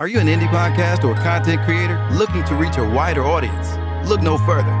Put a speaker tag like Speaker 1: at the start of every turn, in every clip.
Speaker 1: Are you an indie podcast or content creator looking to reach a wider audience? Look no further.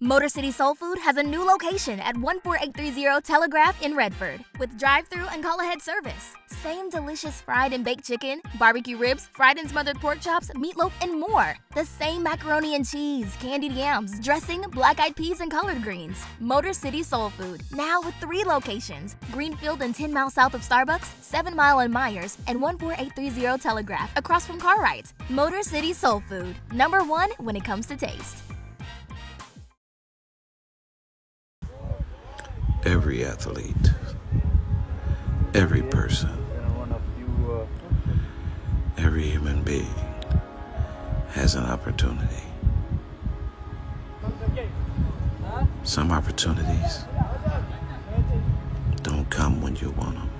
Speaker 2: Motor City Soul Food has a new location at 14830 Telegraph in Redford with drive-through and call-ahead service. Same delicious fried and baked chicken, barbecue ribs, fried and smothered pork chops, meatloaf, and more. The same macaroni and cheese, candied yams, dressing, black-eyed peas, and collard greens. Motor City Soul Food, now with three locations, Greenfield and 10 miles south of Starbucks, 7 Mile and Myers, and 14830 Telegraph across from Cartwright. Motor City Soul Food, number one when it comes to taste.
Speaker 3: every athlete, every person, every human being has an opportunity. Some opportunities don't come when you want them.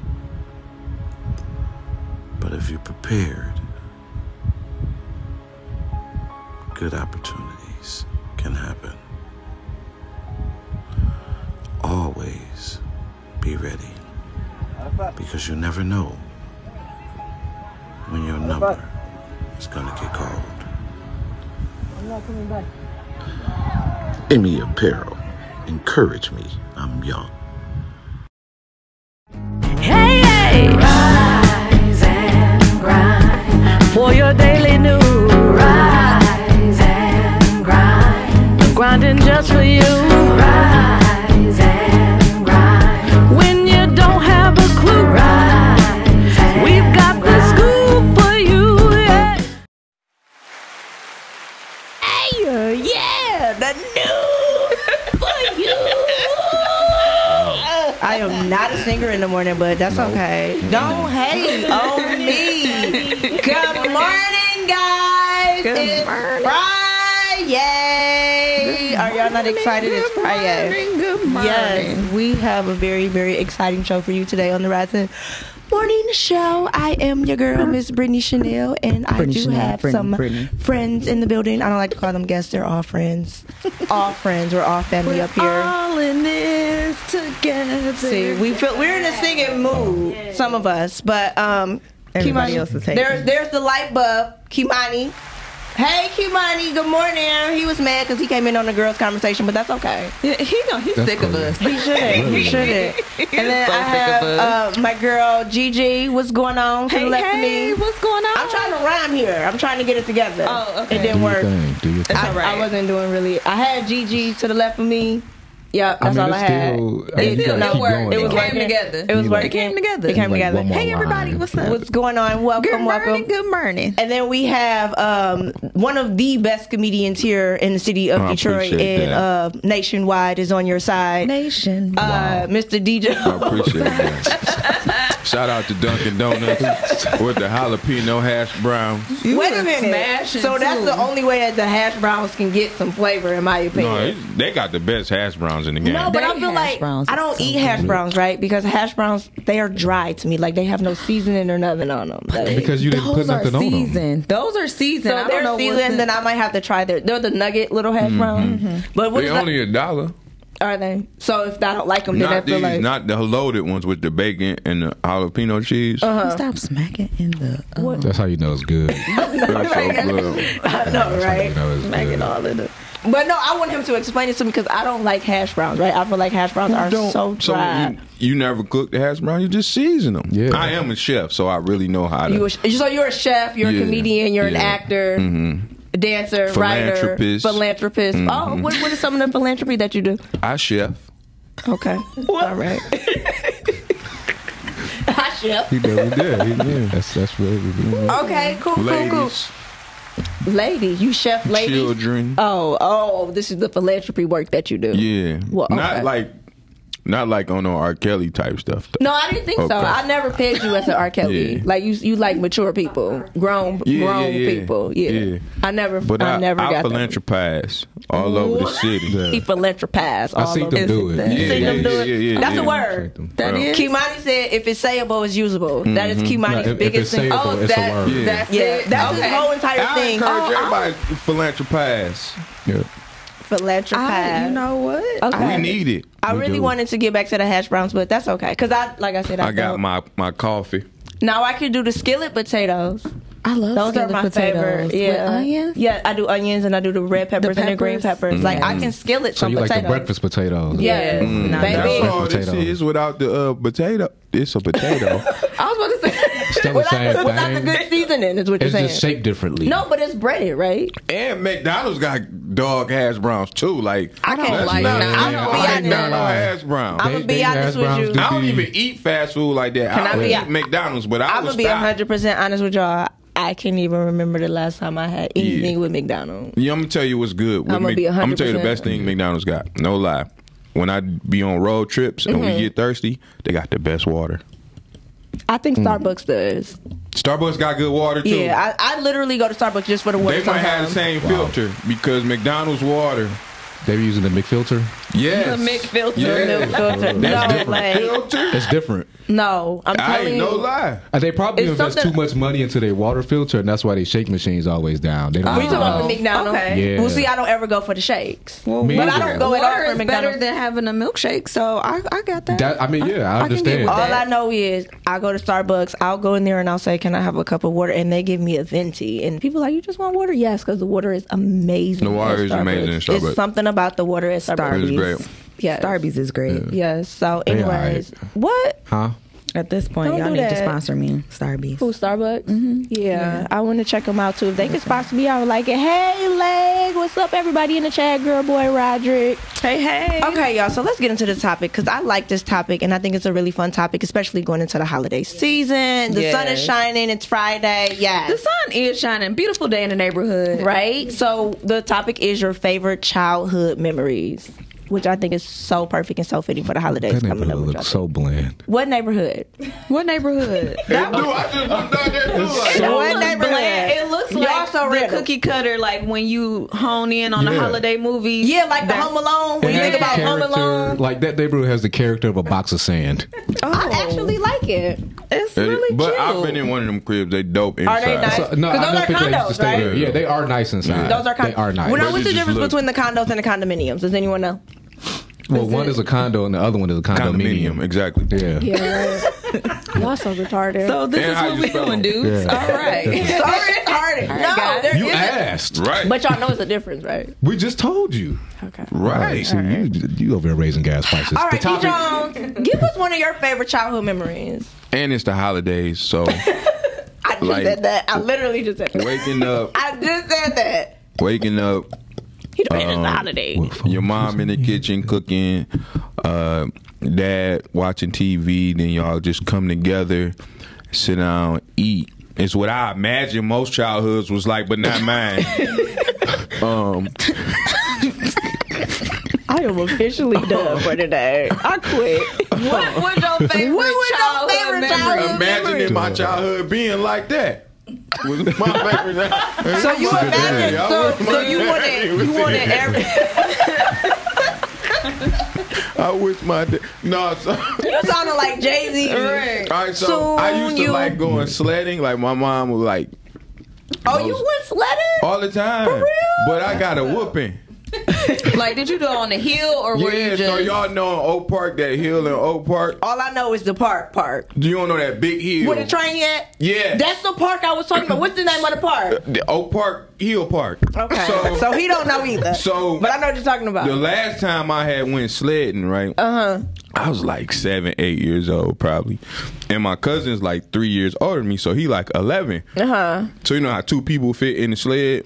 Speaker 3: But if you're prepared, good opportunities can happen always be ready because you never know when your number is going to get called. Emmy Apparel, encourage me. I'm young.
Speaker 4: Hey, hey! Rise and grind for your daily news. Rise and grind, grinding just for you. Rise.
Speaker 5: I am not a singer in the morning, but that's nope. okay. Don't hate on me. Good morning, guys. Good it's morning. Friday. Good Are y'all not excited?
Speaker 6: Good
Speaker 5: it's Friday.
Speaker 6: Morning, good morning.
Speaker 5: Yes, we have a very, very exciting show for you today on the Rising Morning Show. I am your girl, Miss Brittany Chanel, and I
Speaker 6: Brittany
Speaker 5: do
Speaker 6: Chanel,
Speaker 5: have
Speaker 6: Brittany,
Speaker 5: some
Speaker 6: Brittany.
Speaker 5: friends in the building. I don't like to call them guests; they're all friends. all friends. We're all family up here.
Speaker 6: All in this together.
Speaker 5: See, we feel we're in a singing mood, some of us, but um,
Speaker 6: Everybody
Speaker 5: Kimani,
Speaker 6: else is hating.
Speaker 5: There's there's the light bulb, Kimani. Hey, Kimani, good morning. He was mad because he came in on the girls' conversation, but that's okay.
Speaker 6: Yeah, he know he's
Speaker 7: That's
Speaker 6: sick of
Speaker 7: crazy.
Speaker 6: us.
Speaker 5: He shouldn't. He shouldn't. And then
Speaker 6: so
Speaker 5: I
Speaker 6: sick of
Speaker 5: have
Speaker 6: us.
Speaker 5: uh, my girl Gigi. What's going on to
Speaker 6: Hey,
Speaker 5: the left
Speaker 6: hey,
Speaker 5: of me?
Speaker 6: what's going on?
Speaker 5: I'm trying to rhyme here. I'm trying to get it together.
Speaker 6: Oh, okay.
Speaker 5: It
Speaker 7: Do
Speaker 5: didn't
Speaker 7: your
Speaker 5: work.
Speaker 7: thing. Do your thing.
Speaker 5: I, I wasn't doing really. I had Gigi to the left of me. Yep, that's
Speaker 7: I mean,
Speaker 5: all I
Speaker 7: it's
Speaker 5: had.
Speaker 7: still. I mean,
Speaker 6: It
Speaker 7: you
Speaker 6: still
Speaker 7: gotta keep
Speaker 6: worked.
Speaker 7: going,
Speaker 6: It was
Speaker 7: though.
Speaker 6: came together.
Speaker 5: It was
Speaker 7: You
Speaker 5: working.
Speaker 7: like-
Speaker 6: It came together.
Speaker 5: It came
Speaker 7: Like,
Speaker 5: together.
Speaker 7: one more
Speaker 5: Hey,
Speaker 6: Hey, everybody,
Speaker 7: line.
Speaker 6: what's up?
Speaker 5: what's going on? Welcome,
Speaker 6: Good morning.
Speaker 5: welcome.
Speaker 6: Good morning.
Speaker 5: And then we have um, one of the best comedians here in the city of
Speaker 7: I
Speaker 5: Detroit
Speaker 7: appreciate
Speaker 5: and
Speaker 7: that.
Speaker 5: uh, nationwide is on your side.
Speaker 6: Nation.
Speaker 5: Uh, Mr. DJ.
Speaker 7: I appreciate that. Shout out to Dunkin' Donuts with the jalapeno hash browns.
Speaker 6: You
Speaker 5: Wait a
Speaker 6: was
Speaker 5: minute.
Speaker 6: smashing,
Speaker 5: So that's
Speaker 6: too.
Speaker 5: the only way that the hash browns can get some flavor, in my
Speaker 7: No,
Speaker 5: opinion.
Speaker 7: it- they got the best hash browns in the game.
Speaker 5: No, but
Speaker 6: They
Speaker 5: I feel
Speaker 6: hash
Speaker 5: like
Speaker 6: browns
Speaker 5: I don't
Speaker 6: is so
Speaker 5: eat hash
Speaker 7: good.
Speaker 5: browns, right? Because hash browns they are dry to me. Like they have no seasoning or nothing on them.
Speaker 7: because you didn't put
Speaker 6: Those are
Speaker 7: nothing on them.
Speaker 6: seasoned. Those are seasoned.
Speaker 5: so
Speaker 6: I don't
Speaker 5: they're
Speaker 6: know what's
Speaker 5: seasoned,
Speaker 6: in- Mm-hmm.
Speaker 5: then I might have to try their. They're the nugget little hash browns. But
Speaker 7: Mm-hmm. They
Speaker 5: what is that-
Speaker 7: only a dollar.
Speaker 5: are they? So if I don't like them, then I
Speaker 7: Not
Speaker 5: feel
Speaker 7: these,
Speaker 5: like
Speaker 7: not the loaded ones with the bacon and the jalapeno cheese.
Speaker 5: Uh-huh.
Speaker 6: Stop smacking in the. Um,
Speaker 8: That's how you know it's good.
Speaker 7: They're so good.
Speaker 5: I know,
Speaker 8: That's how
Speaker 5: right?
Speaker 8: you know it's
Speaker 5: Smack it
Speaker 8: good.
Speaker 5: all in it. But no, I want him to explain it to me because I don't like hash browns, right? I feel like hash browns are
Speaker 7: Don't-
Speaker 5: so dry.
Speaker 7: you, you never cook the hash brown. You just season them.
Speaker 8: Yeah.
Speaker 7: I am a chef, so I really know how to.
Speaker 5: you, a- so you're a chef, you're
Speaker 7: Yeah,
Speaker 5: a comedian, you're an
Speaker 7: yeah.
Speaker 5: actor.
Speaker 4: dancer, writer,
Speaker 7: Philanthropist. Mm-hmm.
Speaker 4: philanthropist. Oh, what, what is some of the philanthropy that you do?
Speaker 7: I chef.
Speaker 4: Okay. All right. Hi, Chef.
Speaker 7: He did. He did. He did. That's that's what we do.
Speaker 4: Okay, cool, cool,
Speaker 7: Ladies,
Speaker 4: cool. Lady, you chef lady.
Speaker 7: children.
Speaker 4: Oh, oh, this is the philanthropy work that you do.
Speaker 7: yeah.
Speaker 4: Well, okay.
Speaker 7: Not like, not like on no R. Kelly type stuff. though.
Speaker 4: No, I didn't think so.
Speaker 7: Okay.
Speaker 4: I never pegged you as an R. Kelly.
Speaker 7: Yeah.
Speaker 4: Like you, you like mature people, grown,
Speaker 7: Yeah, yeah,
Speaker 4: grown
Speaker 7: yeah.
Speaker 4: people. Yeah.
Speaker 7: Yeah.
Speaker 4: I never,
Speaker 7: But
Speaker 4: I,
Speaker 7: I,
Speaker 4: never
Speaker 7: I
Speaker 4: got that.
Speaker 7: philanthropized all over the city.
Speaker 4: He philanthropize. all
Speaker 8: seen
Speaker 4: over
Speaker 8: them
Speaker 4: the
Speaker 8: do it.
Speaker 4: thing.
Speaker 8: Yeah,
Speaker 4: Seen
Speaker 8: yeah,
Speaker 4: them do
Speaker 7: yeah,
Speaker 4: it.
Speaker 7: yeah, yeah,
Speaker 4: That's
Speaker 7: yeah.
Speaker 4: a word.
Speaker 8: That is. Mm-hmm.
Speaker 5: Kimani said, "If it's sayable, it's usable." That is
Speaker 8: No, if-
Speaker 5: Kimani's
Speaker 8: if
Speaker 5: biggest
Speaker 8: it's
Speaker 5: thing.
Speaker 8: sayable,
Speaker 5: Oh,
Speaker 8: it's a
Speaker 5: that,
Speaker 8: word.
Speaker 7: Yeah.
Speaker 4: That's
Speaker 5: yeah,
Speaker 4: it.
Speaker 5: that's his whole entire
Speaker 7: I
Speaker 5: thing.
Speaker 7: encourage
Speaker 5: Oh,
Speaker 7: everybody to philanthropize.
Speaker 8: Yeah.
Speaker 5: philanthropist.
Speaker 6: I, you know what?
Speaker 5: Okay.
Speaker 7: We need it.
Speaker 5: I
Speaker 8: We
Speaker 5: really
Speaker 8: do.
Speaker 5: wanted to get back to the hash browns, but that's okay. Cause I, like I said, I,
Speaker 7: I got
Speaker 5: don't-
Speaker 7: my my coffee.
Speaker 5: Now I can do the skillet potatoes.
Speaker 6: I love
Speaker 5: Those are
Speaker 6: skillet
Speaker 5: my
Speaker 6: potatoes
Speaker 5: favorite. Yeah,
Speaker 6: with onions.
Speaker 5: Yeah, I do onions and I do the red peppers, and the green
Speaker 6: peppers?
Speaker 5: peppers. Like
Speaker 7: Mm.
Speaker 5: I can skillet
Speaker 8: Mm-hmm. So
Speaker 5: some
Speaker 8: you like
Speaker 5: potatoes.
Speaker 8: the breakfast potatoes?
Speaker 5: Yes,
Speaker 6: Mm.
Speaker 7: That's
Speaker 5: baby.
Speaker 8: Mashed
Speaker 7: all this
Speaker 8: potato.
Speaker 7: is without the uh, potato. It's a potato.
Speaker 4: I was about to say
Speaker 8: Still the same
Speaker 4: without, without the
Speaker 8: thing.
Speaker 4: good seasoning is what
Speaker 8: It's
Speaker 4: you're saying.
Speaker 8: just shaped differently.
Speaker 4: no, but it's breaded, right?
Speaker 7: and McDonald's got dog hash browns too. Like
Speaker 4: I don't
Speaker 7: that's
Speaker 4: like
Speaker 7: not-
Speaker 4: that.
Speaker 7: I
Speaker 4: I'm
Speaker 7: don't
Speaker 4: gonna be
Speaker 7: like
Speaker 4: honest.
Speaker 7: McDonald's hash browns.
Speaker 5: I'm
Speaker 7: I
Speaker 5: gonna be honest with you.
Speaker 7: don't even eat fast food like that. I
Speaker 5: I
Speaker 7: don't
Speaker 5: be-
Speaker 7: eat McDonald's, but I
Speaker 5: I'm
Speaker 7: will
Speaker 5: gonna be
Speaker 7: stop.
Speaker 5: 100 percent honest with y'all. I can't even remember the last time I had anything with McDonald's.
Speaker 7: Yeah, I'm gonna tell you what's good. With
Speaker 4: I'm gonna
Speaker 7: Mc-
Speaker 4: be
Speaker 7: I'm gonna tell you the
Speaker 4: 100%.
Speaker 7: best thing McDonald's got. No lie. When I be on road trips and we get thirsty, they got the best water.
Speaker 4: I think Starbucks does.
Speaker 7: Starbucks got good water Mm. too.
Speaker 4: Yeah, I, I literally go to Starbucks just for the water.
Speaker 7: they might have the
Speaker 4: sometimes.
Speaker 7: same filter because McDonald's water.
Speaker 8: They were using the McFilter.
Speaker 7: Yes.
Speaker 5: The mixed filter,
Speaker 7: Yeah.
Speaker 5: milk filter.
Speaker 7: That's
Speaker 5: No,
Speaker 7: different.
Speaker 5: like,
Speaker 7: filter.
Speaker 8: It's different.
Speaker 4: No, I'm
Speaker 7: I
Speaker 4: telling
Speaker 7: ain't
Speaker 4: you.
Speaker 7: no lie.
Speaker 8: Uh, They probably
Speaker 4: It's
Speaker 8: invest
Speaker 4: something-
Speaker 8: too much money into their water filter, and that's why they shake machines always down. They don't.
Speaker 5: we talking about
Speaker 6: Oh,
Speaker 5: the McDonald's.
Speaker 8: okay. Yeah.
Speaker 5: Well, see, I don't ever go for the shakes.
Speaker 8: Me
Speaker 5: but I
Speaker 8: either.
Speaker 5: don't go at all
Speaker 6: Water
Speaker 5: for
Speaker 6: is better
Speaker 5: McDonald's.
Speaker 6: than having a milkshake, so I, I got that.
Speaker 8: That- I mean, yeah, I
Speaker 6: can get
Speaker 8: understand.
Speaker 6: with
Speaker 5: All
Speaker 6: that.
Speaker 5: I know is I go to Starbucks. I'll go in there and I'll say, "Can I have a cup of water?" And they give me a venti. And people are like, "You just want water?" Yes, because the water is amazing.
Speaker 7: The water
Speaker 5: at
Speaker 7: is amazing at
Speaker 5: Starbucks.
Speaker 7: Starbucks.
Speaker 5: It's something about the water at Starbucks.
Speaker 7: It was great.
Speaker 5: Yes.
Speaker 6: Starbucks is great.
Speaker 5: Yes. So,
Speaker 8: They all
Speaker 5: anyways, what?
Speaker 8: Huh?
Speaker 6: At this point,
Speaker 5: Don't
Speaker 6: y'all
Speaker 5: do
Speaker 6: need to
Speaker 5: that.
Speaker 6: sponsor me, Starbucks.
Speaker 5: Who Starbucks?
Speaker 6: Mm-hmm.
Speaker 5: Yeah, I want to check them out too. If they could sponsor me, I would like it. Hey, leg, what's up, everybody in the chat? Girl, boy, Roderick.
Speaker 6: Hey, hey.
Speaker 5: Okay, y'all. So let's get into this topic because I like this topic and I think it's a really fun topic, especially going into the holiday season. The sun is
Speaker 6: Yes.
Speaker 5: shining. It's Friday. Yes.
Speaker 6: The sun is shining. Beautiful day in the neighborhood.
Speaker 5: right? So the topic is your favorite childhood memories, which I think is so perfect and so fitting for the holidays
Speaker 8: That
Speaker 5: coming
Speaker 8: neighborhood
Speaker 5: up. with y'all.
Speaker 8: looks so bland.
Speaker 5: What neighborhood?
Speaker 6: What neighborhood?
Speaker 7: Dude, I just looked down there too. Like,
Speaker 5: What
Speaker 6: It looks
Speaker 5: neighborhood?
Speaker 6: bland. It looks
Speaker 5: Y'all
Speaker 6: like
Speaker 5: so
Speaker 6: the
Speaker 5: riddled.
Speaker 6: cookie cutter, like when you hone in on the
Speaker 8: Yeah.
Speaker 6: holiday movies.
Speaker 5: Yeah, like the
Speaker 6: That's-
Speaker 5: Home Alone. When you
Speaker 8: It
Speaker 5: think about
Speaker 8: has
Speaker 5: Home
Speaker 8: character-
Speaker 5: Alone,
Speaker 8: Like that neighborhood has the character of a box of sand.
Speaker 5: I actually like it.
Speaker 6: Oh. It's
Speaker 7: It-
Speaker 6: really
Speaker 7: but
Speaker 6: cute.
Speaker 7: I've been in one of them cribs. They dope inside.
Speaker 5: Are they nice?
Speaker 7: Uh,
Speaker 8: So, no, I
Speaker 5: 'Cause those
Speaker 8: don't
Speaker 5: are
Speaker 8: think they used
Speaker 5: condos,
Speaker 8: to stay
Speaker 5: right?
Speaker 8: there. Yeah, they are nice inside.
Speaker 5: Those are condos.
Speaker 8: They are nice.
Speaker 5: Well, now,
Speaker 7: But
Speaker 5: what's
Speaker 7: you
Speaker 5: the
Speaker 7: just
Speaker 5: difference
Speaker 7: look-
Speaker 5: between the condos and the condominiums? Does anyone know?
Speaker 8: well, one is a condo and the other one is a
Speaker 7: Condominium,
Speaker 8: condominium.
Speaker 7: exactly.
Speaker 8: Yeah.
Speaker 5: Yeah, y'all so retarded.
Speaker 6: so this
Speaker 7: And
Speaker 6: is
Speaker 7: how
Speaker 6: what
Speaker 7: you
Speaker 6: we
Speaker 7: spell
Speaker 6: doing,
Speaker 7: them.
Speaker 6: dudes.
Speaker 8: Yeah.
Speaker 6: All right.
Speaker 5: Sorry, it's harder. No, there
Speaker 8: You
Speaker 5: isn't.
Speaker 8: asked.
Speaker 7: Right.
Speaker 5: But y'all know it's a difference, right?
Speaker 8: We just told you.
Speaker 5: Okay.
Speaker 7: right.
Speaker 8: See, you you over here raising gas prices.
Speaker 5: All
Speaker 8: The
Speaker 5: right, E.
Speaker 8: topic-
Speaker 5: Jones, give us one of your favorite childhood memories.
Speaker 7: And it's the holidays, so
Speaker 5: I just
Speaker 7: Like-
Speaker 5: said that. I literally just said that.
Speaker 7: waking up,
Speaker 5: I just said that.
Speaker 7: waking up,
Speaker 5: He don't
Speaker 7: Um,
Speaker 5: the holiday.
Speaker 7: your mom in the kitchen cooking, uh, dad watching TV, then y'all just come together, sit down, eat. It's what I imagine most childhoods was like, but not mine. um,
Speaker 5: I am officially done for today. I quit.
Speaker 6: What was your favorite
Speaker 5: What was your
Speaker 6: childhood
Speaker 5: favorite
Speaker 6: memory?
Speaker 5: childhood-
Speaker 7: imagining my childhood being like that was my favorite.
Speaker 5: So you imagine.
Speaker 7: Yeah, I
Speaker 5: So,
Speaker 7: wish my
Speaker 5: so you
Speaker 7: daddy
Speaker 5: wanted.
Speaker 7: was
Speaker 5: You wanted
Speaker 7: here.
Speaker 5: every.
Speaker 7: I wish my dad. No, so,
Speaker 5: You sounded like Jay Z.
Speaker 6: Right.
Speaker 7: all right. So
Speaker 5: Soon
Speaker 7: I used to
Speaker 5: you-
Speaker 7: like going sledding. Like my mom was like
Speaker 5: Oh, you went sledding.
Speaker 7: all the time. But I got a whooping.
Speaker 6: Like, did you do it on the hill or were
Speaker 7: Yeah,
Speaker 6: you just?
Speaker 7: so y'all know in Oak Park, that hill in Oak Park.
Speaker 5: All I know is the park. Park.
Speaker 7: You don't know that big hill.
Speaker 5: Where the train at?
Speaker 7: Yeah.
Speaker 5: That's the park I was talking about. What's the name of the park?
Speaker 7: The Oak Park Hill Park.
Speaker 5: Okay. So,
Speaker 7: So,
Speaker 5: he don't know either.
Speaker 7: so-
Speaker 5: but I know what you're talking
Speaker 6: Uh.
Speaker 5: about.
Speaker 7: the last time I had went sledding, right?
Speaker 6: Uh-huh.
Speaker 7: Uh huh. I was like seven, eight years old, probably. And my cousin's
Speaker 6: Uh-huh.
Speaker 7: like three years older than me, so he like 11. Uh huh. So you know how two people fit in the sled?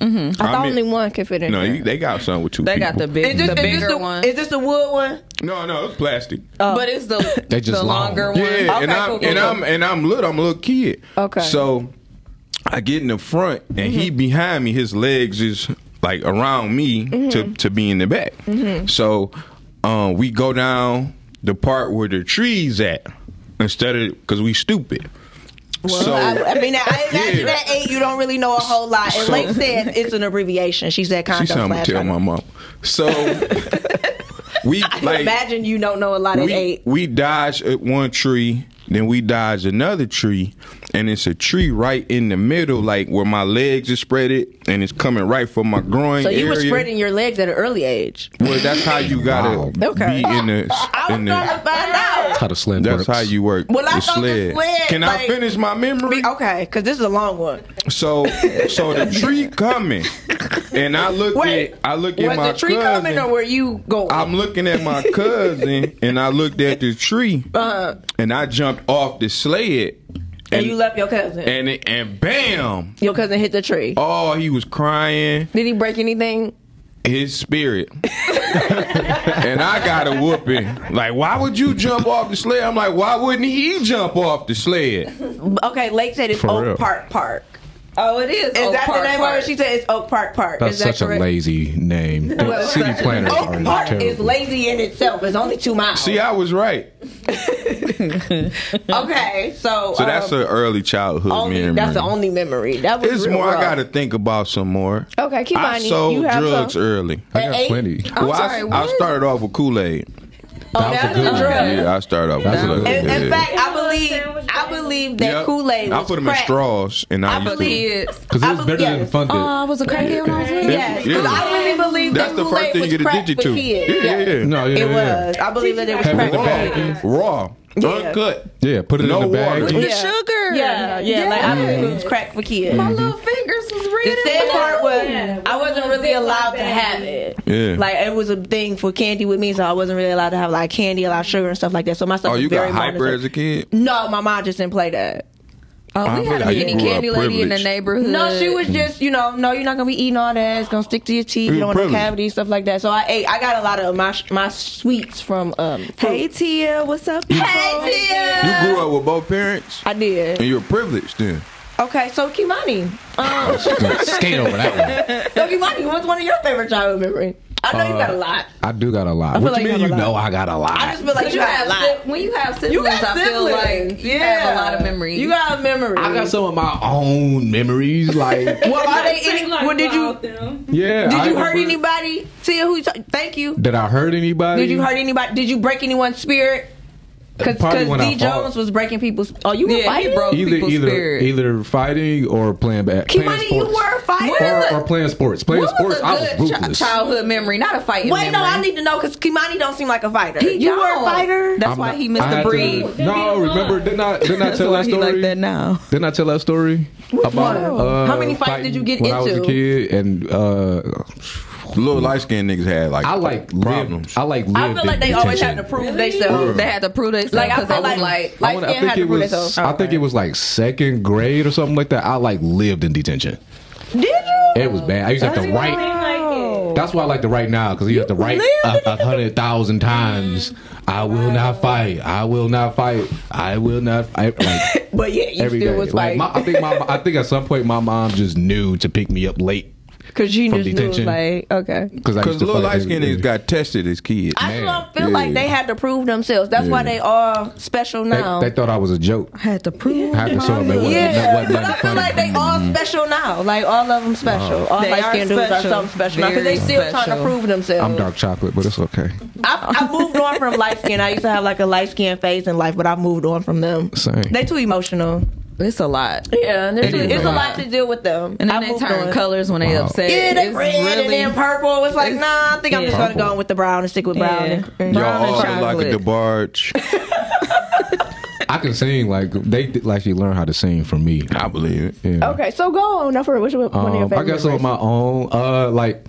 Speaker 6: Mm-hmm.
Speaker 5: I thought
Speaker 7: mean-
Speaker 5: only one could fit in.
Speaker 7: No,
Speaker 5: there.
Speaker 7: you, they got something with two.
Speaker 6: They got the big,
Speaker 5: Is this-
Speaker 6: the
Speaker 5: is this
Speaker 6: bigger
Speaker 5: the-
Speaker 6: one.
Speaker 5: Is this the wood one? Oh.
Speaker 7: No, no, it's plastic.
Speaker 6: but it's the
Speaker 8: They just
Speaker 6: the
Speaker 8: long.
Speaker 6: longer one.
Speaker 7: Yeah, and I'm
Speaker 6: cool, cool,
Speaker 7: and
Speaker 6: cool.
Speaker 7: I'm and I'm little. I'm a little kid.
Speaker 5: Okay.
Speaker 7: So I get in the front, and
Speaker 6: Mm-hmm.
Speaker 7: he behind me. His legs is like around me
Speaker 6: Mm-hmm.
Speaker 7: to to be in the back. So um, we go down the part where the trees at instead of because we stupid. so
Speaker 5: I, I mean, I I imagine
Speaker 7: Yeah.
Speaker 5: that eight, you don't really know a whole lot. And
Speaker 7: So-
Speaker 5: Lake said it's an abbreviation. She said
Speaker 7: she
Speaker 5: condo
Speaker 7: said I'm gonna
Speaker 5: slash.
Speaker 7: tell my mom. So we like
Speaker 5: imagine you don't know a lot at
Speaker 7: we,
Speaker 5: eight.
Speaker 7: we dodge at one tree, then we dodge another tree, and it's a tree right in the middle, like where my legs are spread it, and it's coming right from my groin
Speaker 5: So you
Speaker 7: area.
Speaker 5: were spreading your legs at an early age.
Speaker 7: well, that's how you gotta
Speaker 8: Wow.
Speaker 5: Okay.
Speaker 7: be in the. in the-
Speaker 5: find out.
Speaker 8: How the slim
Speaker 7: that's
Speaker 8: works.
Speaker 7: how you work.
Speaker 5: Well, I
Speaker 7: the
Speaker 5: thought the
Speaker 7: sled.
Speaker 5: sled,
Speaker 7: Can I
Speaker 5: like-
Speaker 7: finish my memory?
Speaker 5: Okay, because this is a long one.
Speaker 7: So, so the tree coming, and I look
Speaker 5: Wait,
Speaker 7: at I look at
Speaker 5: Was
Speaker 7: my
Speaker 5: the tree
Speaker 7: cousin.
Speaker 5: coming or were you going?
Speaker 7: I'm looking at my cousin, and I looked at the tree, and I jumped off the sled,
Speaker 5: Uh-huh. and you left your cousin.
Speaker 7: and it, and bam!
Speaker 5: your cousin hit the tree.
Speaker 7: Oh, he was crying
Speaker 5: Did he break anything?
Speaker 7: his spirit, and I got a whooping. Like, why would you jump off the sled? I'm like, why wouldn't he jump off the sled?
Speaker 5: Okay, Lake said it's
Speaker 8: For
Speaker 5: Oak
Speaker 8: real.
Speaker 5: Park Park.
Speaker 6: oh, it is.
Speaker 5: Is
Speaker 6: Oak
Speaker 5: that
Speaker 6: Park
Speaker 5: the name
Speaker 6: Park.
Speaker 5: of it? She said it's Oak Park Park.
Speaker 8: That's
Speaker 5: is that
Speaker 8: such
Speaker 5: correct?
Speaker 8: a lazy name. The city planners are
Speaker 5: Oak Park
Speaker 8: terrible.
Speaker 5: is lazy in itself. It's only two miles.
Speaker 7: See, I was right.
Speaker 5: okay, so,
Speaker 7: So that's
Speaker 5: um,
Speaker 7: an early childhood
Speaker 5: only,
Speaker 7: memory.
Speaker 5: that's the only memory. That was
Speaker 7: It's
Speaker 5: real
Speaker 7: more. I
Speaker 5: rough.
Speaker 7: got to think about some more.
Speaker 5: Okay, keep
Speaker 7: I
Speaker 5: on. You-
Speaker 7: sold
Speaker 5: you have
Speaker 7: drugs
Speaker 5: some?
Speaker 7: early.
Speaker 8: I got
Speaker 5: At eight?
Speaker 8: plenty.
Speaker 7: well,
Speaker 6: sorry,
Speaker 7: I, I
Speaker 6: what?
Speaker 7: started off with Kool Aid.
Speaker 8: That was a good one.
Speaker 5: Oh, drug.
Speaker 7: Yeah, I started off.
Speaker 8: That's
Speaker 7: with
Speaker 8: what I
Speaker 7: Kool-Aid.
Speaker 5: In, in
Speaker 7: Yeah.
Speaker 5: fact, I believe I believe that
Speaker 7: Yep.
Speaker 5: Kool Aid.
Speaker 7: I put them in
Speaker 5: crack.
Speaker 7: straws, and I,
Speaker 6: I
Speaker 7: used
Speaker 6: believe
Speaker 7: to.
Speaker 6: it's.
Speaker 8: Because it was better than
Speaker 5: yes.
Speaker 8: Fun Dip.
Speaker 6: was a crackhead when I was little.
Speaker 5: Yes, 'cause
Speaker 7: Yeah.
Speaker 5: I really believe
Speaker 7: That's
Speaker 5: that
Speaker 7: the first
Speaker 5: Kool-Aid
Speaker 7: thing you
Speaker 5: was
Speaker 7: get
Speaker 5: cracked
Speaker 7: addicted to.
Speaker 5: for kids.
Speaker 7: Yeah, yeah, yeah.
Speaker 8: no, yeah,
Speaker 5: It
Speaker 8: yeah.
Speaker 5: was. I believe that it was
Speaker 8: Have it in
Speaker 5: cracked
Speaker 8: the
Speaker 5: for
Speaker 8: bag.
Speaker 5: kids.
Speaker 7: raw,
Speaker 5: Yeah.
Speaker 7: uncut.
Speaker 8: Yeah, put it
Speaker 7: No
Speaker 8: in the bag.
Speaker 7: water.
Speaker 8: and-
Speaker 6: The sugar.
Speaker 5: Yeah, yeah, like I believe it was cracked for kids.
Speaker 6: My little fingers was
Speaker 5: The
Speaker 6: red.
Speaker 5: sad part was I wasn't really allowed to have it.
Speaker 7: Yeah.
Speaker 5: Like it was a thing for candy with me, so I wasn't really allowed to have like candy, a lot of sugar and stuff like that. So my stuff
Speaker 7: Oh,
Speaker 5: was
Speaker 7: you
Speaker 5: very
Speaker 7: got hyper
Speaker 5: monitored.
Speaker 7: as a kid?
Speaker 5: No, my mom just didn't play that.
Speaker 6: Oh,
Speaker 7: I
Speaker 6: we
Speaker 7: feel
Speaker 6: had a
Speaker 7: like you
Speaker 6: mini
Speaker 7: grew up
Speaker 6: candy lady in the
Speaker 7: privileged.
Speaker 6: neighborhood.
Speaker 5: No, she was just, you know, no, you're not gonna be eating all that. It's gonna stick to your teeth. You
Speaker 7: You're
Speaker 5: don't want no
Speaker 7: privileged.
Speaker 5: cavities, stuff like that. So I ate. I got a lot of my my sweets from. um
Speaker 6: Hey Tia, what's up?
Speaker 5: Hey,
Speaker 7: You grew up with both parents,
Speaker 5: I did.
Speaker 7: and you were privileged then.
Speaker 5: Okay, so Kimani, um,
Speaker 7: Oh,
Speaker 8: Skate over that one.
Speaker 5: so Kimani, what's one of your favorite childhood memories? I know you
Speaker 7: Uh,
Speaker 5: got a lot.
Speaker 8: Uh, I do got a lot.
Speaker 5: feel
Speaker 8: What
Speaker 5: like
Speaker 8: you
Speaker 5: you
Speaker 8: mean
Speaker 5: have
Speaker 8: you
Speaker 5: a lot.
Speaker 8: know I got a lot?
Speaker 5: I just feel like
Speaker 6: you
Speaker 5: you got
Speaker 6: have
Speaker 5: a lot.
Speaker 6: si- when you have siblings,
Speaker 5: You got
Speaker 6: I feel
Speaker 5: siblings.
Speaker 6: like you
Speaker 5: yeah.
Speaker 6: have a lot of memories.
Speaker 5: You got memories.
Speaker 8: I got some of my own memories. Like,
Speaker 5: Well, are they any, well, did you
Speaker 8: yeah.
Speaker 5: did
Speaker 8: I
Speaker 5: you hurt
Speaker 8: remember-
Speaker 5: anybody? See who? you talk- Thank you.
Speaker 8: Did I hurt anybody? Uh,
Speaker 5: Did you hurt anybody? Did you break anyone's spirit? Because
Speaker 8: Probably when I
Speaker 5: D
Speaker 8: fought.
Speaker 5: Jones was breaking people's. Oh, you were
Speaker 6: yeah,
Speaker 5: fighting.
Speaker 6: he broke
Speaker 8: Either
Speaker 6: people's
Speaker 8: either
Speaker 6: spirit.
Speaker 8: either fighting or playing bad. playing
Speaker 5: Kimani, you were fighting.
Speaker 6: What is
Speaker 8: or,
Speaker 6: a-
Speaker 8: or playing sports. Playing
Speaker 6: what
Speaker 8: sports,
Speaker 6: was a
Speaker 8: I was
Speaker 6: good chi-
Speaker 8: ruthless.
Speaker 6: childhood memory, not a fighting
Speaker 5: Wait, no,
Speaker 6: memory.
Speaker 5: I need to know because Kimani don't seem like a fighter.
Speaker 6: He
Speaker 5: you were a
Speaker 6: don't.
Speaker 5: fighter.
Speaker 6: That's
Speaker 8: I'm
Speaker 6: why
Speaker 8: not-
Speaker 6: he missed
Speaker 8: I had
Speaker 6: the
Speaker 8: to-
Speaker 6: breed.
Speaker 7: Oh,
Speaker 8: No, remember? Didn't I didn't I
Speaker 6: That's
Speaker 8: tell
Speaker 6: why
Speaker 8: that
Speaker 6: he like
Speaker 8: story?
Speaker 6: that now.
Speaker 8: Didn't I tell that story about uh,
Speaker 5: How many fights did you get
Speaker 8: when I was a
Speaker 5: into?
Speaker 8: kid, and uh,
Speaker 7: Little light skinned niggas had like
Speaker 8: I like lived,
Speaker 7: problems.
Speaker 8: I like lived
Speaker 5: I feel like they
Speaker 8: in
Speaker 5: always
Speaker 8: detention.
Speaker 5: have to prove themselves.
Speaker 6: They had to prove themselves
Speaker 5: Like I
Speaker 6: because they
Speaker 5: feel like
Speaker 6: was like,
Speaker 8: I,
Speaker 5: like
Speaker 8: wanna-
Speaker 5: they
Speaker 8: I
Speaker 5: had
Speaker 8: think
Speaker 5: to
Speaker 8: it
Speaker 5: prove
Speaker 8: was.
Speaker 5: themselves.
Speaker 8: I think it was like second grade or something like that. I like lived in detention.
Speaker 5: Did you?
Speaker 8: It was bad. I used to have to write. That's why I like to write now because you have to write a, a hundred thousand times. I will not fight. I will not fight. I will not. Fight. Like
Speaker 5: But yeah, you
Speaker 8: every
Speaker 5: still
Speaker 8: day.
Speaker 5: was
Speaker 8: Like,
Speaker 5: fighting
Speaker 8: my, I think my. I think at some point my mom just knew to pick me up late
Speaker 5: because you
Speaker 8: from
Speaker 5: just
Speaker 8: detention.
Speaker 5: knew like okay.
Speaker 8: because I used
Speaker 7: Because
Speaker 8: to
Speaker 7: little
Speaker 8: fight
Speaker 7: light skinned
Speaker 8: every-
Speaker 7: niggas got tested as kids.
Speaker 5: I
Speaker 8: Man.
Speaker 5: just don't feel
Speaker 7: Yeah.
Speaker 5: like they had to prove themselves. That's why
Speaker 7: Yeah.
Speaker 5: they all special
Speaker 8: They,
Speaker 5: now.
Speaker 8: they thought I was a joke.
Speaker 6: had to prove.
Speaker 8: I had to show them that wasn't, that
Speaker 5: yeah,
Speaker 8: wasn't
Speaker 5: but
Speaker 8: nothing
Speaker 5: I feel
Speaker 8: funny.
Speaker 5: like they all special now. Like all of them special. All
Speaker 6: They
Speaker 5: light
Speaker 6: are
Speaker 5: skinned dudes are
Speaker 6: special.
Speaker 5: something special now because they
Speaker 6: Very
Speaker 5: still trying to
Speaker 6: special.
Speaker 5: prove themselves.
Speaker 8: I'm dark chocolate, but it's okay.
Speaker 5: I, I moved on from light skin. I used to have like a light skin phase in life, but I moved on from them.
Speaker 8: Same.
Speaker 5: They too emotional.
Speaker 6: It's a lot.
Speaker 5: Yeah, they're too,
Speaker 6: Anyway.
Speaker 5: it's a lot to deal with them.
Speaker 6: And then
Speaker 5: I
Speaker 6: they
Speaker 5: moved
Speaker 6: turn
Speaker 5: on.
Speaker 6: colors when they
Speaker 8: Wow.
Speaker 6: upset.
Speaker 5: Yeah, they
Speaker 6: It's
Speaker 5: red and then purple. It's like,
Speaker 6: It's-
Speaker 5: nah, I think I'm just
Speaker 6: yeah.
Speaker 5: gonna go with the brown and stick with brown.
Speaker 6: Yeah.
Speaker 5: and- and-
Speaker 7: Y'all
Speaker 6: Brown and
Speaker 7: all look like a
Speaker 6: chocolate.
Speaker 7: debarge.
Speaker 8: I can sing like they did- like she learned how to sing from me.
Speaker 7: I believe it.
Speaker 8: Yeah.
Speaker 5: Okay, so go on. Now for which one of your
Speaker 8: Um,
Speaker 5: favorite?
Speaker 8: I guess on my own, uh, like,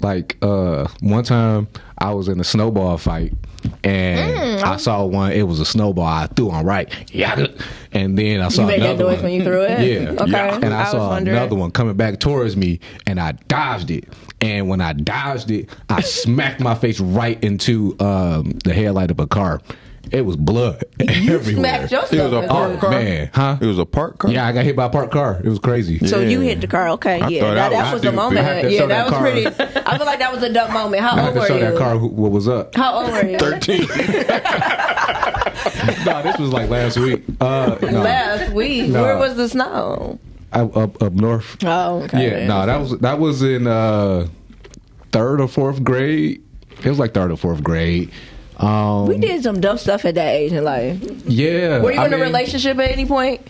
Speaker 8: like uh, one time I was in a snowball fight, and
Speaker 5: Mm, oh.
Speaker 8: I saw one. It was a snowball. I threw on right. Yeah. And then I saw
Speaker 5: made that
Speaker 8: another
Speaker 5: noise
Speaker 8: one.
Speaker 5: when you threw it?
Speaker 8: Yeah.
Speaker 5: Okay.
Speaker 8: Yeah. And I,
Speaker 5: I was
Speaker 8: saw
Speaker 5: wondering.
Speaker 8: another one coming back towards me, and I dodged it. And when I dodged it, I smacked my face right into um, the headlight of a car. It was blood everywhere.
Speaker 5: Smacked yourself.
Speaker 7: It was a
Speaker 5: with
Speaker 7: park
Speaker 5: it.
Speaker 7: car.
Speaker 8: man, huh?
Speaker 7: It was a park car.
Speaker 8: Yeah, I got hit by a parked car. It was crazy.
Speaker 5: So you hit the car. Okay.
Speaker 7: I
Speaker 5: yeah.
Speaker 7: thought
Speaker 5: That,
Speaker 7: I
Speaker 5: that
Speaker 7: was
Speaker 5: was the
Speaker 7: stupid. I had
Speaker 5: moment.
Speaker 7: to
Speaker 5: Yeah,
Speaker 7: show
Speaker 5: that
Speaker 7: that
Speaker 5: was
Speaker 7: car.
Speaker 5: pretty. I feel like that was a dumb moment.
Speaker 8: I
Speaker 5: How
Speaker 8: had
Speaker 5: old
Speaker 8: to
Speaker 5: were
Speaker 8: show
Speaker 5: you?
Speaker 8: that car who, what was up.
Speaker 5: How old were you?
Speaker 7: 13.
Speaker 8: no, this was like last week. Uh, no.
Speaker 5: Last week.
Speaker 8: No.
Speaker 5: Where was the snow?
Speaker 8: I, up, up north.
Speaker 5: Oh, okay.
Speaker 8: Yeah, no, that was that was in uh, third or fourth grade. It was like third or fourth grade. Um,
Speaker 5: We did some dumb stuff at that age in life.
Speaker 8: Yeah.
Speaker 5: Were you
Speaker 8: I
Speaker 5: in a
Speaker 8: mean,
Speaker 5: relationship at any point?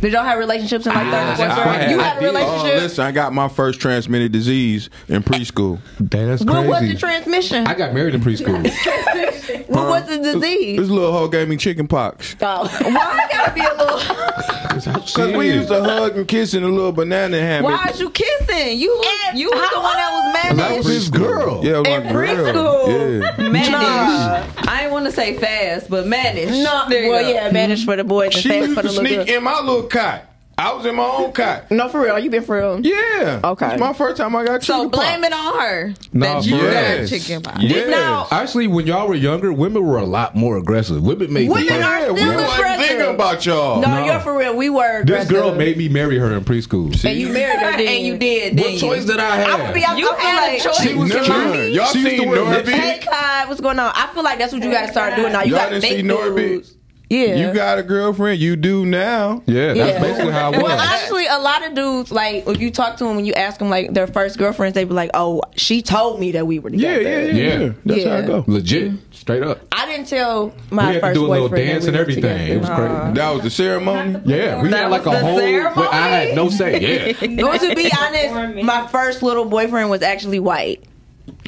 Speaker 5: Did y'all have relationships in like third or
Speaker 8: Ah,
Speaker 5: fourth
Speaker 7: I
Speaker 5: grade? You had a
Speaker 7: I did.
Speaker 5: relationship.
Speaker 7: Oh, listen, I got my first transmitted disease in preschool.
Speaker 8: Damn, that's
Speaker 5: what was
Speaker 8: crazy.
Speaker 5: the transmission?
Speaker 8: I got married in preschool.
Speaker 5: what was the
Speaker 7: This
Speaker 5: disease?
Speaker 7: little hoe gave me chicken pox.
Speaker 5: Oh, why it gotta be a little?
Speaker 7: Because we used to hug and kiss in a little banana hammock.
Speaker 6: Why is you kissing? You was, you was the one that was
Speaker 7: That
Speaker 6: mad.
Speaker 7: was
Speaker 8: was his
Speaker 7: preschool.
Speaker 8: girl.
Speaker 7: Yeah, it was
Speaker 5: In
Speaker 7: my girl.
Speaker 5: preschool.
Speaker 7: Yeah.
Speaker 6: Mannish. I didn't want to say fast, but mannish.
Speaker 5: No,
Speaker 6: There you
Speaker 5: well,
Speaker 6: go.
Speaker 5: yeah, managed for the boys and
Speaker 7: She
Speaker 5: fast
Speaker 7: used
Speaker 5: for
Speaker 7: to
Speaker 5: the little
Speaker 7: sneak
Speaker 5: girls.
Speaker 7: in my little cot. I was in my own cot.
Speaker 5: No, for real, you been for real.
Speaker 7: Yeah.
Speaker 5: Okay.
Speaker 7: It's my first time I got
Speaker 6: So
Speaker 7: chicken
Speaker 6: blame
Speaker 7: pox.
Speaker 6: it on her.
Speaker 8: No,
Speaker 6: that you
Speaker 8: for real.
Speaker 6: got chicken pox.
Speaker 7: Yes.
Speaker 5: Now-
Speaker 8: Actually, when y'all were younger, women were a lot more aggressive. Women made
Speaker 5: Women
Speaker 8: me.
Speaker 5: are
Speaker 7: yeah, we
Speaker 5: still
Speaker 7: wasn't
Speaker 5: aggressive.
Speaker 7: thinking about y'all.
Speaker 5: No, you're for real. We were.
Speaker 8: This
Speaker 5: aggressive.
Speaker 8: girl made me marry her in preschool.
Speaker 7: See?
Speaker 5: And you married her, didn't
Speaker 6: and you
Speaker 5: you?
Speaker 6: did.
Speaker 8: what
Speaker 6: didn't
Speaker 8: choice
Speaker 6: you?
Speaker 8: did I have?
Speaker 5: I would be. I,
Speaker 6: You
Speaker 5: I feel
Speaker 6: had a
Speaker 5: like-
Speaker 6: choice.
Speaker 7: She was
Speaker 8: Nora.
Speaker 7: killing. Y'all
Speaker 8: She used
Speaker 7: seen
Speaker 8: to wear
Speaker 7: Norby?
Speaker 8: lipstick.
Speaker 5: Hey, Clyde, what's going on? I feel like that's what you got to start doing now. You
Speaker 7: Y'all
Speaker 5: got to
Speaker 7: didn't see
Speaker 5: make
Speaker 7: Norbit?
Speaker 5: dudes. Yeah.
Speaker 7: You got a girlfriend. You do now.
Speaker 8: Yeah, that's
Speaker 5: Yeah.
Speaker 8: basically how I was.
Speaker 5: Well, actually, a lot of dudes like if you talk to them when you ask them like their first girlfriends, they be like, "Oh, she told me that we were
Speaker 7: Yeah,
Speaker 5: together."
Speaker 7: yeah, yeah. yeah.
Speaker 8: Yeah.
Speaker 7: That's how
Speaker 5: Yeah. Mm-hmm.
Speaker 7: I go.
Speaker 8: Legit, straight up.
Speaker 5: I didn't tell my
Speaker 8: we had to
Speaker 5: first
Speaker 8: do a little
Speaker 5: boyfriend
Speaker 8: dance
Speaker 5: that
Speaker 8: and
Speaker 5: we were
Speaker 8: everything.
Speaker 5: together. Uh-huh.
Speaker 8: It was crazy.
Speaker 7: That was the ceremony.
Speaker 8: Yeah, we
Speaker 6: That
Speaker 8: had like
Speaker 6: was
Speaker 8: a
Speaker 6: the
Speaker 8: whole.
Speaker 6: ceremony?
Speaker 8: I had no say. Yeah,
Speaker 5: But to be honest, my first little boyfriend was actually white.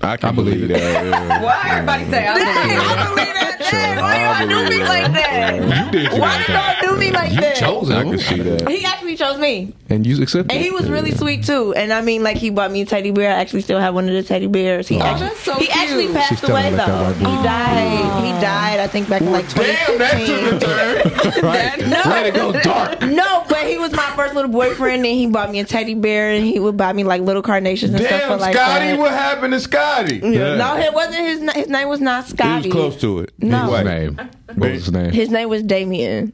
Speaker 7: I can
Speaker 8: I believe
Speaker 7: that. yeah.
Speaker 6: Why everybody say I
Speaker 5: I
Speaker 6: believe
Speaker 5: believe that. Dang,
Speaker 7: I believe that.
Speaker 8: you did.
Speaker 5: Why do y'all do me like that? Why did y'all do me like
Speaker 8: You
Speaker 5: that?
Speaker 8: chose him.
Speaker 7: I can see that.
Speaker 5: He actually chose me,
Speaker 8: and you accepted.
Speaker 5: and he was really sweet too. And I mean, like he bought me a teddy bear. I actually still have one of the teddy bears.
Speaker 7: Oh.
Speaker 5: He actually,
Speaker 6: that's so
Speaker 5: he
Speaker 6: cute.
Speaker 5: actually
Speaker 8: She's
Speaker 5: passed
Speaker 8: still
Speaker 5: away
Speaker 8: like
Speaker 5: though.
Speaker 8: that white
Speaker 5: He
Speaker 8: dude.
Speaker 5: died. He died. I think back in like
Speaker 7: Damn, that
Speaker 5: 2015.
Speaker 7: took a turn.
Speaker 8: right.
Speaker 5: No.
Speaker 8: Let it go dark.
Speaker 5: No, but he was my first little boyfriend, and he bought me a teddy bear, and he would buy me like little carnations and stuff for
Speaker 7: Damn,
Speaker 5: like
Speaker 7: Scotty,
Speaker 5: that.
Speaker 7: what happened to Scotty?
Speaker 8: Yeah.
Speaker 5: No, it wasn't his. na- His name was not
Speaker 7: He
Speaker 5: Scotty.
Speaker 7: was close to it. He
Speaker 5: No.
Speaker 7: was
Speaker 8: What was his
Speaker 7: white.
Speaker 8: name? What was his name?
Speaker 5: His name was Damien.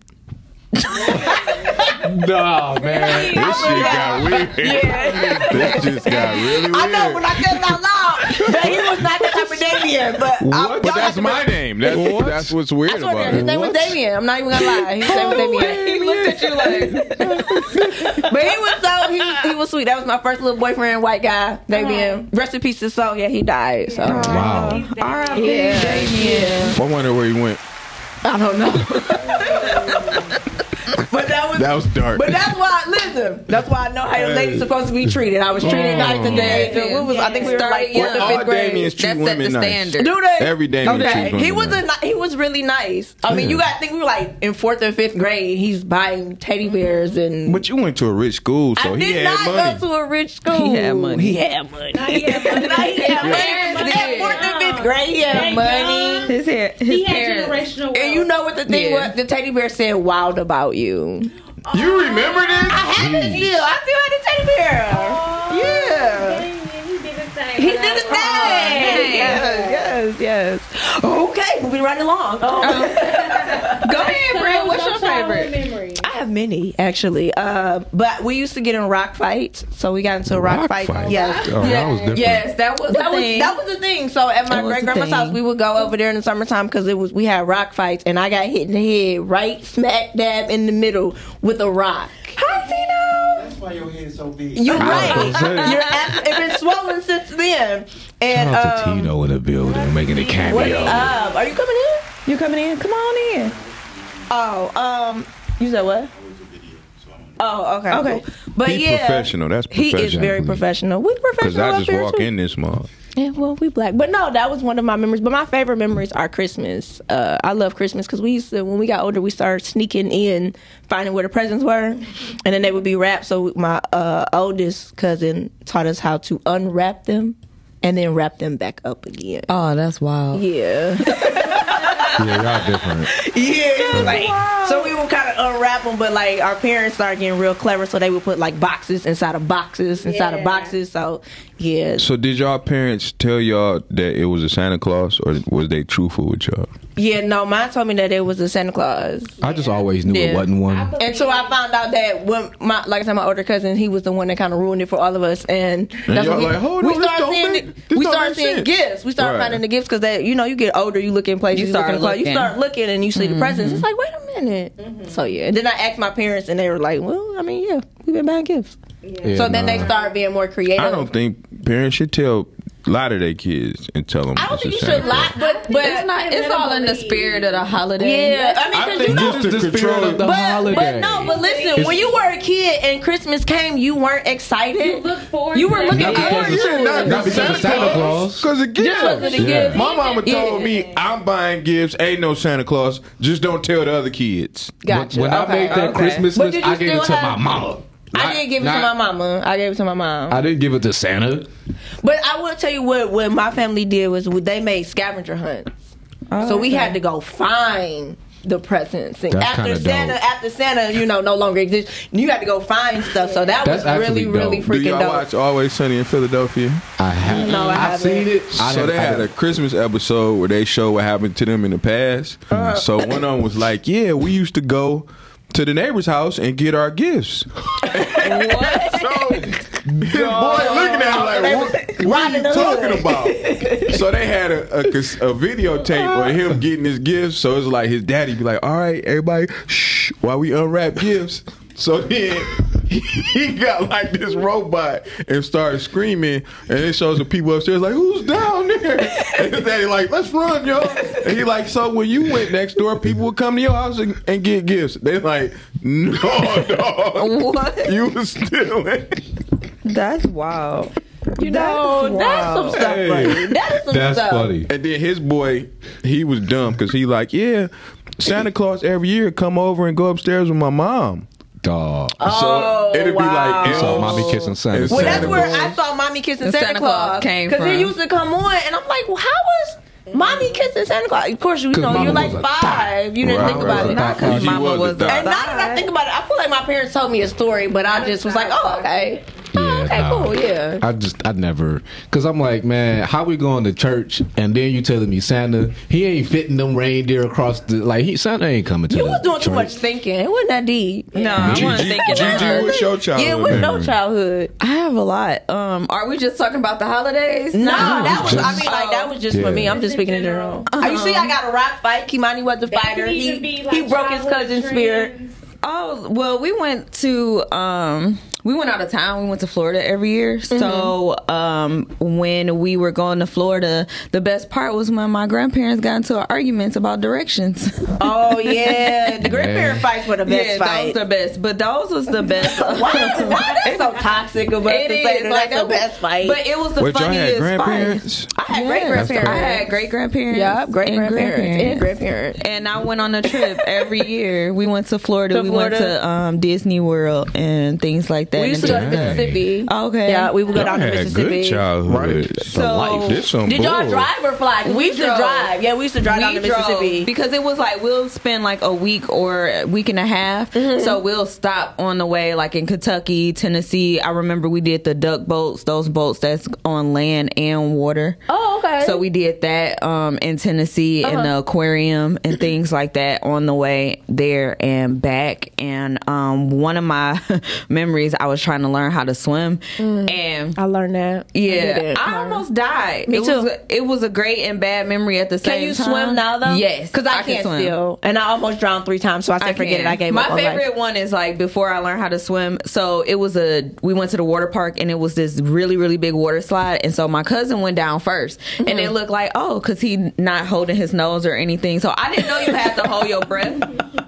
Speaker 8: Nah, man.
Speaker 7: This shit got weird. Yeah. this just got really weird.
Speaker 5: I know when I said it out loud that he was not the type of Damien, but I,
Speaker 8: What?
Speaker 7: but
Speaker 5: y'all
Speaker 7: that's
Speaker 5: have to-
Speaker 7: my name. That's,
Speaker 8: What?
Speaker 7: that's what's weird
Speaker 5: I swear to
Speaker 7: about
Speaker 5: God, his
Speaker 7: it.
Speaker 5: name was Damien. I'm not even gonna lie. His name
Speaker 7: Oh,
Speaker 5: was Damien.
Speaker 6: He looked at you like
Speaker 5: But he was so he was, he was sweet. That was my first little boyfriend, white guy,
Speaker 6: Uh-huh.
Speaker 5: Damien. Rest in peace to his soul. Yeah, he died. So
Speaker 8: Wow.
Speaker 5: yeah, Damien.
Speaker 7: I wonder where he went.
Speaker 5: I don't know. but that was
Speaker 7: That was dark.
Speaker 5: But that's why, listen, that's why I know how the lady's supposed to be treated. I was treated nice today. So what was, I think we were like fourth or
Speaker 7: Oh. All
Speaker 5: fifth grade.
Speaker 7: Damien's treat
Speaker 6: that set the
Speaker 7: women nice.
Speaker 6: standard.
Speaker 5: Do they?
Speaker 7: Every Damien treats women
Speaker 5: He was a
Speaker 7: nice.
Speaker 5: ni- he was really nice. I mean, you got to think we were like in fourth or fifth grade. He's buying teddy bears and.
Speaker 7: But you went to a rich school, so
Speaker 5: I
Speaker 7: he
Speaker 5: did
Speaker 7: had
Speaker 5: not
Speaker 7: money.
Speaker 5: go to a rich school.
Speaker 6: He had money.
Speaker 5: He had money. he had money. he had money. At fourth and fifth grade, he had money.
Speaker 6: his hair. His
Speaker 9: He had
Speaker 6: parents.
Speaker 9: generational wealth.
Speaker 5: And you know what the thing
Speaker 6: Yeah.
Speaker 5: was? The teddy bear said wild about you.
Speaker 7: you remember this?
Speaker 5: I had it still. I still had the teddy bear. yeah.
Speaker 9: He did his thing.
Speaker 5: He did his thing. Yes, yes, yes. Okay, moving right along.
Speaker 6: Go ahead, Brad. What's your favorite?
Speaker 9: Memory.
Speaker 5: Oh. I have many actually, uh, but we used to get in rock fights. So we got into a rock,
Speaker 8: Rock
Speaker 5: fight.
Speaker 8: fight?
Speaker 5: Yes.
Speaker 8: Oh, that was different.
Speaker 6: Yes, that was
Speaker 5: That
Speaker 6: the
Speaker 5: was
Speaker 6: thing.
Speaker 5: that was the thing. So at my
Speaker 6: That was
Speaker 5: great
Speaker 6: the
Speaker 5: grandma's
Speaker 6: thing.
Speaker 5: house, we would go over there in the summertime because it was we had rock fights, and I got hit in the head right smack dab in the middle with a rock. Hi, Tino.
Speaker 10: That's why your head is so big.
Speaker 5: You're
Speaker 8: I
Speaker 5: right.
Speaker 8: was gonna say.
Speaker 5: You're abs- it's been swollen since then. And
Speaker 8: Shout out to
Speaker 5: um,
Speaker 8: Tino in the building making a
Speaker 5: What's
Speaker 8: cameo.
Speaker 5: up? Are you coming in? You coming in? Come on in. Oh, um, you said what? Oh, okay, okay. But
Speaker 7: He
Speaker 5: yeah,
Speaker 7: professional. That's
Speaker 5: He
Speaker 7: professional.
Speaker 5: is very professional. We
Speaker 7: Because
Speaker 5: professional.
Speaker 7: I
Speaker 5: up
Speaker 7: just
Speaker 5: here,
Speaker 7: walk
Speaker 5: too.
Speaker 7: in this month.
Speaker 5: Yeah, well, we black, but no, that was one of my memories. But my favorite memories are Christmas. Uh, I love Christmas because we used to, when we got older, we started sneaking in, finding where the presents were, and then they would be wrapped. So my uh, oldest cousin taught us how to unwrap them and then wrap them back up again.
Speaker 6: Oh, that's wild.
Speaker 5: Yeah.
Speaker 8: yeah, y'all different.
Speaker 5: Yeah, like so we would kind of unwrap them, but like our parents started getting real clever, so they would put like boxes inside of boxes inside of boxes. So yeah,
Speaker 7: So did y'all parents tell y'all that it was a Santa Claus, or was they truthful with y'all?
Speaker 5: yeah. No, mine told me that it was a Santa Claus
Speaker 8: I just always knew
Speaker 5: Yeah.
Speaker 8: it wasn't one.
Speaker 5: until I found out that when my like I said, my older cousin, he was the one that kind of ruined it for all of us, and that's
Speaker 7: y'all
Speaker 5: when we,
Speaker 7: like, hold
Speaker 5: we
Speaker 7: on, this
Speaker 5: started
Speaker 7: don't
Speaker 5: seeing
Speaker 7: make-
Speaker 5: the-
Speaker 7: this
Speaker 5: we
Speaker 7: don't
Speaker 5: started
Speaker 7: make
Speaker 5: seeing
Speaker 7: sense.
Speaker 5: gifts. We started
Speaker 7: Right.
Speaker 5: finding the gifts because that you know you get older, you look in places,
Speaker 6: You
Speaker 5: you, look
Speaker 6: start
Speaker 5: in the clothes, you
Speaker 6: looking. Mm-hmm.
Speaker 5: start looking, and you see the presents. It's like wait a minute. So yeah, and then I asked my parents, and they were like, well, I mean, yeah, we've been buying gifts.
Speaker 8: Yeah,
Speaker 5: so then
Speaker 8: nah.
Speaker 5: they started being more creative.
Speaker 7: I don't think parents should tell a lot of their kids and tell them.
Speaker 5: I don't
Speaker 7: it's
Speaker 5: think
Speaker 7: a
Speaker 5: you
Speaker 7: Santa
Speaker 5: should lie,
Speaker 7: Claus.
Speaker 5: but but
Speaker 6: It's not. It's all in the spirit of the holiday.
Speaker 5: Yeah, I mean, 'cause you know,
Speaker 8: This is the spirit of the
Speaker 5: but,
Speaker 8: holiday.
Speaker 5: but no, but listen, when you were a kid and Christmas came, you weren't excited. You
Speaker 6: looked forward
Speaker 5: You
Speaker 6: to
Speaker 5: were
Speaker 6: it.
Speaker 5: looking
Speaker 8: Not
Speaker 5: forward
Speaker 8: because
Speaker 5: to
Speaker 8: of-
Speaker 5: it.
Speaker 8: not because of Santa Claus.
Speaker 7: Cause it
Speaker 5: because
Speaker 7: gives.
Speaker 5: of the
Speaker 8: Yeah.
Speaker 5: gifts.
Speaker 7: My mama
Speaker 5: Yeah.
Speaker 7: told me I'm buying gifts. Ain't no Santa Claus. Just don't tell the other kids.
Speaker 5: Gotcha.
Speaker 8: When I
Speaker 5: okay,
Speaker 8: made that
Speaker 5: okay.
Speaker 8: Christmas
Speaker 5: But
Speaker 8: list,
Speaker 5: did you
Speaker 8: I gave it to
Speaker 5: still
Speaker 8: my
Speaker 5: have-
Speaker 8: mama.
Speaker 5: I
Speaker 8: Not-
Speaker 5: did give it to
Speaker 8: not-
Speaker 5: my mama. I gave it to my mom.
Speaker 8: I didn't give it to Santa.
Speaker 5: but I will tell you what what my family did was we- they made scavenger hunts. so we had to go find the presents and
Speaker 8: That's
Speaker 5: after
Speaker 8: kinda
Speaker 5: Santa,
Speaker 8: dope.
Speaker 5: after Santa, you know, no longer exists. You had to go find stuff. So that
Speaker 8: That's
Speaker 5: was really,
Speaker 8: actually
Speaker 5: really
Speaker 8: dope.
Speaker 7: Do y'all
Speaker 5: freaking dope.
Speaker 7: watch Always Sunny in Philadelphia?
Speaker 8: I have.
Speaker 5: No, I
Speaker 8: I've
Speaker 5: haven't.
Speaker 8: seen it. I
Speaker 7: so
Speaker 8: didn't-
Speaker 7: they
Speaker 8: I
Speaker 7: had a
Speaker 8: didn't-
Speaker 7: Christmas episode where they show what happened to them in the past.
Speaker 5: Uh.
Speaker 7: So one of them was like, "Yeah, we used to go to the neighbor's house and get our gifts." so his boy looking at him like, "What, what are you talking about?" so they had a, a, cas- a videotape of him getting his gifts. So it's like his daddy be like, "All right, everybody, shh, while we unwrap gifts." So then. He got like this robot and started screaming, and it shows the people upstairs like, "Who's down there?" And his daddy like, "Let's run, yo!" And he like, "So when you went next door, people would come to your house and, and get gifts." They like, "No, dog,
Speaker 5: What?
Speaker 7: you was stealing."
Speaker 6: That's wild.
Speaker 5: You know, Oh, that's some stuff.
Speaker 7: Hey.
Speaker 5: Right. That is some
Speaker 8: That's
Speaker 5: stuff.
Speaker 8: funny.
Speaker 7: And then his boy, he was dumb because he like, yeah, Santa Claus every year come over and go upstairs with my mom.
Speaker 8: Dog.
Speaker 5: Oh,
Speaker 7: so it'd be
Speaker 5: wow.
Speaker 7: like,
Speaker 8: You saw
Speaker 7: elves
Speaker 8: mommy kissing Santa.
Speaker 7: and
Speaker 5: Well,
Speaker 7: Santa
Speaker 5: that's where
Speaker 7: Claus.
Speaker 5: I saw mommy kissing
Speaker 6: The
Speaker 5: Santa,
Speaker 6: Santa Claus
Speaker 5: Claus,
Speaker 6: came
Speaker 5: because
Speaker 6: from.
Speaker 5: it used to come on, and I'm like, well, how was mommy kissing Santa Claus? Of course, you
Speaker 8: 'Cause
Speaker 5: know,
Speaker 8: mama
Speaker 5: you're like
Speaker 8: was a
Speaker 5: five, you didn't
Speaker 7: Right,
Speaker 5: think about
Speaker 8: right,
Speaker 5: it.
Speaker 8: right.
Speaker 5: Not 'cause-
Speaker 7: He
Speaker 6: mama
Speaker 7: was a
Speaker 6: was a
Speaker 7: thot.
Speaker 5: And now that I think about it, I feel like my parents told me a story, but I just was like, oh, okay,
Speaker 8: Yeah,
Speaker 5: okay,
Speaker 8: nah.
Speaker 5: cool, yeah.
Speaker 8: I just I never because I'm like man, how we going to church and then you telling me Santa he ain't fitting them reindeer across the like he Santa ain't coming to
Speaker 5: You
Speaker 8: the
Speaker 5: was doing too
Speaker 8: church.
Speaker 5: much thinking. It wasn't that deep.
Speaker 6: No, I wasn't thinking that
Speaker 7: Gigi,
Speaker 6: hard.
Speaker 7: what's your childhood
Speaker 5: Yeah, it was no
Speaker 7: memory?
Speaker 5: childhood.
Speaker 6: I have a lot. Um, Mm. are we just talking about the holidays? Oh.
Speaker 5: No, that was. I mean, like that was just
Speaker 8: Yeah.
Speaker 5: for me. I'm just speaking in general. Uh, you see, I got a rock fight. Kimani was a fighter.
Speaker 9: could
Speaker 5: He
Speaker 9: even be, like,
Speaker 5: he broke his
Speaker 9: childhood
Speaker 5: cousin's spirit.
Speaker 6: Oh well, we went to um, we went out of town. We went to Florida every year. So
Speaker 5: Mm-hmm.
Speaker 6: um, when we were going to Florida, the best part was when my grandparents got into arguments about directions.
Speaker 5: Oh yeah, the grandparent fights were the best
Speaker 6: yeah,
Speaker 5: fight.
Speaker 6: those the best. But those was the best.
Speaker 5: Why, why that's so toxic of us
Speaker 6: It
Speaker 5: to
Speaker 6: is,
Speaker 5: say that
Speaker 6: like,
Speaker 5: that's
Speaker 6: that was-
Speaker 5: the best fight?
Speaker 6: But it was the
Speaker 7: Wait, y'all
Speaker 6: funniest
Speaker 7: had
Speaker 6: fight.
Speaker 7: grandparents?
Speaker 5: I had great
Speaker 6: Yes,
Speaker 5: grandparents.
Speaker 6: I had great grandparents.
Speaker 5: Yup, great
Speaker 6: and
Speaker 5: grandparents and grandparents.
Speaker 6: And I went on a trip every year. We went to Florida.
Speaker 5: To
Speaker 6: we went
Speaker 5: Florida.
Speaker 6: to um, Disney World and things like that.
Speaker 5: We used to go to
Speaker 6: And-
Speaker 8: Dang.
Speaker 5: Mississippi.
Speaker 6: Okay.
Speaker 5: Yeah, we would go down to
Speaker 7: Y'all had
Speaker 5: Mississippi.
Speaker 7: good childhood.
Speaker 8: Right.
Speaker 7: So,
Speaker 6: life.
Speaker 7: This some
Speaker 5: Did y'all
Speaker 7: bull.
Speaker 5: drive or fly? 'Cause We,
Speaker 6: We
Speaker 5: used
Speaker 6: drove.
Speaker 5: to drive. Yeah, we used to drive down to
Speaker 6: drove
Speaker 5: Mississippi.
Speaker 6: because it was like we'll spend like a week or a week and a half.
Speaker 5: Mm-hmm.
Speaker 6: So we'll stop on the way, like in Kentucky, Tennessee. I remember we did the duck boats, those boats that's on land and water.
Speaker 5: oh, okay. Uh-huh.
Speaker 6: So we did that um, in Tennessee in the aquarium and things like that on the way there and back. And um, one of my memories, I was trying to learn how to swim,
Speaker 5: Mm.
Speaker 6: and
Speaker 5: I learned that.
Speaker 6: yeah, I, almost died.
Speaker 5: Me
Speaker 6: it
Speaker 5: too.
Speaker 6: Was a, it was a great and bad memory at the same
Speaker 5: Can you
Speaker 6: time.
Speaker 5: swim now though?
Speaker 6: Yes,
Speaker 5: because I,
Speaker 6: can
Speaker 5: can't
Speaker 6: swim.
Speaker 5: still, and I almost drowned three times. So I said,
Speaker 6: I
Speaker 5: forget
Speaker 6: can.
Speaker 5: it. I gave
Speaker 6: My
Speaker 5: up. on life.
Speaker 6: favorite one is like before I learned how to swim. So it was a we went to the water park and it was this really really big water slide and so my cousin went down 1st
Speaker 5: Mm-hmm.
Speaker 6: and it looked like oh because he not holding his nose or anything. So I didn't know you had to hold your breath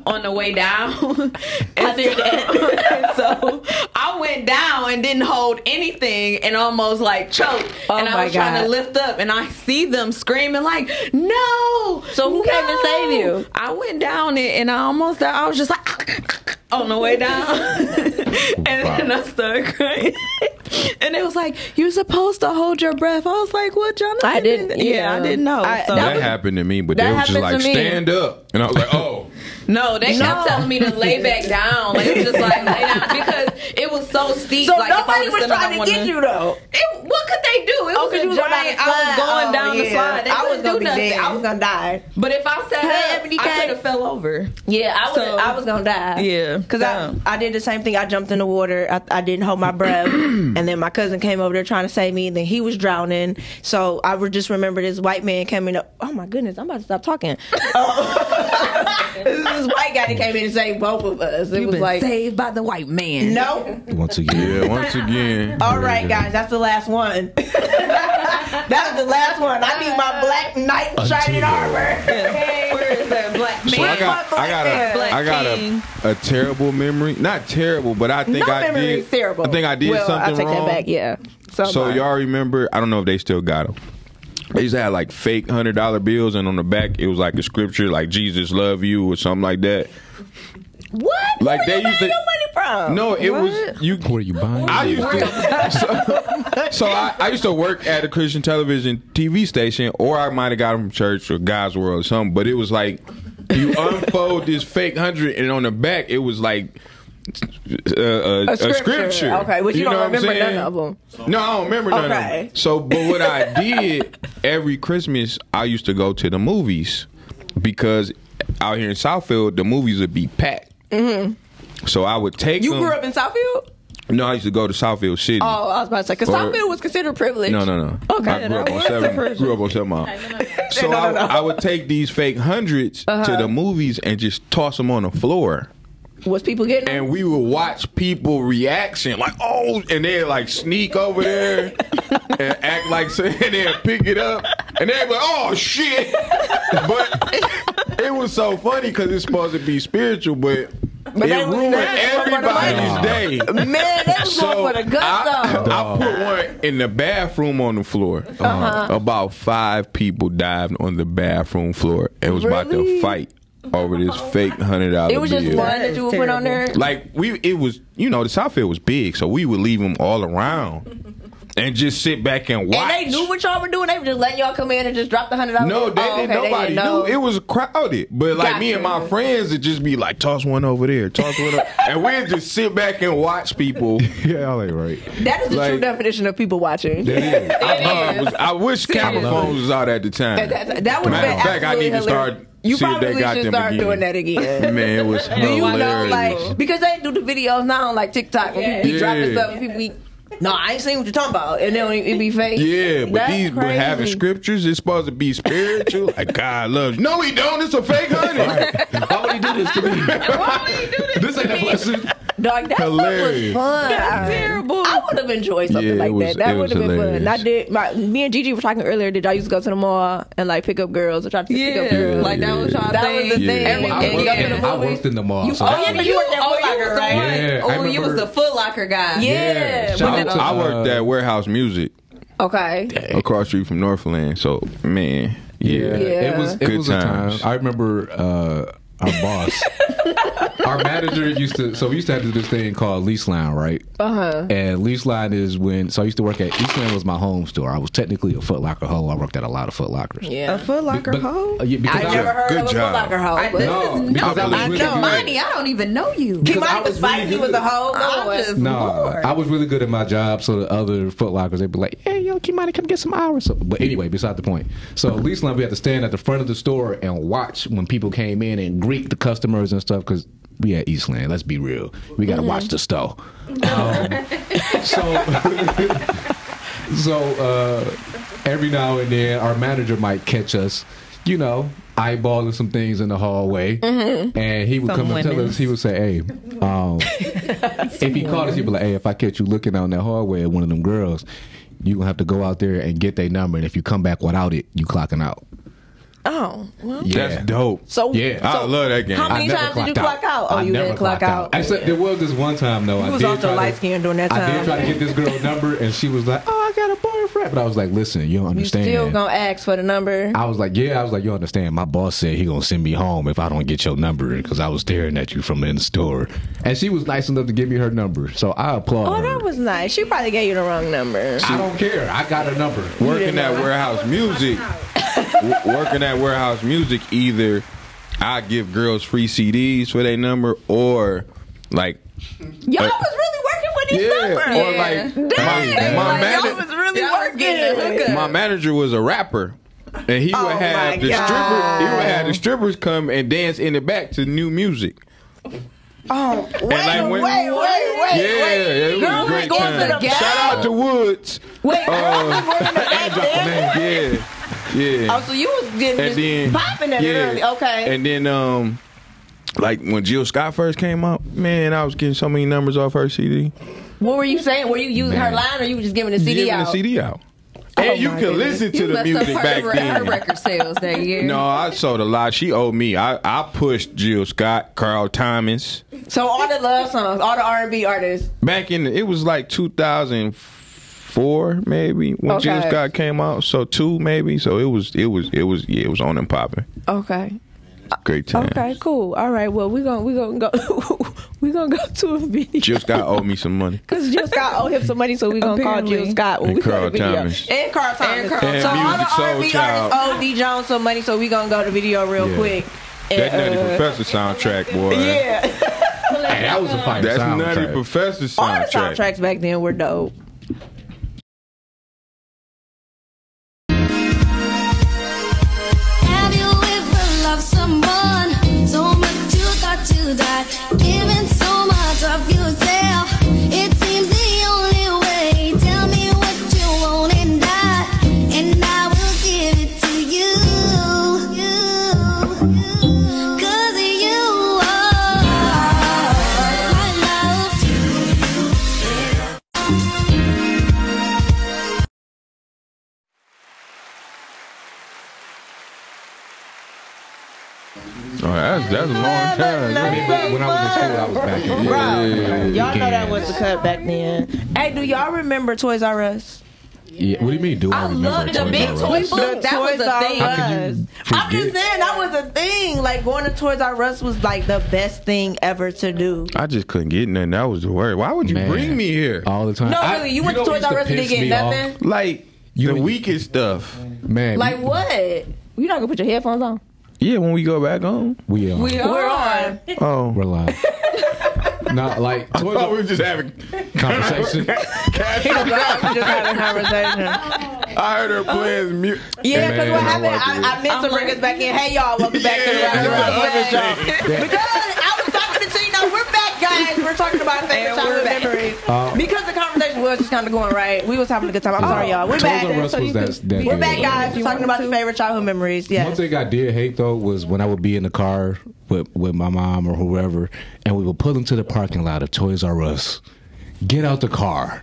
Speaker 6: on the way down. I
Speaker 5: did that.
Speaker 6: and so I went down and didn't hold anything and almost like choked.
Speaker 5: Oh
Speaker 6: and I
Speaker 5: my
Speaker 6: was trying to
Speaker 5: God.
Speaker 6: lift up and I see them screaming like no.
Speaker 5: So who came and saved
Speaker 6: no!"
Speaker 5: you?
Speaker 6: I went down it and I almost died. I was just like on the way down, and then I started crying. and it was like you're supposed to hold your breath. I was like, what, Jonathan?
Speaker 5: I didn't-
Speaker 6: Yeah,
Speaker 5: yeah.
Speaker 6: I didn't know.
Speaker 5: I-
Speaker 6: so.
Speaker 5: that
Speaker 7: that happened to me, but
Speaker 5: that
Speaker 7: they was just
Speaker 5: happened to
Speaker 7: like,
Speaker 5: me.
Speaker 7: stand up. And I was like, oh.
Speaker 6: No, they kept telling me to lay back down. Like it was just like lay down because it was so steep.
Speaker 5: So
Speaker 6: like, if I
Speaker 5: nobody was
Speaker 6: stood up, I
Speaker 5: trying to
Speaker 6: wouldn't-
Speaker 5: get you though.
Speaker 6: It, what could they do? It
Speaker 5: Oh,
Speaker 6: was
Speaker 5: 'cause
Speaker 6: a
Speaker 5: you was about
Speaker 6: giant.
Speaker 5: to
Speaker 6: I was
Speaker 5: slide.
Speaker 6: going
Speaker 5: Oh,
Speaker 6: down the
Speaker 5: yeah.
Speaker 6: slide. They
Speaker 5: I was
Speaker 6: couldn't
Speaker 5: gonna
Speaker 6: do
Speaker 5: be
Speaker 6: nothing.
Speaker 5: dead. I was gonna die.
Speaker 6: But if I sat
Speaker 5: Hey,
Speaker 6: up,
Speaker 5: Ebony
Speaker 6: I
Speaker 5: K.
Speaker 6: could have fell over.
Speaker 5: Yeah, I was.
Speaker 6: So-
Speaker 5: I was gonna die.
Speaker 6: Yeah,
Speaker 5: because I,
Speaker 6: damn.
Speaker 5: I did the same thing. I jumped in the water. I, I didn't hold my breath, and then my cousin came over there trying to save me. And then he was drowning. So I would just remember this white man coming up. Oh my goodness, I'm about to stop talking. Oh. this white guy that came in and saved both of us. It
Speaker 6: You've
Speaker 5: was
Speaker 6: been
Speaker 5: like
Speaker 6: saved by the white man.
Speaker 5: no.
Speaker 8: Once again.
Speaker 7: Yeah, once again.
Speaker 5: All right, guys, that's the last one. that's the last one. I need my black knight in shining
Speaker 8: Until-
Speaker 5: armor.
Speaker 6: Where is that black man?
Speaker 7: So I got, I got,
Speaker 6: Black
Speaker 7: a, I got
Speaker 6: King.
Speaker 7: a, a terrible memory. Not terrible, but I think
Speaker 5: no
Speaker 7: I
Speaker 5: memory
Speaker 7: did.
Speaker 5: is terrible.
Speaker 7: I think I did
Speaker 5: well,
Speaker 7: something
Speaker 5: I take
Speaker 7: wrong.
Speaker 5: that back. Yeah.
Speaker 7: So
Speaker 5: Somebody.
Speaker 7: y'all remember? I don't know if they still got them. They used to have like fake hundred dollar bills, and on the back it was like a scripture, like "Jesus love you" or something like that.
Speaker 5: What?
Speaker 7: Like
Speaker 5: Where
Speaker 7: they
Speaker 5: you
Speaker 7: used to-
Speaker 5: getting your money from?
Speaker 7: No, it was
Speaker 6: What?
Speaker 7: you.
Speaker 8: Where you buying?
Speaker 7: I
Speaker 8: it?
Speaker 7: used to. So, so I, I used to work at a Christian television TV station, or I might have got them from church or God's World or something. But it was like you unfold this fake hundred, and on the back it was like. Uh, uh, a, scripture.
Speaker 5: Okay, but you,
Speaker 7: know
Speaker 5: don't
Speaker 7: what I'm
Speaker 5: remember
Speaker 7: saying?
Speaker 5: none of them.
Speaker 7: No, I don't remember none of
Speaker 5: Okay.
Speaker 7: them. So, but what I did every Christmas, I used to go to the movies because out here in Southfield, the movies would be packed. Mm-hmm. So I would take
Speaker 5: You
Speaker 7: them-
Speaker 5: grew up in Southfield?
Speaker 7: No, I used to go to Southfield City.
Speaker 5: Oh, I was about to say because
Speaker 7: Or-
Speaker 5: Southfield was considered privileged.
Speaker 7: No, no, no.
Speaker 5: Okay,
Speaker 7: I grew up
Speaker 5: that
Speaker 7: on
Speaker 5: was
Speaker 7: seven. Grew up on seven mile. So I, I would take these fake 100s to the movies and just toss them on the floor.
Speaker 5: Was people getting? them?
Speaker 7: and we would watch people reaction like oh and they like sneak over there and act like and then pick it up and they be like oh shit but it was so funny because it's supposed to be spiritual but,
Speaker 5: they
Speaker 7: it
Speaker 5: was
Speaker 7: ruined
Speaker 5: mad at somebody
Speaker 7: everybody's
Speaker 8: else.
Speaker 7: day
Speaker 5: Man, they was
Speaker 7: so
Speaker 5: going for the gusto.
Speaker 7: I, I put one in the bathroom on the floor.
Speaker 5: Uh-huh.
Speaker 7: About five people dived on the bathroom floor and was about to
Speaker 5: Really?
Speaker 7: fight over this fake hundred dollar bill.
Speaker 5: it was just one that you would put on there.
Speaker 7: Like we, it was you know the Southfield was big, so we would leave them all around and just sit back and watch.
Speaker 5: And they knew what y'all were doing. They were just letting y'all come in and just drop the hundred dollars. Oh,
Speaker 7: no, they didn't. Nobody knew. It was crowded, but like me and my friends, would just be like, toss one over there, toss one, up. and we'd just sit back and watch people.
Speaker 8: Yeah, all ain't right.
Speaker 5: that is the
Speaker 7: like-
Speaker 5: true definition of people watching.
Speaker 8: That is.
Speaker 7: I, thought it was, I wish camera
Speaker 8: love
Speaker 7: phones was out at the time.
Speaker 5: That- that- that would've
Speaker 7: Matter
Speaker 5: been
Speaker 7: of fact, I
Speaker 5: absolutely
Speaker 7: need to
Speaker 5: hilarious.
Speaker 7: start.
Speaker 5: You
Speaker 7: see if
Speaker 5: probably
Speaker 7: they got
Speaker 5: should
Speaker 7: them
Speaker 5: start
Speaker 7: again.
Speaker 5: doing that again.
Speaker 7: Man, it was
Speaker 5: Do you know,
Speaker 7: hilarious.
Speaker 5: like, because they do the videos now on like TikTok when people be
Speaker 7: Yeah.
Speaker 5: dropping stuff and people be, no, I ain't seen what you're talking about, and then it be fake.
Speaker 7: Yeah, but
Speaker 5: That's
Speaker 7: these but having
Speaker 5: crazy.
Speaker 7: scriptures, it's supposed to be spiritual. like God loves you. No, he don't. It's a fake honey.
Speaker 8: Why would he do this to me?
Speaker 6: Why would you do this?
Speaker 8: This ain't a blessing.
Speaker 5: Dog, that
Speaker 7: Hilarious.
Speaker 5: stuff was fun.
Speaker 6: terrible.
Speaker 5: I would have enjoyed something
Speaker 7: Yeah, it
Speaker 5: like
Speaker 7: was-
Speaker 5: that. That
Speaker 7: it was
Speaker 5: would have been
Speaker 7: hilarious.
Speaker 5: fun. I did. My, me and Gigi were talking earlier. Did I used to go to the mall and like pick up girls or try to pick
Speaker 6: Yeah,
Speaker 5: up girls?
Speaker 6: like that was y'all
Speaker 5: That
Speaker 6: thing.
Speaker 5: was the thing.
Speaker 7: Yeah.
Speaker 5: And,
Speaker 8: I
Speaker 5: and
Speaker 8: worked,
Speaker 5: go to
Speaker 6: Yeah.
Speaker 5: the
Speaker 8: in, I
Speaker 5: movies.
Speaker 8: worked in the mall.
Speaker 5: You-
Speaker 8: so
Speaker 5: oh,
Speaker 8: that
Speaker 5: yeah,
Speaker 8: was-
Speaker 5: you worked at
Speaker 6: oh,
Speaker 5: Foot
Speaker 6: you
Speaker 5: Locker,
Speaker 6: was the
Speaker 5: right?
Speaker 6: one.
Speaker 8: Yeah, I
Speaker 6: oh, you was
Speaker 8: remember-
Speaker 6: the Foot Locker guy.
Speaker 5: Yeah.
Speaker 8: Shout
Speaker 5: when
Speaker 8: out
Speaker 5: the-
Speaker 8: to-
Speaker 7: I worked at warehouse music
Speaker 5: okay.
Speaker 7: across street from Northland. So man, yeah,
Speaker 5: Yeah.
Speaker 8: It was it
Speaker 7: Good
Speaker 8: was a time.
Speaker 7: times.
Speaker 8: I remember uh, our boss, our manager used to. So we used to have to do this thing called lease line, right? Uh huh.
Speaker 5: uh-huh.
Speaker 8: And lease line is when. So I used to work at East Line was my home store. I was technically a Foot Locker hoe. I worked at a lot of Foot Lockers.
Speaker 5: Yeah.
Speaker 6: Foot Locker
Speaker 8: But- uh, yeah, because
Speaker 5: I never heard
Speaker 7: Good
Speaker 5: of a
Speaker 7: job.
Speaker 5: Foot Locker hoe.
Speaker 6: I,
Speaker 5: but-
Speaker 6: this
Speaker 8: No,
Speaker 6: is no.
Speaker 8: because I was
Speaker 6: I
Speaker 8: really
Speaker 6: know,
Speaker 8: good.
Speaker 6: Monty. I don't even know you.
Speaker 5: He
Speaker 8: I
Speaker 5: might
Speaker 8: was
Speaker 5: was fighting.
Speaker 8: really
Speaker 5: He was a
Speaker 8: good.
Speaker 5: hoe.
Speaker 6: I'm
Speaker 5: No,
Speaker 6: just-
Speaker 8: No,
Speaker 6: Lord.
Speaker 8: I was really good at my job, so the other Foot Lockers they'd be like, "Hey, yo, Kimani, come get some hours." So, but anyway, beside the point. So at least like, we had to stand at the front of the store and watch when people came in and greet the customers and stuff because we at Eastland. Let's be real, we got to
Speaker 6: Mm-hmm.
Speaker 8: watch the store. Um,
Speaker 7: Oh.
Speaker 8: so, so uh, every now and then, our manager might catch us. You know. Eyeballing some things in the hallway,
Speaker 5: Mm-hmm.
Speaker 8: and he would come and tell us. He would say, "Hey, um, if he called us, he'd be like, "Hey, if I catch you looking out in that hallway at one of them girls, you gonna have to go out there and get their number. And if you come back without it, you clocking out."
Speaker 5: Oh, well.
Speaker 8: Yeah.
Speaker 7: That's dope.
Speaker 5: So
Speaker 8: Yeah.
Speaker 7: I
Speaker 5: so
Speaker 7: love that game.
Speaker 5: How
Speaker 8: I
Speaker 5: many
Speaker 8: never
Speaker 5: times did you
Speaker 8: clocked
Speaker 5: clock out? Oh,
Speaker 8: I
Speaker 5: you
Speaker 8: never
Speaker 5: didn't clock
Speaker 8: clocked
Speaker 5: out.
Speaker 8: Except there was this one time though. I
Speaker 5: was
Speaker 8: did
Speaker 5: also
Speaker 8: try to-
Speaker 5: light-skinned during that
Speaker 8: I
Speaker 5: time.
Speaker 8: did try to get this girl number, and she was like, "Oh, I got a riff raff. But I was like, listen, you don't
Speaker 5: You
Speaker 8: understand.
Speaker 5: still gonna ask for the number?
Speaker 8: I was like, yeah, I was like, you understand? My boss said he gonna send me home if I don't get your number because I was staring at you from in the store. And she was nice enough to give me her number, so I applaud
Speaker 5: Oh,
Speaker 8: her.
Speaker 7: Um,
Speaker 5: that was nice. She probably gave you the wrong number.
Speaker 8: I don't care. I got her number.
Speaker 7: working at warehouse music, w- working at warehouse music, either I give girls free CDs for their number, or like
Speaker 6: Y'all
Speaker 7: Uh,
Speaker 6: was really working for these numbers.
Speaker 7: or like my,
Speaker 6: Dang,
Speaker 7: my,
Speaker 6: like,
Speaker 7: mana-
Speaker 6: y'all was really
Speaker 5: Y'all was getting the
Speaker 6: working.
Speaker 7: my manager was a rapper. And he would
Speaker 5: Oh my
Speaker 7: have the
Speaker 5: God.
Speaker 7: stripper, he would have the strippers come and dance in the back to new music.
Speaker 5: Oh, wait,
Speaker 7: like when-
Speaker 5: wait, wait, wait.
Speaker 7: yeah, it was
Speaker 6: Girls
Speaker 7: a great
Speaker 6: going to
Speaker 7: time.
Speaker 6: the
Speaker 7: Shout out to Woods.
Speaker 5: Wait, girls were in the back there?
Speaker 7: yeah, yeah.
Speaker 5: Oh, so you was getting
Speaker 7: and
Speaker 5: just
Speaker 7: then
Speaker 5: popping at it early. Okay.
Speaker 7: And then um, like when Jill Scott first came out, man, I was getting so many numbers off her CD.
Speaker 5: what were you saying? Were you using her line or you were just giving the CD
Speaker 7: Giving
Speaker 5: out?
Speaker 7: the CD out, and you could
Speaker 5: my goodness.
Speaker 7: listen to
Speaker 6: You
Speaker 7: the
Speaker 6: messed up
Speaker 7: music
Speaker 6: her,
Speaker 7: back
Speaker 6: her
Speaker 7: then.
Speaker 6: record sales that year.
Speaker 7: No, I sold a lot. She owed me. I, I pushed Jill Scott, Carl Thomas.
Speaker 5: So all the love songs, all the R and B artists.
Speaker 7: Back in the, it was like 2004 maybe when Jill
Speaker 5: Okay.
Speaker 7: Scott came out. So two maybe. So it was it was it was yeah it was on and popping.
Speaker 5: Okay.
Speaker 7: Great time.
Speaker 5: Okay. Cool. All right. Well, we're gonna we're gonna go we're gonna go to a video.
Speaker 7: Jill Scott owed me some money.
Speaker 5: Because Jill Scott owe him some money, so we're gonna call
Speaker 6: Apparently.
Speaker 5: Jill Scott when
Speaker 7: And
Speaker 5: we go to
Speaker 7: Carl
Speaker 5: the video.
Speaker 7: Thomas.
Speaker 5: And Carl Thomas.
Speaker 6: And Carl
Speaker 7: And
Speaker 5: so all
Speaker 7: Music
Speaker 5: the
Speaker 7: Soul
Speaker 5: R&B
Speaker 7: Child.
Speaker 5: artists owe D Jones some money, so we gonna go to video real
Speaker 8: Yeah.
Speaker 5: quick.
Speaker 7: That Nutty
Speaker 5: And, uh,
Speaker 7: Professor soundtrack, boy.
Speaker 5: yeah,
Speaker 8: Hey, that was a fire
Speaker 7: That's
Speaker 8: soundtrack.
Speaker 7: Nutty Professor
Speaker 5: all the
Speaker 7: soundtrack.
Speaker 5: soundtracks back then were dope.
Speaker 9: Have you ever loved someone so much you thought you died? Giving so much of yourself, it seems the only way. Tell me what you want and I, and I will give it to you. Cause you are my love.
Speaker 7: Oh, that's that's a long time.
Speaker 8: When I was in school, I was back in.
Speaker 5: Bro,
Speaker 7: Yeah, yeah, yeah,
Speaker 5: y'all
Speaker 8: yeah.
Speaker 5: know that was the cut back then. Hey, do y'all remember Toys R Us?
Speaker 8: Yeah, what do you mean? Do I,
Speaker 6: I
Speaker 8: remember
Speaker 6: love the
Speaker 8: Toys
Speaker 6: big
Speaker 8: R Us?
Speaker 6: toy book. That was
Speaker 5: Toys
Speaker 6: a
Speaker 5: R
Speaker 6: thing.
Speaker 8: How could you
Speaker 5: Us. I'm just
Speaker 8: forget?
Speaker 5: saying that was a thing. Like going to Toys R Us was like the best thing ever to do.
Speaker 7: I just couldn't get nothing. That was the word. Why would you
Speaker 8: Man.
Speaker 7: bring me here?
Speaker 8: all the time.
Speaker 5: No,
Speaker 8: I-
Speaker 5: really, you went
Speaker 8: know
Speaker 5: to
Speaker 8: what
Speaker 5: Toys R Us and
Speaker 8: used
Speaker 5: didn't
Speaker 8: to
Speaker 5: get
Speaker 8: piss me
Speaker 5: nothing.
Speaker 7: Like
Speaker 8: You-
Speaker 7: the weakest stuff.
Speaker 8: off? Man,
Speaker 5: Like what? You're not gonna put your headphones on.
Speaker 7: Yeah, when we go back home.
Speaker 8: we are.
Speaker 6: We are.
Speaker 5: on.
Speaker 7: Oh,
Speaker 8: We're live. Not like Toys
Speaker 7: oh, we
Speaker 8: R
Speaker 7: were just having.
Speaker 8: conversation.
Speaker 5: Right, we just having a conversation.
Speaker 7: I heard her playing music.
Speaker 5: Yeah, because
Speaker 8: Man,
Speaker 5: what
Speaker 8: I
Speaker 5: happened?
Speaker 8: walked
Speaker 5: I, I meant to bring us back in. Hey, y'all, welcome back to the
Speaker 7: Yeah,
Speaker 5: Round
Speaker 7: yeah.
Speaker 5: Round Show. Because I was talking to Tina, we're back, guys. We're talking about favorite childhood memories.
Speaker 8: Uh,
Speaker 5: because the conversation was just kind of going right. We was having a good time. I'm sorry, y'all. We're
Speaker 8: Toys
Speaker 5: back.
Speaker 8: R Uh, Us was that, that
Speaker 5: We're
Speaker 8: good.
Speaker 5: back, guys. We're talking about the favorite childhood memories.
Speaker 8: One
Speaker 5: Yes.
Speaker 8: thing I did hate though was when I would be in the car with with my mom or whoever, and we would pull into the parking lot of Toys R Us, get out the car,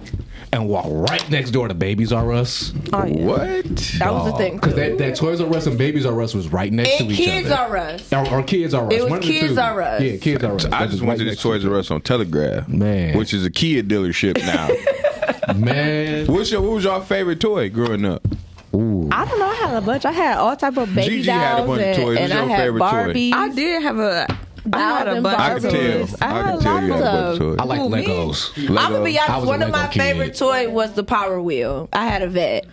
Speaker 8: and walk right next door to Babies R Us.
Speaker 7: What?
Speaker 5: Oh, That was the thing.
Speaker 8: Because that, that Toys R Us and Babies R Us was right next
Speaker 5: And
Speaker 8: to each
Speaker 5: Kids
Speaker 8: other.
Speaker 5: R Us.
Speaker 8: Or, or Kids R Us.
Speaker 5: It was
Speaker 8: one of the
Speaker 5: Kids
Speaker 8: two.
Speaker 5: R Us.
Speaker 8: Yeah, Kids R Us.
Speaker 7: I
Speaker 8: That was
Speaker 7: just went
Speaker 8: right
Speaker 7: to the
Speaker 8: next
Speaker 7: Toys R Us on Telegraph,
Speaker 8: Man.
Speaker 7: which is a kid dealership now.
Speaker 8: Man.
Speaker 7: What's your, what was your favorite toy growing up?
Speaker 5: I don't know. I had a bunch. I had all type of baby
Speaker 7: Gigi
Speaker 5: dolls
Speaker 7: had a bunch of
Speaker 5: and,
Speaker 7: toys.
Speaker 5: and
Speaker 7: What's
Speaker 5: I
Speaker 7: your
Speaker 5: had
Speaker 7: favorite toy?
Speaker 5: Barbies.
Speaker 6: I did have a. I had a
Speaker 5: them
Speaker 6: bunch.
Speaker 5: Barbies.
Speaker 7: I
Speaker 6: of
Speaker 7: could tell.
Speaker 5: Barbies. I
Speaker 7: I
Speaker 5: had
Speaker 7: could tell you had
Speaker 5: lots
Speaker 7: a bunch
Speaker 5: of-
Speaker 7: of
Speaker 8: I
Speaker 7: toys.
Speaker 8: like
Speaker 6: Who, me?
Speaker 8: Legos.
Speaker 5: I'm gonna be
Speaker 8: I
Speaker 5: honest.
Speaker 8: was
Speaker 5: One
Speaker 8: a
Speaker 5: of my
Speaker 8: Lego kid.
Speaker 5: favorite toy was the Power Wheel. I had a vet.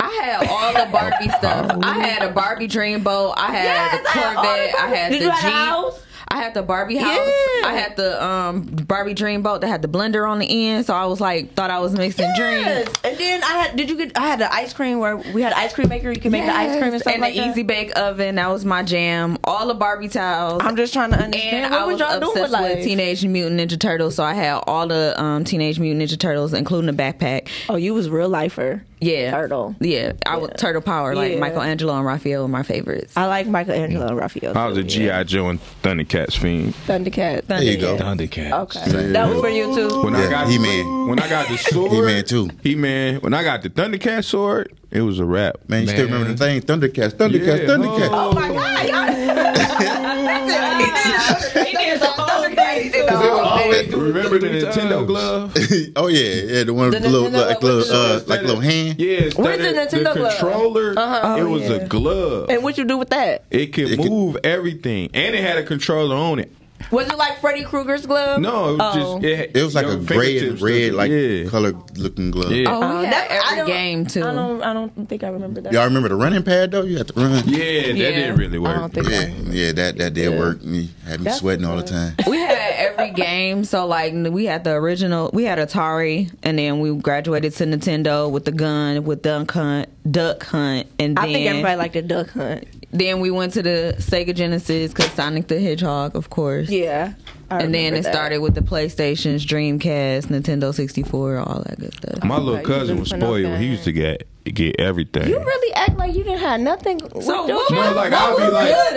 Speaker 6: I had all the Barbie stuff. I had a Barbie dream boat. I had
Speaker 5: Yes,
Speaker 6: the
Speaker 5: I had all
Speaker 6: Corvette.
Speaker 5: the-
Speaker 6: I had
Speaker 5: Did
Speaker 6: the
Speaker 5: you
Speaker 6: Jeep.
Speaker 5: have a house?
Speaker 6: I had the Barbie house.
Speaker 5: Yeah.
Speaker 6: I had the um, Barbie dream boat that had the blender on the end. So I was like, thought I was mixing
Speaker 5: Yes.
Speaker 6: dreams.
Speaker 5: And then I had. Did you get? I had the ice cream where we had ice cream maker. You can make the ice cream and stuff
Speaker 6: and
Speaker 5: like
Speaker 6: the
Speaker 5: that.
Speaker 6: easy bake oven. That was my jam. All the Barbie towels.
Speaker 5: I'm just trying to understand
Speaker 6: and
Speaker 5: what
Speaker 6: I
Speaker 5: was
Speaker 6: was
Speaker 5: y'all doing
Speaker 6: obsessed
Speaker 5: with
Speaker 6: with,
Speaker 5: life.
Speaker 6: Teenage Mutant Ninja Turtles, so I had all the um, Teenage Mutant Ninja Turtles, including the backpack.
Speaker 5: oh, you was real lifer.
Speaker 6: Yeah,
Speaker 5: Turtle.
Speaker 6: Yeah, I was Turtle Power. Like
Speaker 5: Yeah.
Speaker 6: Michelangelo and Raphael were my favorites.
Speaker 5: I like Michelangelo and Raphael.
Speaker 7: I was a
Speaker 5: too,
Speaker 7: GI
Speaker 5: yeah.
Speaker 7: Joe and Thundercats fiend.
Speaker 5: Thundercat.
Speaker 6: There you go.
Speaker 8: Thundercat.
Speaker 5: Okay, that was for you too.
Speaker 7: When I
Speaker 10: Yeah,
Speaker 7: got
Speaker 10: He-Man.
Speaker 7: When I got the sword,
Speaker 10: He-Man too.
Speaker 7: He man. When I got the Thundercat sword, it was a wrap.
Speaker 10: Man, you still
Speaker 8: Man.
Speaker 10: remember the thing? Thundercats, Thundercats,
Speaker 7: Yeah.
Speaker 10: Thundercats.
Speaker 5: Oh my god! y'all-
Speaker 10: Because it was
Speaker 7: oh,
Speaker 10: always
Speaker 7: Remember the Nintendo
Speaker 8: times.
Speaker 7: glove?
Speaker 10: oh yeah, yeah, the one with the little
Speaker 5: Nintendo
Speaker 10: like
Speaker 5: with
Speaker 10: little
Speaker 5: the-
Speaker 10: uh, like little hand.
Speaker 7: Yeah, instead
Speaker 5: Where's the
Speaker 7: of
Speaker 5: Nintendo glove? Uh-huh. Oh,
Speaker 7: controller. it was
Speaker 5: yeah.
Speaker 7: a glove.
Speaker 5: And what you do with that?
Speaker 7: It could
Speaker 10: It could-
Speaker 7: move everything, and it had a controller on it.
Speaker 5: Was it like Freddy Krueger's glove?
Speaker 7: No, it was
Speaker 5: Oh.
Speaker 7: just it,
Speaker 10: It was like
Speaker 7: your
Speaker 10: a gray and
Speaker 7: fingertips
Speaker 10: red
Speaker 7: took it.
Speaker 10: like
Speaker 7: yeah.
Speaker 10: colored looking glove.
Speaker 7: Yeah.
Speaker 6: Oh, we had
Speaker 5: Um, that- I
Speaker 6: every
Speaker 5: don't-
Speaker 6: game too.
Speaker 5: I don't. I don't think I remember that.
Speaker 10: Y'all remember the running pad though? You had to run.
Speaker 7: yeah, that
Speaker 6: Yeah.
Speaker 7: didn't really
Speaker 6: I
Speaker 7: work.
Speaker 6: don't think
Speaker 10: Yeah, yeah, that that did work. Me had me sweating all the time.
Speaker 6: we had every game. So like we had the original, we had Atari, and then we graduated to Nintendo with the gun, with Duck Hunt, Duck Hunt, and then
Speaker 5: I think everybody liked the duck hunt.
Speaker 6: then we went to the Sega Genesis because Sonic the Hedgehog, of course.
Speaker 5: Yeah. I
Speaker 6: And then
Speaker 5: remember
Speaker 6: it
Speaker 5: that.
Speaker 6: started with the PlayStation's Dreamcast, Nintendo 64, all that good stuff.
Speaker 7: My little
Speaker 5: Okay,
Speaker 7: cousin
Speaker 5: you
Speaker 7: was
Speaker 5: been putting
Speaker 7: spoiled.
Speaker 5: up
Speaker 7: He used to get get everything.
Speaker 5: You really act like you didn't have nothing. So
Speaker 6: So what,
Speaker 7: No,
Speaker 6: was-
Speaker 7: like,
Speaker 6: what
Speaker 7: I'll be
Speaker 6: was
Speaker 7: like-
Speaker 6: good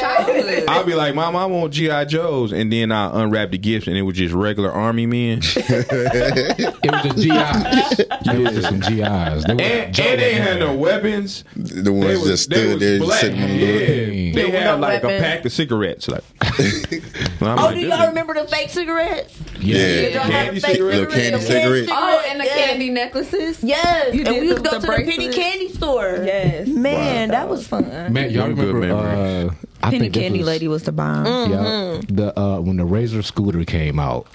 Speaker 6: childhood?
Speaker 7: I'll be like, Mom, I want GI Joes, and then I unwrap the gifts, and it was just regular army men,
Speaker 8: It was just GIs. It was just some GIs. They
Speaker 7: and,
Speaker 8: were
Speaker 7: and
Speaker 8: jumping
Speaker 7: they had no
Speaker 8: around.
Speaker 7: weapons.
Speaker 10: The ones that
Speaker 7: was-
Speaker 10: stood
Speaker 7: was
Speaker 10: there just
Speaker 7: black.
Speaker 10: sitting on the
Speaker 7: yeah.
Speaker 10: yeah.
Speaker 8: Mm.
Speaker 7: They
Speaker 5: Yeah,
Speaker 7: had
Speaker 5: no
Speaker 7: like
Speaker 5: weapon.
Speaker 7: a pack of cigarettes. Like,
Speaker 5: Oh, do y'all remember the fake cigarettes?
Speaker 8: Yeah.
Speaker 10: Yeah.
Speaker 5: Y'all had
Speaker 7: Candy
Speaker 5: fake
Speaker 7: cigarettes.
Speaker 10: Little candy cigarettes.
Speaker 5: cigarettes.
Speaker 6: oh, and the
Speaker 5: Yeah.
Speaker 6: candy necklaces.
Speaker 5: Yes,
Speaker 6: You
Speaker 5: and
Speaker 6: did
Speaker 5: we used to
Speaker 6: the-
Speaker 5: go
Speaker 6: the
Speaker 5: to the penny
Speaker 6: bracelets?
Speaker 5: candy store.
Speaker 6: Yes.
Speaker 5: man, that was fun.
Speaker 8: Man, y'all
Speaker 7: Them good
Speaker 8: remember? Uh,
Speaker 7: memories.
Speaker 8: I
Speaker 6: Penny
Speaker 8: think this
Speaker 6: Candy
Speaker 8: was-
Speaker 6: Lady was the bomb.
Speaker 8: Yeah, the uh, when the Razor scooter came out,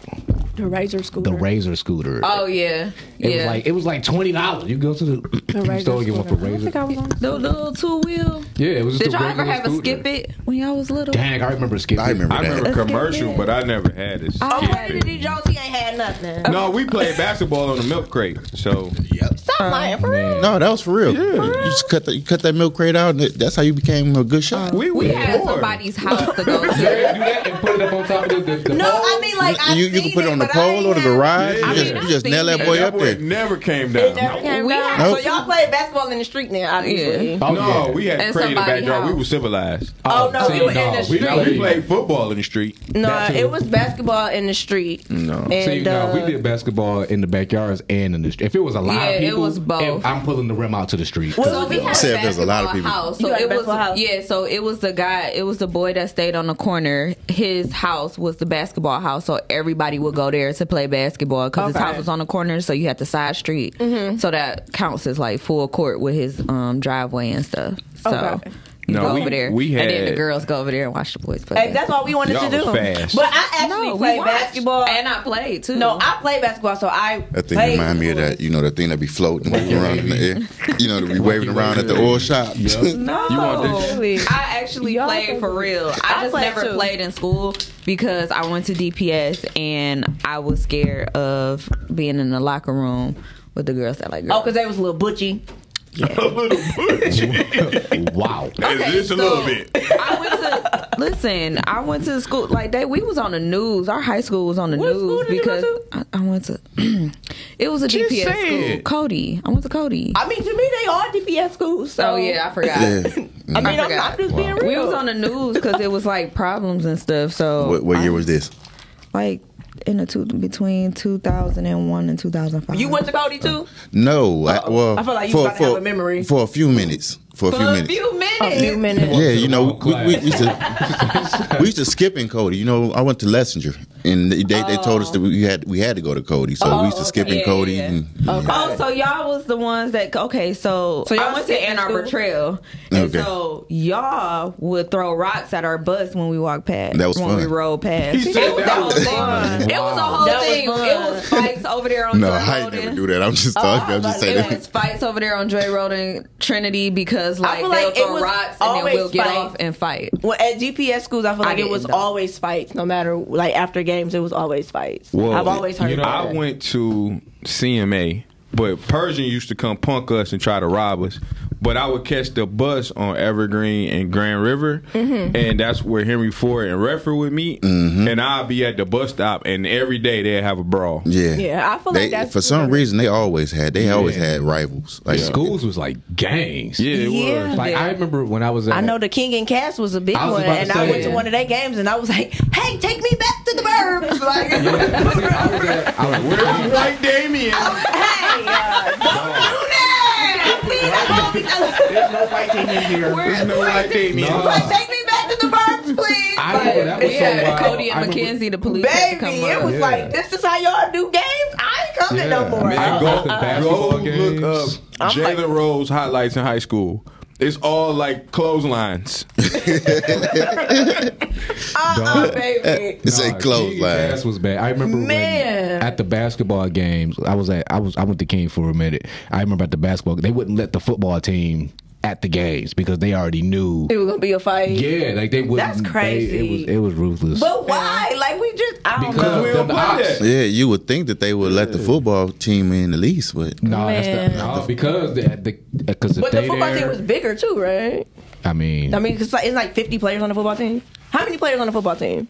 Speaker 5: The razor school.
Speaker 8: the Razor scooter.
Speaker 6: Oh yeah,
Speaker 8: It
Speaker 6: yeah.
Speaker 8: was like it was like twenty dollars. You go to the, store, you want the razor.
Speaker 6: the little two wheel.
Speaker 8: Yeah, it was. Just
Speaker 6: Did
Speaker 8: a
Speaker 6: y'all ever
Speaker 8: regular
Speaker 6: have a
Speaker 8: scooter.
Speaker 6: skip it when y'all was little?
Speaker 8: Dang, I remember skip.
Speaker 10: I
Speaker 8: it.
Speaker 10: remember
Speaker 7: I
Speaker 10: that.
Speaker 7: remember commercial, but I never had it.
Speaker 5: I'm ready to Jonesy Oh, ain't had nothing.
Speaker 7: No, we played basketball on the milk crate. So
Speaker 5: Stop lying for real.
Speaker 10: No, that was for real. You just cut that you cut that milk crate out, and that's how you became a good shot.
Speaker 7: we,
Speaker 6: We
Speaker 7: was
Speaker 6: had
Speaker 7: poor.
Speaker 6: somebody's house to go
Speaker 8: Yeah,
Speaker 6: to.
Speaker 8: do that and put it up on top of the. the, the
Speaker 5: No,
Speaker 8: pole.
Speaker 5: I mean like I
Speaker 10: you, you can
Speaker 5: seen
Speaker 10: put it on the
Speaker 5: but I
Speaker 10: pole or
Speaker 5: ain't
Speaker 10: the
Speaker 5: had-
Speaker 10: garage.
Speaker 7: Yeah.
Speaker 10: You just,
Speaker 7: I
Speaker 10: you just
Speaker 6: mean,
Speaker 10: nail that
Speaker 6: I've
Speaker 10: boy
Speaker 7: And
Speaker 10: up
Speaker 7: that boy
Speaker 10: there.
Speaker 7: never came down.
Speaker 5: Never came
Speaker 6: We
Speaker 5: down.
Speaker 10: had-
Speaker 5: So y'all played basketball in the street now, obviously.
Speaker 8: Oh,
Speaker 7: No,
Speaker 8: yeah.
Speaker 7: we had
Speaker 6: And
Speaker 7: crate in the
Speaker 6: somebody
Speaker 7: backyard.
Speaker 6: house.
Speaker 7: We were civilized.
Speaker 5: Oh, no,
Speaker 8: see,
Speaker 5: we were in
Speaker 8: no,
Speaker 5: the
Speaker 8: we
Speaker 5: street.
Speaker 7: Now we
Speaker 8: played-
Speaker 7: played football in the street.
Speaker 5: No,
Speaker 8: That too.
Speaker 5: it was basketball in the street. No, and
Speaker 8: See, no,
Speaker 5: uh,
Speaker 8: we did basketball in the backyards and in the street. If it was a lot
Speaker 6: Yeah,
Speaker 8: of
Speaker 6: it
Speaker 8: people,
Speaker 6: was both.
Speaker 8: if I'm pulling the rim out to the street.
Speaker 6: So we had
Speaker 10: Said there's a lot of
Speaker 6: basketball
Speaker 10: people.
Speaker 6: House.
Speaker 5: You
Speaker 6: So
Speaker 5: had a
Speaker 6: it was
Speaker 5: basketball house?
Speaker 6: yeah. So it was the guy. It was the boy that stayed on the corner. His house was the basketball house. So everybody would go there to play basketball because his
Speaker 5: Okay. Mm-hmm.
Speaker 6: house was on the corner. So you had the side street. So that counts as like full court with his um, driveway and stuff. So.
Speaker 5: Okay.
Speaker 6: You
Speaker 7: No,
Speaker 6: go
Speaker 7: we-
Speaker 6: over there.
Speaker 7: we
Speaker 6: and then the
Speaker 7: had-
Speaker 6: girls go over there and watch the boys play.
Speaker 5: hey, that's all we wanted
Speaker 7: Y'all
Speaker 5: to do.
Speaker 7: was fast.
Speaker 5: But I actually played
Speaker 6: watched.
Speaker 5: basketball.
Speaker 6: and I played too.
Speaker 5: no, I played basketball, so I
Speaker 10: That thing
Speaker 5: played
Speaker 10: remind me of that, you know, the thing that be floating around in the air. You know, that be waving around at the oil shop.
Speaker 6: No,
Speaker 5: Really?
Speaker 6: I actually
Speaker 5: Y'all
Speaker 6: played
Speaker 5: so
Speaker 6: for
Speaker 5: good.
Speaker 6: real.
Speaker 5: I
Speaker 6: I just
Speaker 5: played
Speaker 6: never
Speaker 5: too.
Speaker 6: played in school because I went to DPS and I was scared of being in the locker room with the girls that like
Speaker 5: Oh,
Speaker 6: girls.
Speaker 5: because they was a little butchy.
Speaker 8: wow.
Speaker 7: Is this a little bit?
Speaker 6: I went to listen. I went to school like they. We was on the news. Our high school was on the
Speaker 5: What
Speaker 6: news
Speaker 5: school did you
Speaker 6: because
Speaker 5: go
Speaker 6: I, I went to. it was a
Speaker 7: Just
Speaker 6: DPS
Speaker 7: say
Speaker 6: school.
Speaker 7: it.
Speaker 6: Cody. I went to Cody.
Speaker 5: I mean, to me, they are DPS schools. So
Speaker 6: oh yeah, I
Speaker 10: Yeah.
Speaker 6: forgot.
Speaker 5: I mean,
Speaker 6: I
Speaker 5: I'm,
Speaker 6: forgot.
Speaker 5: I'm just being
Speaker 6: We
Speaker 5: real.
Speaker 6: was on the news because it was like problems and stuff. So
Speaker 10: What, what year was this?
Speaker 6: like in the two between 2001 and 2005.
Speaker 5: you went to Cody too.
Speaker 10: No, I, well,
Speaker 5: Uh, I feel like you
Speaker 10: for,
Speaker 5: about to have
Speaker 10: for-
Speaker 5: a memory.
Speaker 10: for a few minutes. For a few minutes.
Speaker 6: minutes.
Speaker 5: minutes.
Speaker 10: Yeah, you know, we, we, we
Speaker 8: Class.
Speaker 10: used to we used to skip in Cody. You know, I went to Lessinger, and they, they, told
Speaker 5: Oh.
Speaker 10: us that we had we had to go to Cody, so we used to skip in
Speaker 6: Oh, Yeah,
Speaker 10: Cody.
Speaker 6: yeah, yeah.
Speaker 10: And, yeah.
Speaker 6: Oh, so y'all was the ones that okay. So,
Speaker 5: So y'all
Speaker 6: I went to
Speaker 5: skipped
Speaker 6: Ann
Speaker 5: in
Speaker 6: Arbor
Speaker 5: school?
Speaker 6: Trail, and
Speaker 10: Okay.
Speaker 6: so y'all would throw rocks at our bus when we walked past.
Speaker 10: That was
Speaker 6: when we
Speaker 10: fun.
Speaker 6: rode past.
Speaker 7: He said
Speaker 6: it was
Speaker 7: that
Speaker 6: a whole
Speaker 7: was
Speaker 6: thing.
Speaker 7: fun.
Speaker 6: It was a
Speaker 8: Wow.
Speaker 6: whole
Speaker 5: That was
Speaker 6: thing.
Speaker 5: fun.
Speaker 6: it was fights over there on
Speaker 10: No,
Speaker 6: Joy
Speaker 10: I
Speaker 6: Road
Speaker 10: ain't never
Speaker 6: and-
Speaker 10: do that. I'm just
Speaker 5: Oh,
Speaker 10: talking. I'm just saying.
Speaker 6: It was fights over there on Joy Road and Trinity because like,
Speaker 5: feel
Speaker 6: they'll
Speaker 5: like it
Speaker 6: throw
Speaker 5: was
Speaker 6: rocks and then
Speaker 5: always
Speaker 6: we'll get
Speaker 5: fight.
Speaker 6: off and fight.
Speaker 5: Well, at GPS schools, I feel
Speaker 6: I
Speaker 5: like it
Speaker 6: didn't,
Speaker 5: was
Speaker 6: though.
Speaker 5: always fights. No matter like after games, it was always fights.
Speaker 7: Well,
Speaker 5: I've always heard
Speaker 7: You know,
Speaker 5: about
Speaker 7: I
Speaker 5: that.
Speaker 7: went to CMA, but Persian used to come punk us and try to rob us. But I would catch the bus on Evergreen and Grand River,
Speaker 5: Mm-hmm.
Speaker 8: Mm-hmm.
Speaker 7: and that's where Henry Ford and Redford would meet. And I'd be at the bus stop, and every day they'd have a brawl.
Speaker 10: Yeah,
Speaker 5: Yeah, I feel
Speaker 10: They,
Speaker 5: like that's
Speaker 10: for some reason they always had they always had rivals. Like
Speaker 8: Schools was like gangs.
Speaker 7: Yeah, it
Speaker 5: Yeah.
Speaker 7: was.
Speaker 8: Like I remember when I was at
Speaker 5: I know the King and Cass was a big
Speaker 8: I was
Speaker 5: one,
Speaker 8: about to
Speaker 5: and
Speaker 8: say,
Speaker 5: I went to
Speaker 8: yeah.
Speaker 5: one of their games, and I was like, "Hey, take me back to the burbs!" Like,
Speaker 8: I was at I was,
Speaker 7: Where's Black Damien?
Speaker 5: hey, uh, don't do that! Please, I won't be-
Speaker 8: There's no fighting in here.
Speaker 7: There's no Black Damien.
Speaker 8: No.
Speaker 5: Like, take me back to the burbs,
Speaker 6: please.
Speaker 8: I remember that was so wild. I
Speaker 6: Cody and
Speaker 8: remember-
Speaker 6: Mackenzie, the police. had to come
Speaker 5: Baby, it
Speaker 6: up.
Speaker 5: was
Speaker 8: Yeah.
Speaker 5: like this is how y'all do games. I ain't coming no more. Uh-uh.
Speaker 7: Man,
Speaker 8: go- the
Speaker 7: go
Speaker 8: basketball games.
Speaker 7: look up Jalen Rose highlights in high school. It's all like clotheslines.
Speaker 5: Uh-uh, baby.
Speaker 10: It's a
Speaker 8: Nah,
Speaker 10: close
Speaker 8: King's
Speaker 10: line.
Speaker 8: ass was bad. I remember
Speaker 5: Man.
Speaker 8: when at the basketball games, I was at I was I went to King for a minute. I remember at the basketball, they wouldn't let the football team at the games because they already knew.
Speaker 5: It was gonna be a fight.
Speaker 8: Yeah, like they wouldn't.
Speaker 5: That's
Speaker 8: they-
Speaker 5: crazy.
Speaker 8: it was it was ruthless.
Speaker 5: But why? Like we just I don't
Speaker 8: Because
Speaker 5: know.
Speaker 8: we don't play that.
Speaker 10: Yeah, you would think that they would let the football team in at least, but
Speaker 8: No, that's
Speaker 5: Man.
Speaker 8: the, no, because the because if
Speaker 5: But
Speaker 8: they
Speaker 5: the football
Speaker 8: there,
Speaker 5: team was bigger too, right?
Speaker 8: I mean,
Speaker 5: I mean, 'cause it's like, it's like 50 players on the football team. How many players on the football team?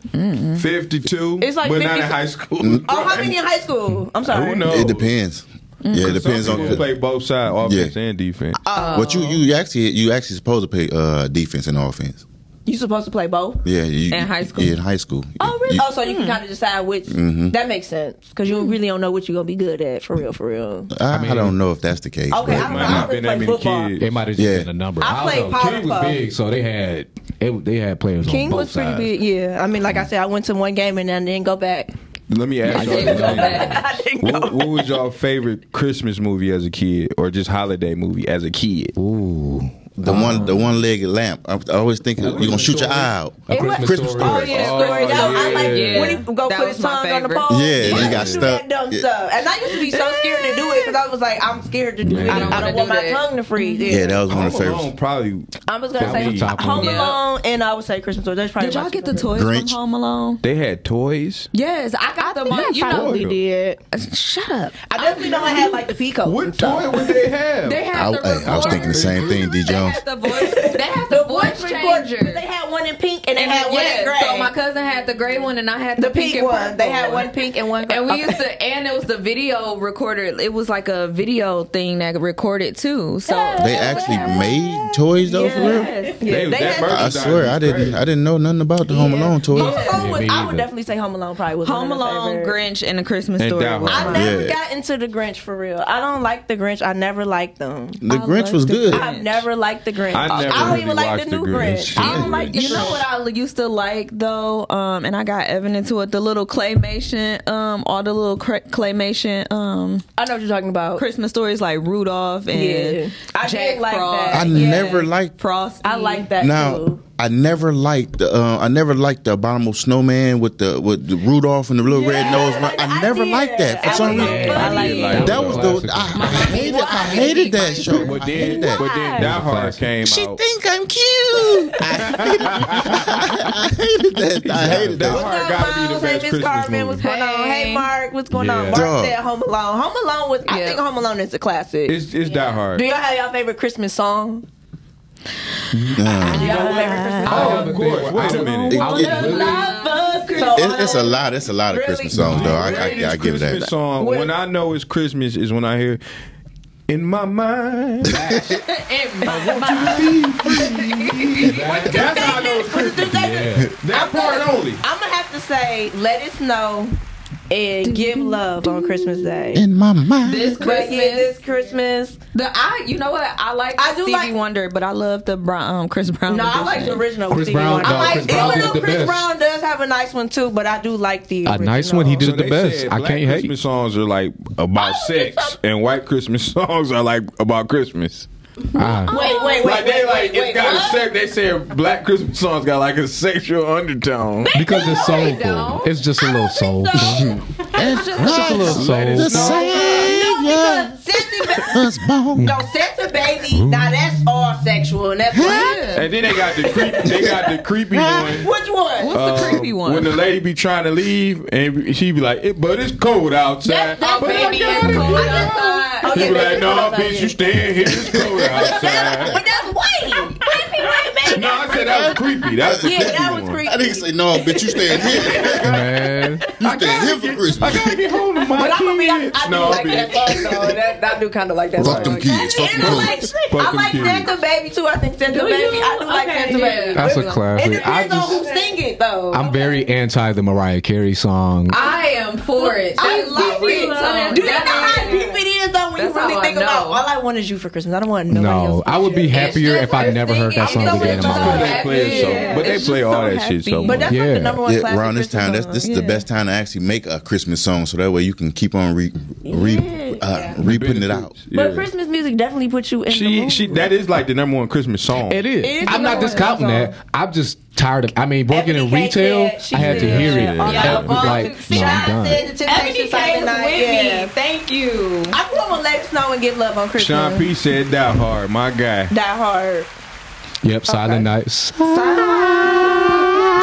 Speaker 7: 52.
Speaker 5: It's like
Speaker 7: but not in
Speaker 5: 50
Speaker 7: high school.
Speaker 8: Mm.
Speaker 5: Oh, how many in high school? I'm sorry. Mm.
Speaker 7: Who knows?
Speaker 10: Mm. it depends. Yeah, it depends
Speaker 7: Some
Speaker 10: on
Speaker 7: people play both sides, offense
Speaker 10: Yeah.
Speaker 7: and defense.
Speaker 5: Oh.
Speaker 10: what you you actually you actually supposed to play uh, defense and offense.
Speaker 5: You supposed to play both?
Speaker 10: Yeah, you,
Speaker 6: In high school?
Speaker 10: Yeah, in high school.
Speaker 5: Oh, really?
Speaker 10: You-
Speaker 5: Oh, so you can kind of decide which. That makes sense because you really don't know what you're gonna be good at for real, for real.
Speaker 10: I, I don't know if that's the case.
Speaker 5: Okay,
Speaker 10: but-
Speaker 5: I'm-
Speaker 7: Might
Speaker 5: I
Speaker 7: not
Speaker 5: really
Speaker 7: been that
Speaker 5: play
Speaker 7: many
Speaker 5: football.
Speaker 7: kids.
Speaker 8: it might have just
Speaker 10: Yeah.
Speaker 8: been a number.
Speaker 5: I played
Speaker 8: don't know. King was
Speaker 5: Powerpuff.
Speaker 8: big, so they had it, they had players.
Speaker 5: King
Speaker 8: on both
Speaker 5: was pretty
Speaker 8: sides.
Speaker 5: big, yeah. I mean, like I said, I went to one game and then didn't go back.
Speaker 7: Let me ask y'all.
Speaker 5: I didn't
Speaker 7: something.
Speaker 5: go
Speaker 7: what,
Speaker 5: back.
Speaker 7: what was y'all favorite Christmas movie as a kid, or just holiday movie as a kid?
Speaker 8: Ooh,
Speaker 10: the one the one legged lamp. I, I always think you're gonna shoot your eye out.
Speaker 8: a Christmas,
Speaker 10: Christmas
Speaker 8: story.
Speaker 5: Oh yeah,
Speaker 6: Oh,
Speaker 5: story. That was- I like
Speaker 6: yeah.
Speaker 5: when he go
Speaker 6: That
Speaker 5: put
Speaker 6: was
Speaker 5: his
Speaker 6: my
Speaker 5: tongue on the
Speaker 6: favorite.
Speaker 5: pole.
Speaker 10: Yeah, and he
Speaker 5: I
Speaker 10: got
Speaker 5: do
Speaker 10: stuck.
Speaker 5: That dumb
Speaker 10: Yeah.
Speaker 5: stuff. And I used to be so scared to do it because I was like, I'm scared to do it.
Speaker 8: Yeah.
Speaker 5: I don't,
Speaker 6: I don't wanna
Speaker 5: want my
Speaker 6: do that.
Speaker 5: tongue to freeze.
Speaker 10: Yeah, that was one of the
Speaker 7: Home Alone
Speaker 10: favorites.
Speaker 7: probably.
Speaker 5: I was gonna
Speaker 8: That was
Speaker 5: say
Speaker 8: the top
Speaker 5: Home
Speaker 8: one.
Speaker 5: Alone, and I would say Christmas Story. That's probably
Speaker 6: Did y'all
Speaker 5: my
Speaker 6: get the
Speaker 5: favorite.
Speaker 6: toys
Speaker 10: Grinch.
Speaker 6: from Home Alone?
Speaker 7: They had toys.
Speaker 6: Yes, I got them.
Speaker 5: I
Speaker 6: on- You know,
Speaker 5: probably did.
Speaker 6: shut up.
Speaker 5: I definitely know I had like the Pico.
Speaker 7: What toy would they have?
Speaker 6: They had
Speaker 10: I,
Speaker 6: the
Speaker 10: I, I was thinking the
Speaker 6: recorder.
Speaker 10: same thing, D
Speaker 6: They
Speaker 10: Jones.
Speaker 6: had the voice. They had the voice
Speaker 5: recorder.
Speaker 6: changer.
Speaker 5: They had one in pink and they
Speaker 6: And
Speaker 5: had one
Speaker 6: yeah,
Speaker 5: in gray.
Speaker 6: So my cousin had the gray one, and I had the,
Speaker 5: the pink
Speaker 6: and
Speaker 5: one.
Speaker 6: purple
Speaker 5: They had one pink and one. Gray.
Speaker 6: And we
Speaker 5: Okay.
Speaker 6: used to, and it was the video recorder. It was like a video thing that recorded too. So
Speaker 10: They actually made toys though for real.
Speaker 5: Yes.
Speaker 7: They-
Speaker 5: Yeah, they
Speaker 7: that
Speaker 5: had-
Speaker 10: I
Speaker 7: merchandise
Speaker 10: swear I
Speaker 7: was
Speaker 10: didn't
Speaker 7: crazy.
Speaker 10: I didn't know nothing about the Home Alone toys.
Speaker 5: Home Alone was,
Speaker 8: me
Speaker 5: I
Speaker 8: either.
Speaker 5: would definitely say Home Alone probably was
Speaker 6: Home
Speaker 5: one of my
Speaker 6: Alone,
Speaker 5: favorite.
Speaker 6: Grinch, and the Christmas
Speaker 7: And
Speaker 6: story.
Speaker 7: Die
Speaker 6: was
Speaker 5: I
Speaker 7: Hard.
Speaker 6: mine.
Speaker 5: never
Speaker 10: Yeah.
Speaker 5: got into the Grinch for real. I don't like the Grinch. I never liked them.
Speaker 10: The
Speaker 6: I
Speaker 10: Grinch was
Speaker 6: liked it.
Speaker 10: good.
Speaker 6: I-
Speaker 5: I've never liked the Grinch.
Speaker 7: I never
Speaker 5: don't
Speaker 7: really
Speaker 5: even like
Speaker 7: watched
Speaker 5: the
Speaker 7: the
Speaker 5: new
Speaker 7: Grinch.
Speaker 5: Grinch. I don't like the
Speaker 6: You know
Speaker 5: Grinch.
Speaker 6: what I used to like though, um, and I got Evan into it. The little claymation, um, all the little cra- claymation, um,
Speaker 5: I know what you're talking about.
Speaker 6: Christmas stories like Rudolph and
Speaker 5: Yeah. I
Speaker 6: Jack
Speaker 5: did like
Speaker 6: Frost.
Speaker 10: I
Speaker 5: that.
Speaker 10: never liked
Speaker 6: Frost.
Speaker 5: I like that
Speaker 10: Now
Speaker 5: too.
Speaker 10: I never liked the uh, I never liked the abominable snowman with the with the Rudolph and the little red nose. I, never
Speaker 5: did.
Speaker 10: liked that for
Speaker 5: I
Speaker 10: some
Speaker 5: was
Speaker 10: reason.
Speaker 5: like,
Speaker 8: I
Speaker 5: I
Speaker 8: did
Speaker 5: like
Speaker 8: like
Speaker 10: That was the I, I hated I hated that show.
Speaker 7: But
Speaker 10: I
Speaker 7: then,
Speaker 10: hated that.
Speaker 7: but then Die Hard came
Speaker 10: She
Speaker 7: out.
Speaker 10: think I'm cute. I hated that. I hated
Speaker 7: Die
Speaker 10: that.
Speaker 7: Hard got to be the
Speaker 5: Miles, hey,
Speaker 7: best
Speaker 5: Miss
Speaker 7: Christmas
Speaker 5: Carmen,
Speaker 7: movie.
Speaker 5: what's going on? Hey,
Speaker 6: Hey.
Speaker 5: Mark, what's going on?
Speaker 8: Yeah.
Speaker 5: Mark
Speaker 10: Dog.
Speaker 5: said Home Alone. Home Alone was, I
Speaker 6: Yeah.
Speaker 5: think Home Alone is a classic.
Speaker 7: It's it's Die Hard.
Speaker 5: Do y'all have y'all favorite Christmas song?
Speaker 10: Nah.
Speaker 5: Y'all favorite Christmas song?
Speaker 7: of course. Wait a minute.
Speaker 8: I was really,
Speaker 10: It, it's a lot. It's a lot of
Speaker 5: um, Really?
Speaker 10: Christmas songs, though. I, I, I give it
Speaker 7: Christmas
Speaker 10: that.
Speaker 7: song. When I know it's Christmas is when I hear in my mind. That's how I know it's Christmas.
Speaker 8: yeah.
Speaker 7: That part only.
Speaker 5: I'm gonna have to say, let us know and give love on Christmas Day.
Speaker 10: In my mind,
Speaker 6: this
Speaker 5: But yeah,
Speaker 6: Christmas.
Speaker 5: this Christmas.
Speaker 6: The I, you know what? I like
Speaker 5: I
Speaker 6: the
Speaker 5: do
Speaker 6: Stevie
Speaker 5: like-
Speaker 6: Wonder, but I love the Brown, um, Chris Brown.
Speaker 5: No, I
Speaker 6: edition.
Speaker 5: like the original.
Speaker 8: Chris
Speaker 5: with Stevie
Speaker 8: Brown,
Speaker 5: Wonder.
Speaker 8: no,
Speaker 5: I
Speaker 8: Chris
Speaker 5: like,
Speaker 8: Brown
Speaker 5: even
Speaker 8: did
Speaker 5: though
Speaker 8: the
Speaker 5: Chris
Speaker 8: best.
Speaker 5: Brown does have a nice one too, but I do like the
Speaker 8: A
Speaker 5: original.
Speaker 8: nice one, he did-
Speaker 7: So
Speaker 8: the
Speaker 7: they
Speaker 8: best.
Speaker 7: said
Speaker 8: I
Speaker 7: black
Speaker 8: can't hate.
Speaker 7: Christmas songs are like about
Speaker 5: Oh,
Speaker 7: sex, and white Christmas songs are like about Christmas.
Speaker 8: Ah,
Speaker 5: Wait, wait, wait,
Speaker 7: Like they
Speaker 5: wait,
Speaker 7: like
Speaker 5: wait,
Speaker 7: it's got a
Speaker 5: what?
Speaker 7: sex. They said black Christmas songs got like a sexual undertone.
Speaker 8: because it's soulful.
Speaker 6: don't.
Speaker 8: It's just a little soulful.
Speaker 10: it's
Speaker 8: Just a little
Speaker 10: the
Speaker 8: soulful.
Speaker 10: Savior
Speaker 5: Because Santa,
Speaker 10: was born.
Speaker 5: no, Santa baby. Now that's all sexual, and that's what it is.
Speaker 7: And then they got the creep, they got the creepy one.
Speaker 5: Which one?
Speaker 6: What's the creepy
Speaker 7: Um,
Speaker 6: one?
Speaker 7: When the lady be trying to leave, and she be like, it, "But it's cold outside."
Speaker 5: That's- that's
Speaker 7: but
Speaker 5: baby,
Speaker 7: I'm
Speaker 5: it's
Speaker 7: down
Speaker 5: cold
Speaker 7: here.
Speaker 5: outside.
Speaker 7: She
Speaker 5: Okay,
Speaker 7: be
Speaker 5: baby,
Speaker 7: like,
Speaker 5: it's
Speaker 7: "No,
Speaker 5: cold outside,
Speaker 7: bitch, you
Speaker 5: yeah."
Speaker 7: staying here. It's cold outside."
Speaker 5: But that's white. Creepy white man.
Speaker 7: no, I said that was creepy. That was the
Speaker 5: Yeah,
Speaker 7: creepy
Speaker 5: that was
Speaker 7: one.
Speaker 5: creepy.
Speaker 10: I didn't say no, bitch. You staying here.
Speaker 8: Man,
Speaker 10: You staying here for
Speaker 7: I
Speaker 10: Christmas.
Speaker 7: gotta get home to my
Speaker 5: But I'm gonna be
Speaker 7: kids.
Speaker 5: honest, I do
Speaker 7: no,
Speaker 5: like
Speaker 7: bitch.
Speaker 5: that song though. That, I do kind of like that
Speaker 10: Fuck
Speaker 5: song.
Speaker 10: them kids. Fuck
Speaker 5: And
Speaker 10: them
Speaker 5: I like,
Speaker 10: kids.
Speaker 5: I
Speaker 7: Fuck
Speaker 5: like
Speaker 7: them kids.
Speaker 5: Santa Baby too. I think Santa Baby. I do like
Speaker 6: Okay,
Speaker 5: Santa
Speaker 6: yeah.
Speaker 5: Baby.
Speaker 8: that's a
Speaker 5: It
Speaker 8: classic. I
Speaker 5: depends on who
Speaker 8: just,
Speaker 5: sing it though.
Speaker 8: I'm very anti the Mariah Carey song.
Speaker 6: I am for it.
Speaker 5: I like it. Do you know how deep it is is though when
Speaker 6: That's
Speaker 5: you
Speaker 6: how
Speaker 5: really
Speaker 6: I
Speaker 5: think about
Speaker 6: know.
Speaker 5: all I want is you for Christmas. I don't want nobody
Speaker 8: No,
Speaker 5: else.
Speaker 8: I would be happier
Speaker 6: just
Speaker 8: if I
Speaker 6: like
Speaker 8: never heard that
Speaker 6: singing.
Speaker 8: song
Speaker 6: It's
Speaker 8: again in my
Speaker 6: so
Speaker 8: life.
Speaker 7: They play it so, but they
Speaker 6: It's
Speaker 7: play
Speaker 6: just
Speaker 7: all
Speaker 6: so
Speaker 7: that shit so
Speaker 6: happy.
Speaker 7: much.
Speaker 5: But that's like
Speaker 8: Yeah.
Speaker 5: the number one
Speaker 10: Yeah,
Speaker 5: classic
Speaker 10: around this
Speaker 5: Christmas
Speaker 10: time, that's
Speaker 5: song.
Speaker 10: this is the best time to actually make a Christmas song, so that way you can keep on re re uh, re putting it out.
Speaker 5: But
Speaker 7: Yeah.
Speaker 5: Christmas music definitely puts you in the
Speaker 7: She
Speaker 5: mood.
Speaker 7: she that is like the number one Christmas song.
Speaker 8: It is.
Speaker 5: It is
Speaker 8: I'm not
Speaker 5: the number one
Speaker 8: discounting
Speaker 5: song.
Speaker 8: that. I'm just tired of. I mean, working in
Speaker 5: Ebony K
Speaker 8: retail,
Speaker 5: said she
Speaker 8: I had to
Speaker 5: did.
Speaker 8: hear it.
Speaker 7: Yeah.
Speaker 8: That was
Speaker 5: Yeah.
Speaker 7: Oh
Speaker 8: like, no, I'm done.
Speaker 5: Ebony K is with me.
Speaker 6: Thank you.
Speaker 5: I grew up on Let It Snow and Get Love on Christmas.
Speaker 7: Sean P said that hard, my guy.
Speaker 5: Die Hard.
Speaker 8: Yep, Silent Nights.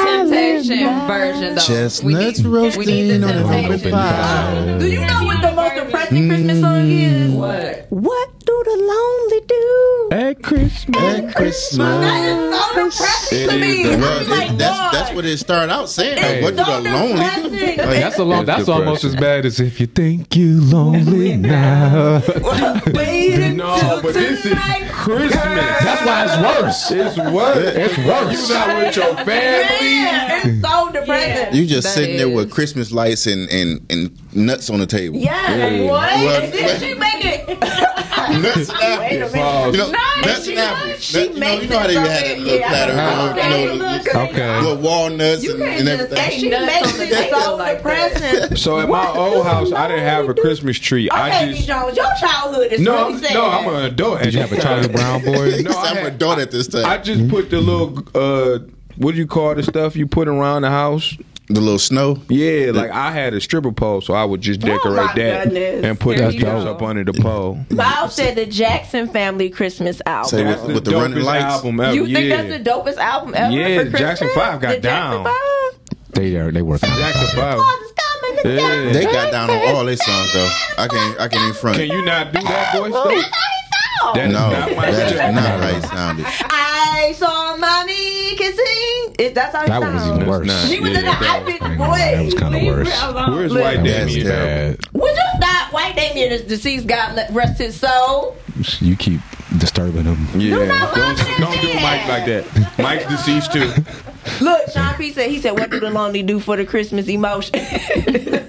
Speaker 6: Temptation version though.
Speaker 10: Chestnuts
Speaker 6: We need- we need the
Speaker 10: roasting on an
Speaker 6: Temptation.
Speaker 10: open fire.
Speaker 5: Do you know what the most depressing Christmas song is?
Speaker 6: What?
Speaker 5: What do the lonely do?
Speaker 8: At Christmas.
Speaker 10: At Christmas.
Speaker 5: That is so depressing
Speaker 7: It
Speaker 5: to
Speaker 7: is
Speaker 5: me.
Speaker 7: the-
Speaker 5: I
Speaker 10: Well,
Speaker 5: was like,
Speaker 10: it, that's that's
Speaker 5: God.
Speaker 10: what it started out saying.
Speaker 5: It's
Speaker 10: Like, what do
Speaker 5: so
Speaker 10: the lonely? do?
Speaker 5: depressing.
Speaker 10: Like,
Speaker 8: That's a long.
Speaker 7: It's
Speaker 8: That's almost as
Speaker 7: depressing.
Speaker 8: bad as if you think you lonely now.
Speaker 5: Waiting
Speaker 7: No, but this is Christmas.
Speaker 8: That's why it's worse.
Speaker 7: it's worse.
Speaker 8: It's worse.
Speaker 7: You not with your family.
Speaker 5: Man, it's so depressing.
Speaker 10: you just
Speaker 6: That
Speaker 10: sitting there with
Speaker 6: is.
Speaker 10: Christmas lights and and and nuts on the table.
Speaker 5: Yeah,
Speaker 8: Yeah.
Speaker 5: what?
Speaker 10: Well,
Speaker 5: And then she make it.
Speaker 10: nuts and apples. You know, nuts and apples.
Speaker 5: She
Speaker 10: Nut- you know,
Speaker 5: makes
Speaker 10: you know how they
Speaker 5: it
Speaker 10: had a
Speaker 5: something.
Speaker 10: little
Speaker 5: Yeah,
Speaker 10: platter,
Speaker 5: okay,
Speaker 10: you know,
Speaker 5: look,
Speaker 10: with-
Speaker 8: Okay.
Speaker 10: with walnuts and, and everything.
Speaker 5: she makes it so depressing.
Speaker 7: So at my old house, I didn't have a Christmas tree. I
Speaker 5: Okay, B.
Speaker 7: just
Speaker 5: Jones, your childhood is
Speaker 7: no,
Speaker 5: really
Speaker 7: I'm-
Speaker 5: sad.
Speaker 7: no. I'm an adult. Did
Speaker 8: You have a Charlie Brown boy.
Speaker 7: No, I
Speaker 10: I'm
Speaker 7: had-
Speaker 10: a adult at this time.
Speaker 7: I just put the little uh, what do you call the stuff you put around the house?
Speaker 10: the little snow.
Speaker 7: Yeah, like I had a stripper pole, so I would just decorate
Speaker 5: Oh my
Speaker 7: that
Speaker 5: goodness.
Speaker 7: and put
Speaker 6: There
Speaker 7: that
Speaker 6: you
Speaker 7: stuff
Speaker 6: go.
Speaker 7: up under the pole.
Speaker 5: Bob said the Jackson Family Christmas album.
Speaker 10: Say with, with the running
Speaker 7: dopest
Speaker 10: lights.
Speaker 7: album ever.
Speaker 5: you think
Speaker 7: yeah.
Speaker 5: that's the dopest album ever?
Speaker 7: Yeah,
Speaker 5: for Christmas?
Speaker 7: Jackson Five got
Speaker 5: The Jackson
Speaker 7: down.
Speaker 5: Five?
Speaker 8: They are. They work.
Speaker 7: Jackson Five.
Speaker 5: Claus is coming to
Speaker 7: Yeah.
Speaker 5: town.
Speaker 10: They got down on all their songs though. I can't. I can't in front.
Speaker 7: Can you not do that voice though?
Speaker 5: That's how he sound.
Speaker 7: That is
Speaker 10: No,
Speaker 7: not my
Speaker 10: that's
Speaker 7: Jackson.
Speaker 10: not how it sounded.
Speaker 5: I saw mommy kissing. It, that's how he
Speaker 8: That one was
Speaker 5: sound.
Speaker 8: even worse.
Speaker 7: not.
Speaker 5: She was
Speaker 7: Yeah,
Speaker 5: in the
Speaker 7: that
Speaker 5: outfit
Speaker 8: That was
Speaker 5: boy.
Speaker 8: kind of worse.
Speaker 7: Where's White
Speaker 8: That was
Speaker 10: Damien?
Speaker 7: Damien?
Speaker 8: bad.
Speaker 5: We just died. White Damien is deceased. God let- rest his soul.
Speaker 8: You keep disturbing them.
Speaker 7: Yeah,
Speaker 5: not
Speaker 7: don't,
Speaker 5: laughing
Speaker 7: don't
Speaker 5: at
Speaker 7: do
Speaker 5: that.
Speaker 7: Mike like that. Mike's deceased too.
Speaker 5: Look, Sean P said he said, "What do the lonely do for the Christmas emotion?" Dog,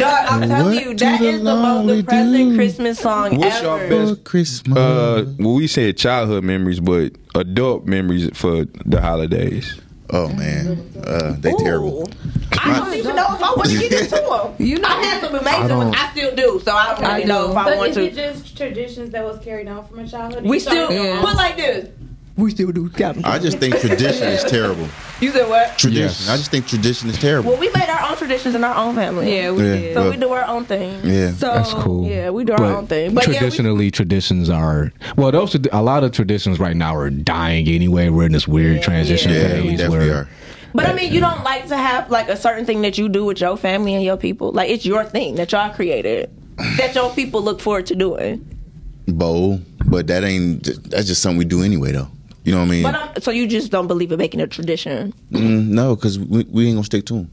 Speaker 5: I'm telling
Speaker 10: What
Speaker 5: you,
Speaker 10: do
Speaker 5: that
Speaker 10: the
Speaker 5: is the most
Speaker 10: lonely
Speaker 5: depressing
Speaker 10: do?
Speaker 5: Christmas song
Speaker 7: What's y'all
Speaker 5: ever.
Speaker 7: best-
Speaker 10: Christmas.
Speaker 7: Uh, well, we said childhood memories, but adult memories for the holidays.
Speaker 10: oh man, uh, they terrible.
Speaker 5: I don't even know if I want to get into them. You know, I had some
Speaker 8: I
Speaker 5: amazing
Speaker 8: don't-
Speaker 5: ones. I still do, so I don't
Speaker 6: I
Speaker 5: really know
Speaker 6: do.
Speaker 5: if I
Speaker 11: But
Speaker 5: want
Speaker 11: is
Speaker 5: to.
Speaker 11: it just traditions that was carried on from a childhood?
Speaker 5: we still
Speaker 6: Yeah.
Speaker 5: put like this. We still do.
Speaker 10: I just think tradition is terrible.
Speaker 5: You said what?
Speaker 10: Tradition.
Speaker 8: Yes.
Speaker 10: I just think tradition is terrible.
Speaker 5: Well, we made our own traditions in our own family.
Speaker 6: Yeah, we
Speaker 10: Yeah.
Speaker 6: did.
Speaker 5: So we do our own thing.
Speaker 10: yeah.
Speaker 6: So
Speaker 8: That's cool.
Speaker 5: yeah, we do our own thing. But yeah, we-
Speaker 8: traditionally, traditions are well. Those trad- a lot of traditions right now are dying anyway. We're in this weird transition
Speaker 10: yeah, we
Speaker 8: phase
Speaker 10: definitely
Speaker 8: where
Speaker 10: are.
Speaker 5: But I mean, you don't like to have like a certain thing that you do with your family and your people. Like it's your thing that y'all created, that your people look forward to doing.
Speaker 10: Bold, but that ain't. That's just something we do anyway, though. You know what I mean?
Speaker 5: But i so you just don't believe in making a tradition.
Speaker 10: Mm, no, because we, we ain't gonna stick to them.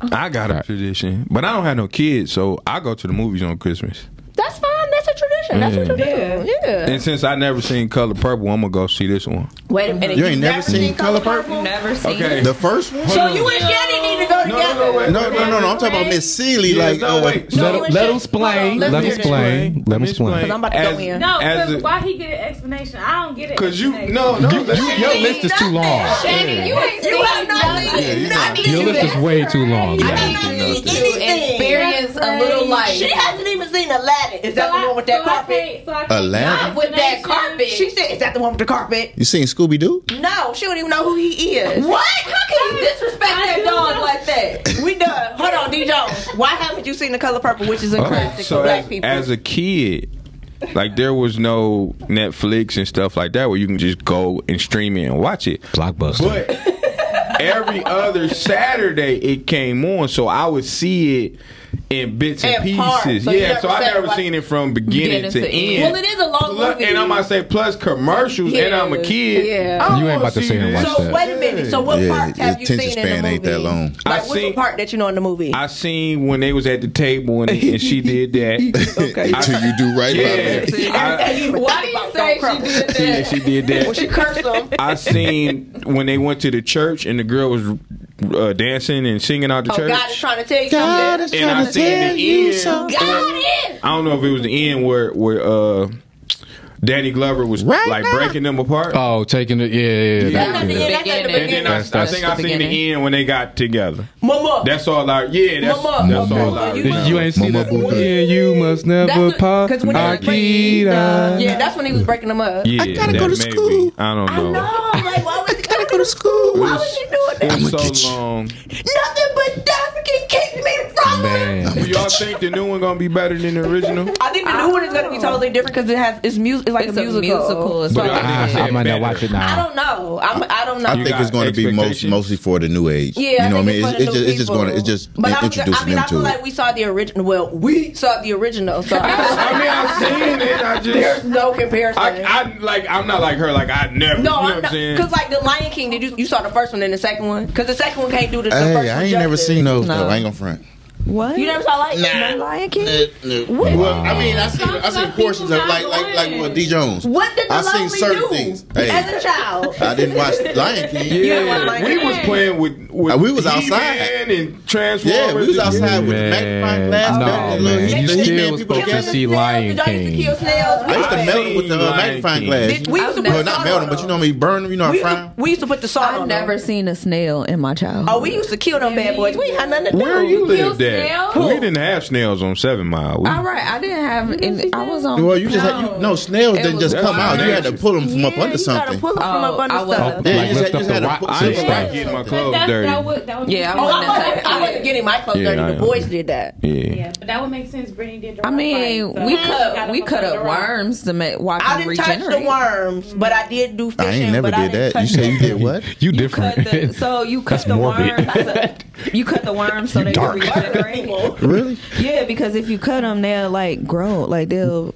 Speaker 7: I got a tradition, but I don't have no kids, so I go to the movies on Christmas.
Speaker 5: That's fine. That's a tradition. That's a tradition. Yeah.
Speaker 7: And since I never seen Color Purple, I'm gonna go see this one.
Speaker 5: Wait a minute.
Speaker 10: You ain't never seen Color Purple?
Speaker 6: never seen
Speaker 7: Okay.
Speaker 10: The first one?
Speaker 5: So you and Shannon need to go
Speaker 7: No,
Speaker 5: together.
Speaker 7: no, no, wait,
Speaker 10: No,
Speaker 7: wait,
Speaker 10: no, no, no. I'm talking about Miss Seeley.
Speaker 7: Yeah,
Speaker 10: like,
Speaker 7: no,
Speaker 10: uh,
Speaker 7: wait.
Speaker 8: let,
Speaker 5: No,
Speaker 8: him- let him
Speaker 5: it's- hold on,
Speaker 8: explain.
Speaker 5: let
Speaker 8: Let
Speaker 5: me
Speaker 8: him explain. Let him explain.
Speaker 5: 'Cause I'm about to
Speaker 7: As-
Speaker 5: go in.
Speaker 11: No,
Speaker 7: as
Speaker 11: but
Speaker 7: a-
Speaker 11: why he get an explanation? I don't get an
Speaker 7: Cause you
Speaker 11: explanation.
Speaker 7: no no
Speaker 8: You-
Speaker 7: let's-
Speaker 8: you- your list is too long.
Speaker 11: Shannon, you ain't
Speaker 5: You
Speaker 11: seen
Speaker 5: have not
Speaker 11: nothing.
Speaker 5: seen
Speaker 8: Your list is
Speaker 5: nothing.
Speaker 8: way too long.
Speaker 5: I
Speaker 8: man.
Speaker 5: have not seen
Speaker 6: to
Speaker 5: anything.
Speaker 6: experience a little life.
Speaker 5: She hasn't even seen Aladdin. Is that the one with that
Speaker 11: so I
Speaker 5: carpet?
Speaker 11: can't- so I can't-
Speaker 10: Aladdin?
Speaker 6: with that carpet.
Speaker 5: She said, "Is that the one with the carpet?"
Speaker 10: You seen Scooby Doo?
Speaker 5: No, she don't even know who he is. What? How can you disrespect
Speaker 11: I
Speaker 5: that
Speaker 11: do
Speaker 5: dog
Speaker 11: know.
Speaker 5: like that? We done. Hold on, D Jones. Why haven't you seen the color purple, which is a
Speaker 7: Okay,
Speaker 5: classic
Speaker 7: Oh. so
Speaker 5: for black
Speaker 7: as,
Speaker 5: people?
Speaker 7: as a kid, like there was no Netflix and stuff like that where you can just go and stream it and watch it.
Speaker 8: Blockbuster.
Speaker 7: But every other Saturday it came on, so I would see it in bits and,
Speaker 5: In parts,
Speaker 7: pieces.
Speaker 5: so you
Speaker 7: yeah,
Speaker 5: never
Speaker 7: so I
Speaker 5: sat
Speaker 7: never
Speaker 5: like-
Speaker 7: seen it from beginning, to, end.
Speaker 5: well, it is a long
Speaker 7: Plus-
Speaker 5: movie.
Speaker 7: and I'm gonna say plus commercials, and I'm a kid.
Speaker 5: Yeah.
Speaker 7: I
Speaker 8: You
Speaker 7: wanna
Speaker 8: ain't
Speaker 5: Oh,
Speaker 8: about to
Speaker 7: see
Speaker 8: sit and
Speaker 7: this.
Speaker 8: watch
Speaker 5: so
Speaker 8: that.
Speaker 5: wait a minute. So what
Speaker 10: Yeah,
Speaker 5: parts have you
Speaker 10: his attention
Speaker 5: seen in the
Speaker 10: span
Speaker 5: movie?
Speaker 10: ain't that long.
Speaker 7: I
Speaker 5: Like, what's the
Speaker 7: seen-
Speaker 5: part that you know in the movie?
Speaker 7: I seen when they was at the table and, and she did that.
Speaker 5: okay.
Speaker 10: Until you do right
Speaker 7: Yeah,
Speaker 10: by me.
Speaker 7: I,
Speaker 5: Why do you say she did that?
Speaker 7: yeah, she did that.
Speaker 5: She cursed him.
Speaker 7: I seen when they went to the church and the girl was uh, dancing and singing out the
Speaker 5: Oh,
Speaker 7: church.
Speaker 5: God is trying to tell you something.
Speaker 7: and I seen the end. I don't know if it was the end where where uh, Danny Glover was like breaking them apart.
Speaker 8: Oh, taking it. Yeah, yeah, yeah.
Speaker 5: That's not the end. That's at the
Speaker 7: and then
Speaker 5: beginning.
Speaker 7: I,
Speaker 8: That's-
Speaker 7: I
Speaker 8: that's-
Speaker 7: think I
Speaker 6: the
Speaker 7: seen
Speaker 6: beginning.
Speaker 7: the end when they got together.
Speaker 5: Mama.
Speaker 7: That's all I. Yeah, that's,
Speaker 5: Mama,
Speaker 7: that's
Speaker 5: okay.
Speaker 7: all I.
Speaker 5: You
Speaker 7: remember.
Speaker 8: You ain't seen
Speaker 10: Mama
Speaker 8: that.
Speaker 10: Booey.
Speaker 8: Yeah, you must never
Speaker 5: That's
Speaker 8: pop.
Speaker 5: because when he was breaking,
Speaker 8: Akita.
Speaker 5: yeah, that's when he was breaking them up.
Speaker 7: Yeah, I gotta go to school. I don't know.
Speaker 5: I'm like, why was he gotta go to
Speaker 10: school.
Speaker 5: Why was he doing that?
Speaker 7: It was
Speaker 10: I'ma get you.
Speaker 7: so long.
Speaker 5: Nothing but African kicked me from it.
Speaker 7: Do
Speaker 8: Man.
Speaker 7: y'all think the new one gonna be better than the original?
Speaker 5: I think the new one is gonna be totally different because it has it's music. It's like
Speaker 6: It's
Speaker 5: a
Speaker 6: a
Speaker 5: musical.
Speaker 6: musical. It's
Speaker 7: But
Speaker 6: like-
Speaker 7: I think
Speaker 8: I, I might not watch it
Speaker 5: I
Speaker 8: now.
Speaker 5: don't know. I'm, I don't know.
Speaker 10: I think
Speaker 7: got
Speaker 10: it's going to be most,
Speaker 7: expectations?
Speaker 10: mostly for the new age.
Speaker 5: yeah,
Speaker 10: you know
Speaker 5: I
Speaker 10: what I
Speaker 5: think
Speaker 10: mean.
Speaker 5: it's,
Speaker 10: It's, it's just, it's just going to,
Speaker 5: to
Speaker 10: it's just
Speaker 5: but I'm
Speaker 10: introducing
Speaker 5: I mean,
Speaker 10: them
Speaker 5: I
Speaker 10: to
Speaker 5: feel
Speaker 10: it.
Speaker 5: like we saw the original. Well, we saw the original, so I-
Speaker 7: I mean, I've seen it. I
Speaker 5: there's
Speaker 7: just,
Speaker 5: no comparison.
Speaker 7: I, I like. I'm not like her. Like I never. you
Speaker 5: no,
Speaker 7: know
Speaker 5: I'm
Speaker 7: what
Speaker 5: not.
Speaker 7: I'm saying?
Speaker 5: Because like the Lion King, did you you saw the first one and the second one? Because the second one can't do the, the first one.
Speaker 10: Hey, I ain't never
Speaker 5: justice.
Speaker 10: seen those.
Speaker 6: No.
Speaker 10: though. I ain't gonna front.
Speaker 6: What?
Speaker 5: You never saw Lion King?
Speaker 10: Nah.
Speaker 5: No Lion King.
Speaker 10: Well, I mean, I seen, I seen
Speaker 11: Some
Speaker 10: portions of
Speaker 11: people
Speaker 10: like,
Speaker 11: not
Speaker 10: like, like
Speaker 11: lying.
Speaker 10: what D Jones.
Speaker 5: What did the
Speaker 10: I
Speaker 5: lonely
Speaker 10: seen certain
Speaker 5: do
Speaker 10: things.
Speaker 5: as a
Speaker 10: Hey,
Speaker 5: child?
Speaker 10: I didn't watch Lion King.
Speaker 5: didn't watch
Speaker 7: Yeah,
Speaker 5: Lion
Speaker 7: we
Speaker 5: King?
Speaker 7: was playing with. with
Speaker 10: Uh, we was
Speaker 7: He-Man
Speaker 10: outside.
Speaker 7: and Transformers.
Speaker 10: Yeah, we was
Speaker 7: and-
Speaker 10: outside with the
Speaker 8: Man,
Speaker 10: magnifying glass.
Speaker 8: no,
Speaker 10: back in the little-
Speaker 8: man, you
Speaker 10: the He-Man
Speaker 8: still was
Speaker 10: people
Speaker 8: supposed to
Speaker 10: together.
Speaker 8: see Lion
Speaker 5: Y'all used to
Speaker 8: King.
Speaker 5: kill snails.
Speaker 10: I used to
Speaker 7: I've
Speaker 10: melt it with the
Speaker 7: seen
Speaker 10: uh,
Speaker 7: Lion
Speaker 10: magnifying
Speaker 7: King.
Speaker 10: glass.
Speaker 5: Did- we used to put
Speaker 10: Well,
Speaker 5: salt
Speaker 10: not melt
Speaker 5: on
Speaker 10: them, but you know what I mean? Burn them, you know,
Speaker 5: We
Speaker 10: fry
Speaker 5: used, to,
Speaker 10: them.
Speaker 5: we used to put the salt
Speaker 6: I've
Speaker 5: on
Speaker 6: never
Speaker 5: them.
Speaker 6: seen a snail in my childhood.
Speaker 5: Oh, we used to kill them bad boys. We had nothing to do.
Speaker 7: Where you lived at?
Speaker 11: snails?
Speaker 7: We didn't have snails on Seven Mile. Oh, We,
Speaker 6: All right, I didn't have. Any, I was on.
Speaker 10: Well, you just had, you, no snails didn't
Speaker 6: was
Speaker 10: just come out. You had to
Speaker 7: wild.
Speaker 10: pull them from up
Speaker 5: Yeah,
Speaker 10: under
Speaker 5: you gotta
Speaker 10: something.
Speaker 5: pull them from
Speaker 6: Oh,
Speaker 5: up under
Speaker 6: I was-
Speaker 5: stuff.
Speaker 10: Yeah,
Speaker 8: Like,
Speaker 10: you
Speaker 8: lift
Speaker 10: just,
Speaker 8: up
Speaker 10: just
Speaker 8: the
Speaker 10: had to
Speaker 8: rock-
Speaker 10: pull
Speaker 8: I ain't
Speaker 10: some
Speaker 7: I
Speaker 10: stuff.
Speaker 7: get my
Speaker 11: But
Speaker 7: clothes
Speaker 11: that's-
Speaker 7: dirty.
Speaker 11: That would, that would
Speaker 6: Yeah,
Speaker 11: make
Speaker 6: I
Speaker 5: Oh, I
Speaker 11: sense.
Speaker 5: wasn't, I wasn't getting my clothes
Speaker 7: Yeah, I
Speaker 5: dirty. The
Speaker 7: am.
Speaker 5: boys did that.
Speaker 7: yeah.
Speaker 11: Yeah, but that would make sense. Brittany did. the
Speaker 6: I
Speaker 11: rock
Speaker 6: mean,
Speaker 11: fight, so she
Speaker 6: we cut
Speaker 11: got
Speaker 6: we
Speaker 11: up
Speaker 6: cut
Speaker 11: under
Speaker 6: up
Speaker 11: the rock.
Speaker 6: worms to make watch
Speaker 5: I
Speaker 6: them
Speaker 5: didn't touch
Speaker 6: regenerate.
Speaker 5: the worms, Um, but I did do fishing.
Speaker 10: I ain't never
Speaker 5: but I
Speaker 10: did
Speaker 5: didn't
Speaker 10: that. You
Speaker 5: touch
Speaker 10: say you
Speaker 5: them.
Speaker 10: did what?
Speaker 8: You
Speaker 6: You cut
Speaker 8: different.
Speaker 6: the, so you cut
Speaker 8: That's
Speaker 6: the
Speaker 8: morbid.
Speaker 6: worms. you cut the worms so they
Speaker 8: dark.
Speaker 6: can regenerate.
Speaker 10: Really?
Speaker 6: yeah, because if you cut them, they'll like grow. Like they'll.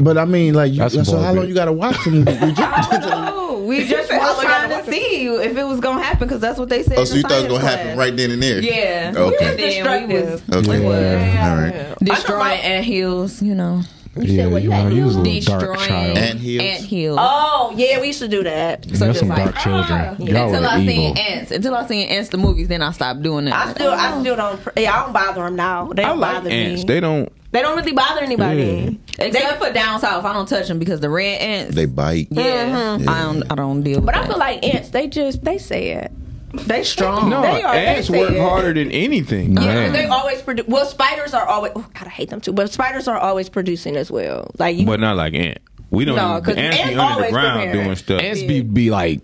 Speaker 10: But I mean, like, you,
Speaker 8: That's
Speaker 10: so how
Speaker 8: morbid.
Speaker 10: long you got to watch them?
Speaker 6: I don't
Speaker 11: Oh,
Speaker 6: know. We just
Speaker 5: How
Speaker 6: was
Speaker 5: long
Speaker 6: trying
Speaker 5: y'all
Speaker 6: to see if it was gonna happen because that's what they said.
Speaker 10: Oh,
Speaker 6: in
Speaker 10: so
Speaker 6: the
Speaker 10: you thought it was
Speaker 6: science
Speaker 10: gonna happen
Speaker 6: class.
Speaker 10: right then and there?
Speaker 6: Yeah.
Speaker 10: Okay.
Speaker 6: Then we was
Speaker 10: Okay.
Speaker 8: Yeah.
Speaker 10: All right.
Speaker 6: destroying ant hills. You know,
Speaker 8: Yeah, you, know, you was a little dark
Speaker 6: destroying
Speaker 8: child.
Speaker 10: Ant hills.
Speaker 6: Ant hills.
Speaker 5: Oh, yeah, we used to do that.
Speaker 8: So There's
Speaker 6: just
Speaker 8: some
Speaker 6: like,
Speaker 8: dark children. Y'all
Speaker 6: Until
Speaker 8: were
Speaker 6: I
Speaker 8: evil.
Speaker 6: seen ants, until I seen ants the movies, then I stopped doing it.
Speaker 5: I still, I still don't. Yeah, I don't bother them now. They
Speaker 7: I
Speaker 5: don't
Speaker 7: like
Speaker 5: bother
Speaker 7: ants.
Speaker 5: me.
Speaker 7: They don't.
Speaker 5: They don't really bother anybody.
Speaker 6: Except for down south, I don't touch them because the red ants.
Speaker 10: They bite.
Speaker 6: yeah,
Speaker 8: Uh-huh.
Speaker 10: Yeah.
Speaker 6: I don't. I don't deal. With
Speaker 5: But I
Speaker 6: that.
Speaker 5: feel like ants. They just they sad. They strong.
Speaker 7: No,
Speaker 5: they are,
Speaker 7: ants
Speaker 5: they
Speaker 7: work
Speaker 5: sad.
Speaker 7: harder than anything.
Speaker 5: Yeah, 'cause
Speaker 8: Man.
Speaker 5: they always produce. Well, spiders are always. Oh, God, I hate them too. But spiders are always producing as well. Like you,
Speaker 7: But not like ant. We don't.
Speaker 5: No,
Speaker 7: even-
Speaker 5: 'cause
Speaker 7: ants be
Speaker 5: ants
Speaker 7: under the
Speaker 5: always
Speaker 7: ground
Speaker 5: preparing.
Speaker 7: doing stuff.
Speaker 8: Ants be, be like,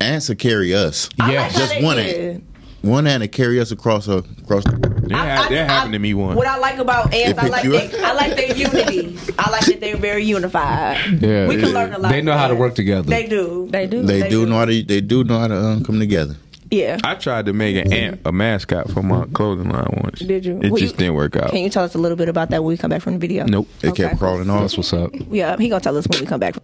Speaker 10: Ants will carry us.
Speaker 5: I
Speaker 8: yeah,
Speaker 5: like how
Speaker 10: just
Speaker 5: they-
Speaker 10: one
Speaker 5: yeah.
Speaker 10: ant. One ant will carry us across a across. The,
Speaker 7: That, ha-
Speaker 5: I-
Speaker 7: that
Speaker 5: I-
Speaker 7: happened to me once.
Speaker 5: What I like about ants, I
Speaker 10: pick
Speaker 5: like
Speaker 10: you
Speaker 5: they,
Speaker 10: up.
Speaker 5: I like their unity. I like that they're very unified.
Speaker 8: yeah,
Speaker 5: we can learn a lot.
Speaker 8: They know
Speaker 5: from
Speaker 8: how to
Speaker 5: ants.
Speaker 8: work together.
Speaker 5: They do.
Speaker 6: they do.
Speaker 10: they do know how to. They do know how to um, come together.
Speaker 5: Yeah.
Speaker 7: I tried to make an ant a mascot for my clothing line once.
Speaker 5: Did you?
Speaker 7: It
Speaker 5: Well,
Speaker 7: just
Speaker 5: you-
Speaker 7: didn't work out.
Speaker 5: Can you tell us a little bit about that when we come back from the video?
Speaker 7: nope.
Speaker 10: They kept
Speaker 5: Okay.
Speaker 10: crawling off.
Speaker 8: That's what's up.
Speaker 5: Yeah, he gonna tell us when we come back.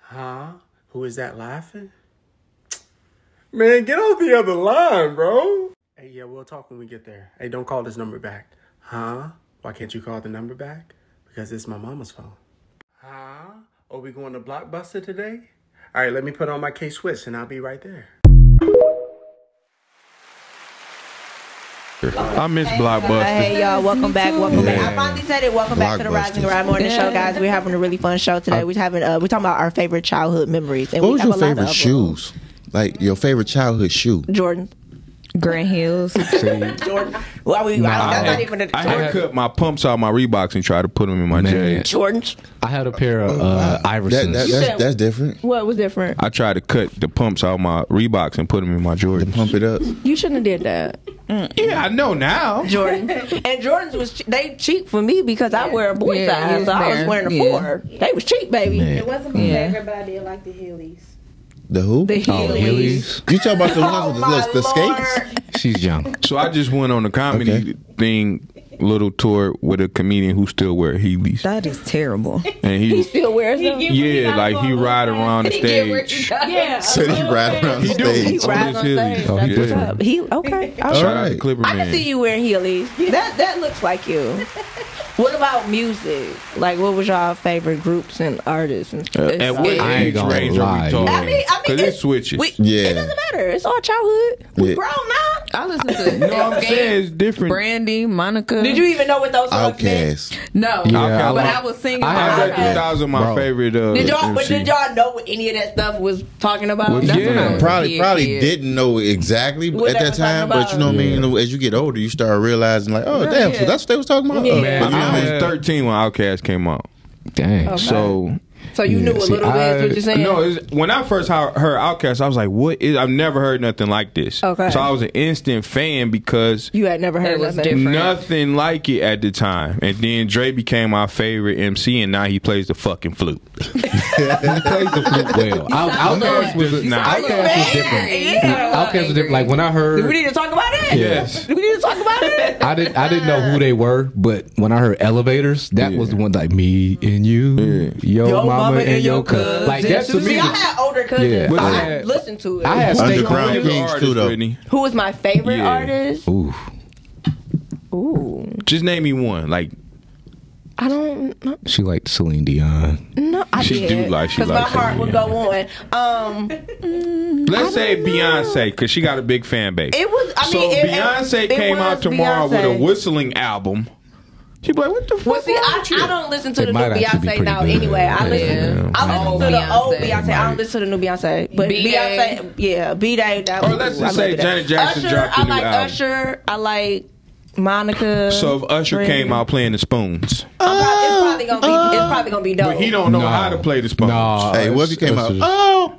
Speaker 12: Huh? Who is that laughing? Man, get off the other line, bro. Hey, yeah, we'll talk when we get there. Hey, don't call this number back. Huh? Why can't you call the number back? Because it's my mama's phone. Huh? Are we going to Blockbuster today? All right, let me put on my K Swiss and I'll be right there.
Speaker 7: I miss Blockbuster.
Speaker 5: Hey y'all, welcome back. Welcome back. I finally said it. Welcome back to the Rising
Speaker 10: Blockbusters.
Speaker 5: Ride Morning Show, guys. We're having a really fun show today. We're having uh, we're talking about our favorite childhood memories, and
Speaker 10: What
Speaker 5: we
Speaker 10: was
Speaker 5: have
Speaker 10: your
Speaker 5: a lot
Speaker 10: favorite
Speaker 5: of uh,
Speaker 10: shoes? Like your favorite childhood shoe?
Speaker 5: Jordan.
Speaker 6: Grand Hills.
Speaker 5: Jordan. Well, we, I, that's not even a
Speaker 7: I had
Speaker 5: Jordan.
Speaker 7: cut my pumps out my Reeboks and tried to put them in my
Speaker 8: Man.
Speaker 7: jeans.
Speaker 5: Jordan's.
Speaker 8: I had a pair of uh,
Speaker 10: That,
Speaker 8: Iversons.
Speaker 10: that, that's, that's different.
Speaker 5: What was different?
Speaker 7: I tried to cut the pumps out my Reeboks and put them in my Jordans.
Speaker 10: Pump it up.
Speaker 5: You shouldn't have did that,
Speaker 7: Yeah, I know now.
Speaker 5: Jordan. and Jordans was che- they cheap for me because I wear a boy
Speaker 6: Yeah,
Speaker 5: size,
Speaker 6: yeah,
Speaker 5: so I was
Speaker 6: fair.
Speaker 5: wearing a
Speaker 6: Yeah.
Speaker 5: four. They was cheap, baby.
Speaker 11: It wasn't my
Speaker 6: Yeah.
Speaker 11: favorite, but I did like the Heelys.
Speaker 10: The who?
Speaker 5: The
Speaker 8: Oh,
Speaker 5: Heelys.
Speaker 8: Heelys.
Speaker 10: you talking about the ones with the,
Speaker 5: Oh, my
Speaker 10: little- the skates?
Speaker 5: Lord.
Speaker 8: She's young.
Speaker 7: So I just went on a comedy
Speaker 10: Okay.
Speaker 7: thing, little tour with a comedian who still wear Heelys,
Speaker 6: that is terrible.
Speaker 7: and
Speaker 5: He
Speaker 7: he,
Speaker 5: still wears them.
Speaker 11: He-
Speaker 7: yeah, like he ride around the stage.
Speaker 11: Yeah.
Speaker 10: So they ride around the
Speaker 7: He do.
Speaker 10: stage.
Speaker 7: on
Speaker 5: rides
Speaker 7: his
Speaker 5: on stage.
Speaker 7: Heelys. Oh, he
Speaker 5: That's what's
Speaker 7: did.
Speaker 5: up. He okay. All
Speaker 7: Shout out
Speaker 5: right.
Speaker 7: to
Speaker 10: Alright.
Speaker 7: Clipper
Speaker 5: I
Speaker 7: Man.
Speaker 5: can see you wearing Heelys. That that looks like you. What about music? Like, what was y'all favorite groups and artists? And
Speaker 7: Uh, at what
Speaker 5: I
Speaker 7: age
Speaker 5: ain't gonna
Speaker 7: range are
Speaker 5: lie.
Speaker 7: we talking?
Speaker 5: I mean- I mean,
Speaker 7: Cause it
Speaker 5: it's-
Speaker 7: switches.
Speaker 5: we- It doesn't matter. It's all childhood.
Speaker 7: Yeah.
Speaker 5: We grown now.
Speaker 6: I listen to
Speaker 7: No, I'm saying it's different.
Speaker 6: Brandy, Monica.
Speaker 5: Did you even know what those songs meant?
Speaker 10: Outcast.
Speaker 6: No,
Speaker 7: Yeah, I
Speaker 6: but
Speaker 7: like-
Speaker 6: I was singing.
Speaker 7: I had
Speaker 6: behind
Speaker 7: that
Speaker 6: her.
Speaker 7: 2000 my
Speaker 10: Bro.
Speaker 7: favorite. Uh,
Speaker 5: Did y'all? But
Speaker 7: MC.
Speaker 5: did y'all know what any of that stuff was talking about?
Speaker 7: Well,
Speaker 6: That's
Speaker 7: yeah.
Speaker 6: when I was
Speaker 10: probably
Speaker 6: a kid,
Speaker 10: probably
Speaker 6: kid.
Speaker 10: didn't know exactly
Speaker 5: What
Speaker 10: at
Speaker 5: they
Speaker 10: that
Speaker 5: was
Speaker 10: time,
Speaker 5: talking
Speaker 10: but you know what I mean. As you get older, you start realizing like, oh damn, so that's what they was talking about.
Speaker 5: Yeah.
Speaker 10: Uh,
Speaker 7: I, mean, I was
Speaker 8: Yeah.
Speaker 7: 13 when Outkast came out.
Speaker 8: Dang.
Speaker 7: So
Speaker 5: Oh, So you knew a little bit. is what you're saying?
Speaker 7: No, it's, when I first heard, heard Outkast, I was like, "What is?" I've never heard nothing like this.
Speaker 5: Okay.
Speaker 7: So I was an instant fan because
Speaker 5: you had never heard
Speaker 6: It was
Speaker 5: nothing.
Speaker 6: different.
Speaker 7: nothing like it at the time. And then Dre became my favorite MC, and now he plays the fucking flute.
Speaker 8: he plays the flute well. Out- Outkast was a-
Speaker 7: You sound
Speaker 8: Outkast was different.
Speaker 5: Yeah.
Speaker 8: Outkast was different. Like when I
Speaker 5: Do we
Speaker 8: heard,
Speaker 5: need to talk about it?
Speaker 7: Yes.
Speaker 5: Do we need to talk about it?
Speaker 8: I didn't I didn't know who they were, but when I heard elevators, that was the one like me and you, yo,
Speaker 5: Yo,
Speaker 8: mama, and yo cuz. Like that to
Speaker 5: See,
Speaker 8: me.
Speaker 5: I had older cousins.
Speaker 8: Yeah.
Speaker 5: Yeah,
Speaker 8: But
Speaker 5: I
Speaker 8: I
Speaker 5: had
Speaker 8: had-
Speaker 5: listened to it.
Speaker 8: I had stay
Speaker 10: Underground
Speaker 7: Favorite
Speaker 10: Kings,
Speaker 7: artist,
Speaker 10: too, though.
Speaker 7: Brittany.
Speaker 5: Who was my favorite
Speaker 7: Yeah.
Speaker 5: artist?
Speaker 8: Ooh,
Speaker 5: Ooh,
Speaker 7: Just name me one. Like
Speaker 5: I don't know.
Speaker 8: she liked Celine Dion.
Speaker 5: No, I
Speaker 7: She
Speaker 5: did.
Speaker 7: do like- she
Speaker 5: Cause
Speaker 7: like
Speaker 5: my heart would
Speaker 7: Celine.
Speaker 5: go on. Um,
Speaker 7: let's say Beyonce, because she got a big fan base.
Speaker 5: it was. I
Speaker 7: so
Speaker 5: mean, it, it-
Speaker 7: Beyonce
Speaker 5: it
Speaker 7: came
Speaker 5: was
Speaker 7: out tomorrow
Speaker 5: Beyonce.
Speaker 7: with a whistling album. She be like, "What the fuck?"
Speaker 5: Well, see, I,
Speaker 7: wrong with
Speaker 5: I
Speaker 7: you?"
Speaker 5: don't listen to
Speaker 8: It
Speaker 5: the new
Speaker 8: might actually be
Speaker 5: Beyonce
Speaker 8: pretty
Speaker 5: now.
Speaker 8: good.
Speaker 5: Anyway, I
Speaker 8: Yeah. Oh,
Speaker 5: listen. I
Speaker 8: Yeah.
Speaker 5: listen
Speaker 6: Old
Speaker 5: to the old
Speaker 6: Beyonce.
Speaker 5: Beyonce. I don't listen to the new Beyonce. But
Speaker 6: B.A.
Speaker 5: Beyonce, yeah, B Day. That
Speaker 7: Or
Speaker 5: was-
Speaker 7: let's
Speaker 5: I
Speaker 7: just say
Speaker 5: love that.
Speaker 7: Janet Jackson
Speaker 5: Usher,
Speaker 7: dropped a
Speaker 5: I
Speaker 7: new
Speaker 5: like
Speaker 7: album.
Speaker 5: Usher. I like Monica.
Speaker 7: So if Usher
Speaker 5: Brandy.
Speaker 7: came out playing the spoons,
Speaker 5: I'm probably- it's probably gonna be. It's probably gonna be dope.
Speaker 7: but he don't know
Speaker 8: No.
Speaker 7: how to play the spoons.
Speaker 8: No,
Speaker 10: Hey, what if you came out? Oh,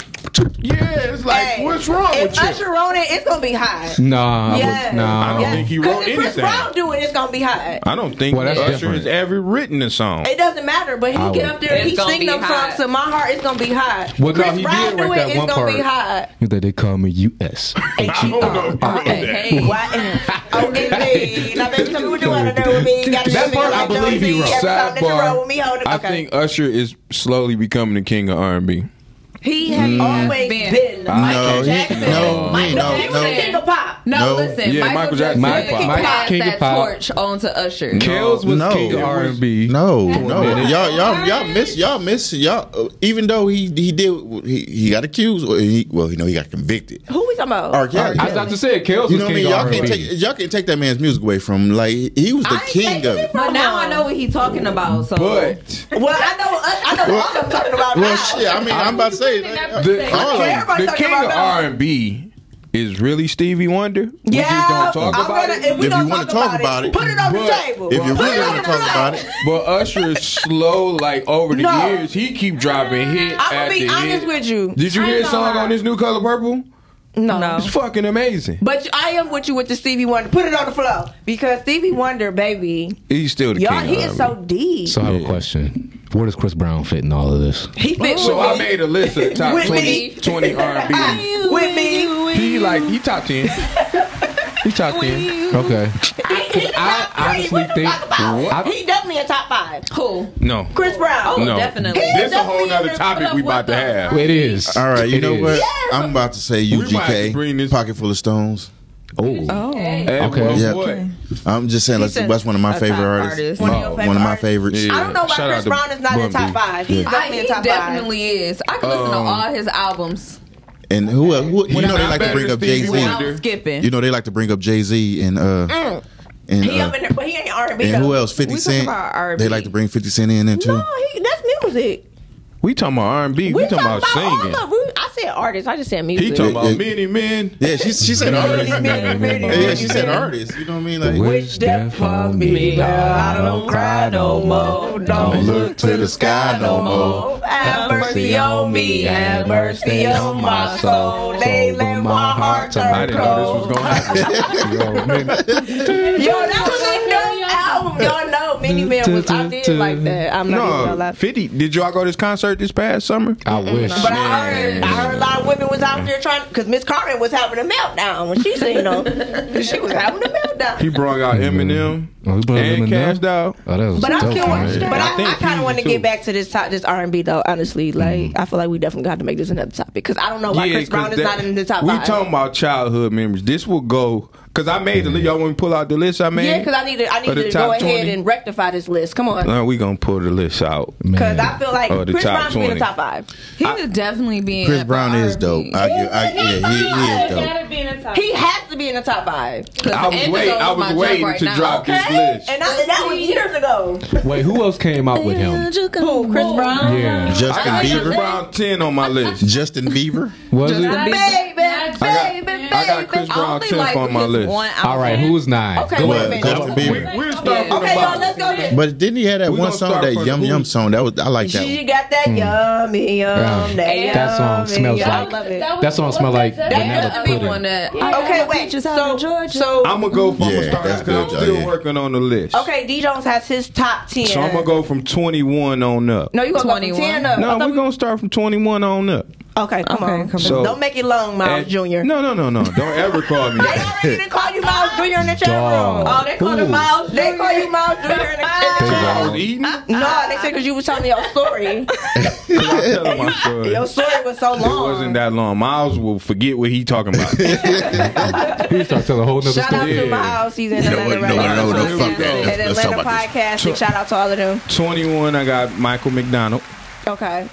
Speaker 7: Yeah, it's like,
Speaker 5: Hey,
Speaker 7: what's wrong
Speaker 5: if
Speaker 7: with you?
Speaker 5: Usher wrote it, it's gonna be hot.
Speaker 8: Nah,
Speaker 5: Yeah.
Speaker 8: I would, nah.
Speaker 7: I don't
Speaker 5: Yeah.
Speaker 7: think he
Speaker 5: 'Cause
Speaker 7: wrote
Speaker 5: if Chris
Speaker 7: anything.
Speaker 5: Brown do it, it's gonna be hot.
Speaker 7: I don't think
Speaker 8: Well, that's
Speaker 7: Usher
Speaker 8: different.
Speaker 7: has ever written a song.
Speaker 5: It doesn't matter, but he
Speaker 8: I
Speaker 5: get
Speaker 8: would-
Speaker 5: up there and he
Speaker 6: It's gonna
Speaker 5: sing
Speaker 6: be
Speaker 5: them
Speaker 6: hot.
Speaker 5: songs, so my heart is gonna be hot.
Speaker 8: Well, no,
Speaker 5: Chris
Speaker 8: he
Speaker 5: Brown
Speaker 8: did write
Speaker 5: do it,
Speaker 8: that
Speaker 5: it's
Speaker 8: one
Speaker 5: gonna
Speaker 8: part. Oh,
Speaker 5: be hot.
Speaker 8: You think they call me U.S.
Speaker 7: I
Speaker 6: Oh,
Speaker 7: don't
Speaker 8: E
Speaker 7: know.
Speaker 5: Okay. Okay, now baby, tell oh, me what you wanna do with me. Got
Speaker 8: That part I believe he wrote.
Speaker 5: Every song that you
Speaker 7: Sidebar,
Speaker 5: wrote with me, hold it.
Speaker 7: I
Speaker 5: okay.
Speaker 7: think Usher is slowly becoming the king of R&B.
Speaker 6: He has
Speaker 8: Mm.
Speaker 7: Mm.
Speaker 5: always been.
Speaker 10: no, he, no, he, no,
Speaker 5: He was a
Speaker 10: no.
Speaker 5: king of pop.
Speaker 6: No,
Speaker 10: No.
Speaker 6: listen.
Speaker 7: Yeah, Michael
Speaker 6: Michael
Speaker 7: Jackson.
Speaker 6: Jackson,
Speaker 8: Michael- Michael
Speaker 6: passed
Speaker 8: King of
Speaker 6: that
Speaker 8: Pop.
Speaker 6: torch on to Usher.
Speaker 8: Kels was
Speaker 10: No.
Speaker 8: king of
Speaker 10: It was-
Speaker 8: R&B.
Speaker 10: No,
Speaker 8: a
Speaker 10: no,
Speaker 8: minute.
Speaker 10: y'all, y'all, y'all miss, y'all miss, y'all. Uh, even though he he did, he, he got accused, or he, well, you know, he got convicted.
Speaker 5: Who we talking about?
Speaker 10: R. Kelly.
Speaker 8: I was about to say Kels
Speaker 10: You
Speaker 8: was
Speaker 10: know what I
Speaker 8: king
Speaker 10: mean?
Speaker 8: of
Speaker 10: Y'all
Speaker 8: R&B.
Speaker 10: can't take y'all can't take that man's music away from him. like he was the
Speaker 5: ain't
Speaker 10: king
Speaker 5: taking
Speaker 10: of
Speaker 5: it
Speaker 10: it.
Speaker 5: from
Speaker 6: But now I know what he's talking about. So
Speaker 7: But
Speaker 5: Well, I know I, I know what I'm talking about
Speaker 10: Well,
Speaker 5: now.
Speaker 10: shit. I mean, I'm about to say like,
Speaker 7: the,
Speaker 10: all of them.
Speaker 5: Everybody
Speaker 7: the
Speaker 5: talking
Speaker 7: king
Speaker 5: about
Speaker 7: of
Speaker 5: that.
Speaker 7: R&B is really Stevie Wonder. We just
Speaker 5: Yeah,
Speaker 7: don't talk
Speaker 5: I'm
Speaker 7: about
Speaker 5: gonna,
Speaker 7: it.
Speaker 5: if we
Speaker 10: If
Speaker 5: don't
Speaker 10: you wanna
Speaker 5: talk, about, it, put it on the
Speaker 7: but-
Speaker 5: table.
Speaker 10: If you
Speaker 5: Put it
Speaker 10: really
Speaker 5: on
Speaker 10: want to
Speaker 5: the
Speaker 10: talk about it,
Speaker 7: But Usher is slow, like over the
Speaker 5: No.
Speaker 7: years, he keep dropping hit
Speaker 5: I'm
Speaker 7: after
Speaker 5: gonna be
Speaker 7: hit.
Speaker 5: honest with you.
Speaker 7: Did you
Speaker 5: I
Speaker 7: hear
Speaker 5: ain't
Speaker 7: a song
Speaker 5: gonna
Speaker 7: on
Speaker 5: lie.
Speaker 7: this new color purple?
Speaker 5: No.
Speaker 7: It's fucking amazing.
Speaker 5: But I am with you with the Stevie Wonder. Put it on the floor because Stevie Wonder, baby,
Speaker 7: He's still the
Speaker 5: y'all,
Speaker 7: king.
Speaker 5: he
Speaker 7: of
Speaker 5: is
Speaker 7: R&B.
Speaker 5: so deep.
Speaker 8: So I have a question. Where does Chris Brown fit in all of this?
Speaker 5: he fit
Speaker 7: So
Speaker 5: with
Speaker 7: I
Speaker 5: me.
Speaker 7: made a list of the top
Speaker 5: With
Speaker 7: 20,
Speaker 5: me.
Speaker 7: 20 R&B.
Speaker 5: with me.
Speaker 7: He like he top ten. He top ten.
Speaker 8: Okay.
Speaker 5: He, he
Speaker 8: I
Speaker 5: top three.
Speaker 8: honestly
Speaker 5: What the
Speaker 8: think-
Speaker 5: fuck about?
Speaker 8: What?
Speaker 5: He definitely a top five.
Speaker 6: who?
Speaker 7: No,
Speaker 5: Chris Brown.
Speaker 6: Oh,
Speaker 7: no,
Speaker 6: definitely.
Speaker 7: This a whole
Speaker 5: Definitely
Speaker 7: nother
Speaker 5: in
Speaker 7: topic
Speaker 6: the-
Speaker 7: we about to
Speaker 6: what the-
Speaker 7: have.
Speaker 8: It is.
Speaker 10: all right, you
Speaker 8: It
Speaker 10: know
Speaker 8: is.
Speaker 10: what? I'm about to say
Speaker 7: might have to
Speaker 10: UGK,
Speaker 7: bring this-
Speaker 10: pocket full of stones.
Speaker 8: Oh.
Speaker 7: Hey,
Speaker 8: Okay.
Speaker 7: well,
Speaker 10: Yeah.
Speaker 7: boy.
Speaker 10: I'm just saying, that's,
Speaker 6: a-
Speaker 10: that's one of my
Speaker 6: a
Speaker 10: favorite
Speaker 6: top
Speaker 10: artists.
Speaker 6: artist. One
Speaker 5: of your
Speaker 10: one
Speaker 5: favorite
Speaker 10: of my
Speaker 5: artists?
Speaker 10: favorites.
Speaker 7: Yeah.
Speaker 5: I don't know why
Speaker 7: Shout out
Speaker 5: Chris
Speaker 7: to
Speaker 5: Brown is not in
Speaker 7: Bun
Speaker 5: top
Speaker 7: B.
Speaker 5: five. He's
Speaker 6: I,
Speaker 5: definitely
Speaker 6: he
Speaker 5: in top
Speaker 6: definitely is. I can listen to
Speaker 7: Um,
Speaker 6: all his albums.
Speaker 10: And who, el- who you know they
Speaker 7: not
Speaker 10: like to
Speaker 7: better
Speaker 10: bring
Speaker 7: than
Speaker 10: up Jay
Speaker 7: Stevie Wonder.
Speaker 10: Z.
Speaker 6: I'm skipping.
Speaker 10: You know they like to bring up Jay Z and uh
Speaker 5: Mm,
Speaker 10: and,
Speaker 5: five. He
Speaker 10: uh,
Speaker 5: up in there, but he ain't R and B.
Speaker 10: and who else? Fifty
Speaker 6: We talking
Speaker 10: Cent.
Speaker 6: about R&B.
Speaker 10: They like to bring Fifty Cent in there too.
Speaker 5: No, he, that's music.
Speaker 7: We talking about R&B. We,
Speaker 5: We,
Speaker 7: talking about singing.
Speaker 5: all of. We, I said artists. I just said music.
Speaker 7: He talking
Speaker 10: Yeah,
Speaker 7: about
Speaker 10: yeah.
Speaker 7: many men.
Speaker 10: Yeah, she she said artist. Yeah, she said artist. You know what I mean? Like
Speaker 5: Wish death on me, but I don't cry no more. Don't look to the sky no more. Have mercy on me, have mercy on my soul. They let my heart
Speaker 7: I
Speaker 5: turn
Speaker 7: didn't know this was
Speaker 5: cold.
Speaker 7: gonna happen.
Speaker 5: Yo, that was a dope album. Y'all know, Many Men was. I did like that. I'm not even gonna
Speaker 7: no,
Speaker 5: lie.
Speaker 7: Fifty. Did y'all go to this concert this past summer?
Speaker 8: I wish.
Speaker 5: But I heard, I heard a lot of women was out there trying because Miss Carmen was having a meltdown when she seen them. she was having a meltdown.
Speaker 7: He brought out Eminem
Speaker 8: Oh, he brought out
Speaker 7: and
Speaker 8: Eminem?
Speaker 7: Cashed Out.
Speaker 8: Oh, that was
Speaker 5: But I
Speaker 8: dope,
Speaker 5: still want,
Speaker 8: man.
Speaker 5: but
Speaker 7: I
Speaker 5: I,
Speaker 7: think
Speaker 5: I, kind
Speaker 7: he's
Speaker 5: of want to
Speaker 7: too.
Speaker 5: get back to this top, this R and B though. Honestly, like I feel like we definitely got to make this another topic because I don't know why
Speaker 7: 'cause
Speaker 5: Chris Brown is
Speaker 7: that-
Speaker 5: not in the top
Speaker 7: We
Speaker 5: five.
Speaker 7: talking about childhood memories. This will go Because I made the list. Y'all want me to pull out the list I made?
Speaker 5: yeah, because I need to, I
Speaker 7: Of
Speaker 5: need
Speaker 7: the
Speaker 5: to
Speaker 7: top
Speaker 5: go ahead
Speaker 7: 20?
Speaker 5: and rectify this list. Come on,
Speaker 7: Uh, we gonna pull the list out.
Speaker 5: because I feel like
Speaker 7: Of the
Speaker 5: Chris
Speaker 7: top
Speaker 5: Brown should be in the
Speaker 7: 20.
Speaker 5: top five.
Speaker 6: He would definitely be.
Speaker 10: Chris Brown is dope. I, give- I, yeah, he, he is dope.
Speaker 5: be in the top. He has to be in the top five.
Speaker 7: I was wait. I was waiting to drop this list.
Speaker 5: And I, that was years ago.
Speaker 8: Wait, who else came out with him?
Speaker 5: Who, Chris Brown?
Speaker 8: Yeah,
Speaker 10: Justin
Speaker 7: I got Chris
Speaker 10: Bieber.
Speaker 7: Brown ten on my list.
Speaker 10: Justin Bieber.
Speaker 8: was it?
Speaker 5: Baby, baby, baby.
Speaker 7: I got Chris Brown
Speaker 6: Only
Speaker 7: tenth
Speaker 6: like
Speaker 7: on my
Speaker 6: his
Speaker 7: list.
Speaker 6: one
Speaker 8: All right,
Speaker 6: album.
Speaker 8: who's nine?
Speaker 5: Okay,
Speaker 8: Go
Speaker 5: wait
Speaker 8: ahead.
Speaker 5: a
Speaker 10: What? Justin
Speaker 5: minute.
Speaker 10: Bieber.
Speaker 7: We're starting from the
Speaker 5: Okay, y'all,
Speaker 7: bottom.
Speaker 5: let's go here.
Speaker 10: But didn't he have that
Speaker 7: We
Speaker 10: one
Speaker 7: gonna
Speaker 10: song,
Speaker 7: start
Speaker 10: that
Speaker 7: from Hmm.
Speaker 10: Yum
Speaker 7: who?
Speaker 10: Yum song? That was I like that
Speaker 5: She
Speaker 10: one.
Speaker 5: got that yummy, yum,
Speaker 8: Mm.
Speaker 5: that
Speaker 8: Yeah. That song
Speaker 5: yummy,
Speaker 8: smells
Speaker 5: yum.
Speaker 8: like-
Speaker 5: I love it.
Speaker 8: That song smell like
Speaker 6: That's
Speaker 8: vanilla
Speaker 6: the big one
Speaker 8: pudding.
Speaker 6: that.
Speaker 5: Okay, wait. So, so
Speaker 7: I'm gonna go. From, I'm
Speaker 10: Yeah,
Speaker 7: gonna start
Speaker 10: that's
Speaker 7: that's good. I'm
Speaker 10: good,
Speaker 7: still
Speaker 10: yeah.
Speaker 7: working on the list.
Speaker 5: okay, D Jones has his top ten.
Speaker 7: So I'm gonna go from 21 on up.
Speaker 5: No, you gonna go from
Speaker 6: 21.
Speaker 5: ten up? I
Speaker 7: No,
Speaker 5: thought
Speaker 7: we're gonna start from 21 on up.
Speaker 5: we- Okay, come
Speaker 6: Okay,
Speaker 5: on.
Speaker 6: come
Speaker 7: So- on.
Speaker 5: Don't make it long, Miles
Speaker 7: And-
Speaker 5: Junior.
Speaker 7: No, no, no, no. Don't ever call me.
Speaker 5: They
Speaker 7: that.
Speaker 5: already didn't call you Miles Junior in the chat room.
Speaker 8: Dog.
Speaker 5: Oh, they called him
Speaker 8: Who?
Speaker 5: Miles. They call you Miles Junior in the chat
Speaker 8: They
Speaker 5: room.
Speaker 7: Cause I
Speaker 8: wrong.
Speaker 7: was eating.
Speaker 5: No, they said because you was telling your story.
Speaker 7: Cause I tell them my story.
Speaker 5: Your story was so
Speaker 7: It
Speaker 5: long.
Speaker 7: wasn't that long. Miles will forget what he talking about.
Speaker 8: He started telling a whole nother
Speaker 5: Shout out
Speaker 8: story.
Speaker 5: to Miles. He's in Atlanta
Speaker 10: No, no,
Speaker 5: right now.
Speaker 10: no, no,
Speaker 7: Here we
Speaker 10: fuck that.
Speaker 7: go.
Speaker 5: At
Speaker 10: Let's, let's talk
Speaker 5: Atlanta
Speaker 10: about this.
Speaker 5: podcasting. Shout out to all of them.
Speaker 7: 21, I got Michael McDonald.
Speaker 5: Okay.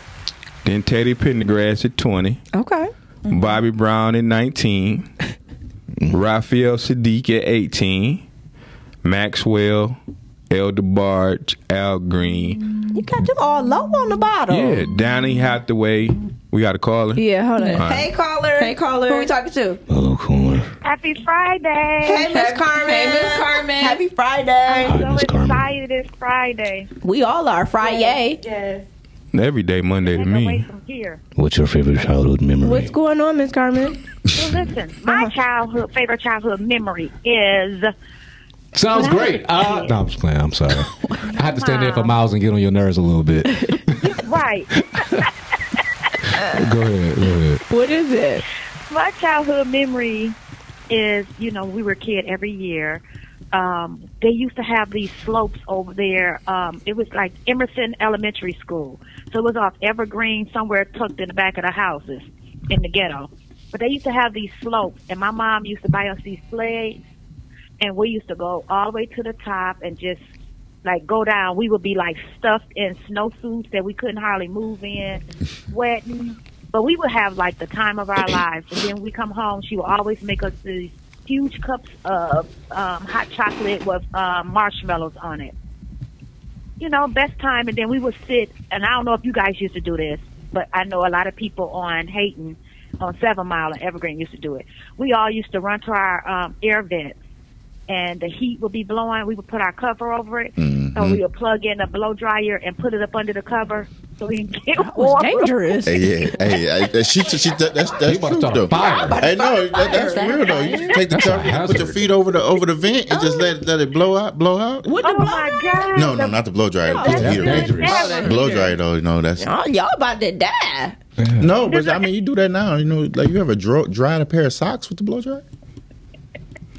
Speaker 7: Then Teddy Pendergrass at 20.
Speaker 5: Okay.
Speaker 7: Bobby Brown at 19.
Speaker 10: Mm-hmm.
Speaker 7: Raphael Sadiq at 18. Maxwell, El DeBarge, Al Green.
Speaker 5: You got them all low on the
Speaker 10: Oh.
Speaker 5: bottom.
Speaker 7: Yeah, Donnie Hathaway. We got a caller.
Speaker 5: Yeah, hold on.
Speaker 7: right.
Speaker 5: Hey caller. Hey caller. Who we talking to?
Speaker 3: Hello, caller.
Speaker 11: Happy Friday.
Speaker 5: Hey Miss Carmen.
Speaker 6: Hey, Miss Carmen.
Speaker 5: Happy Friday.
Speaker 3: Hi, Miss Carmen.
Speaker 11: it's Friday.
Speaker 5: We all are Friday.
Speaker 11: Yes.
Speaker 7: Every day, Monday to me.
Speaker 11: from here.
Speaker 3: What's your favorite childhood memory?
Speaker 5: What's going on, Miss Carmen?
Speaker 11: Well, listen, my
Speaker 9: Uh-huh.
Speaker 11: childhood favorite childhood memory is
Speaker 8: Sounds great. Uh, no, I'm just playing. I'm sorry. I had to stand there for Miles and get on your nerves a little bit.
Speaker 11: right.
Speaker 8: Go ahead. Go ahead.
Speaker 5: What is it?
Speaker 11: my childhood memory is, you know, we were a kid every year. Um, they used to have these slopes over there. Um, it was like Emerson Elementary School. So it was off Evergreen, somewhere tucked in the back of the houses in the ghetto. But they used to have these slopes, and my mom used to buy us these sleds, and we used to go all the way to the top and just like go down. We would be like stuffed in snowsuits that we couldn't hardly move in, sweating. But we would have like the time of our lives. And then we come home, she would always make us these huge cups of um, hot chocolate with um, marshmallows on it. You know, best time. And then we would sit, and I don't know if you guys used to do this, but I know a lot of people on Hayton, on Seven Mile and Evergreen used to do it. We all used to run to our um, air vents, and the heat would be blowing. We would put our cover over it, so we would plug in a blow dryer and put it up under the cover so we can get warm.
Speaker 5: Dangerous.
Speaker 10: Hey, yeah, hey, hey, she, she, that- that's that's
Speaker 8: You about to
Speaker 10: true
Speaker 8: start
Speaker 10: though.
Speaker 8: a fire.
Speaker 10: Hey, no, that, that's real though. You just take the
Speaker 8: That's a
Speaker 10: cover, put your
Speaker 8: hazard.
Speaker 10: feet over the over the vent, and just let let it blow out, blow out.
Speaker 5: What
Speaker 11: Oh
Speaker 5: the
Speaker 11: my God!
Speaker 10: No, no, not the blow dryer.
Speaker 5: No,
Speaker 10: Put the
Speaker 5: that's
Speaker 10: heater.
Speaker 8: dangerous.
Speaker 10: on. Blow dryer though, you know that's
Speaker 5: Oh, y'all about to die.
Speaker 10: no, but I mean you do that now. You know, like you ever dro- dried a pair of socks with the blow dryer?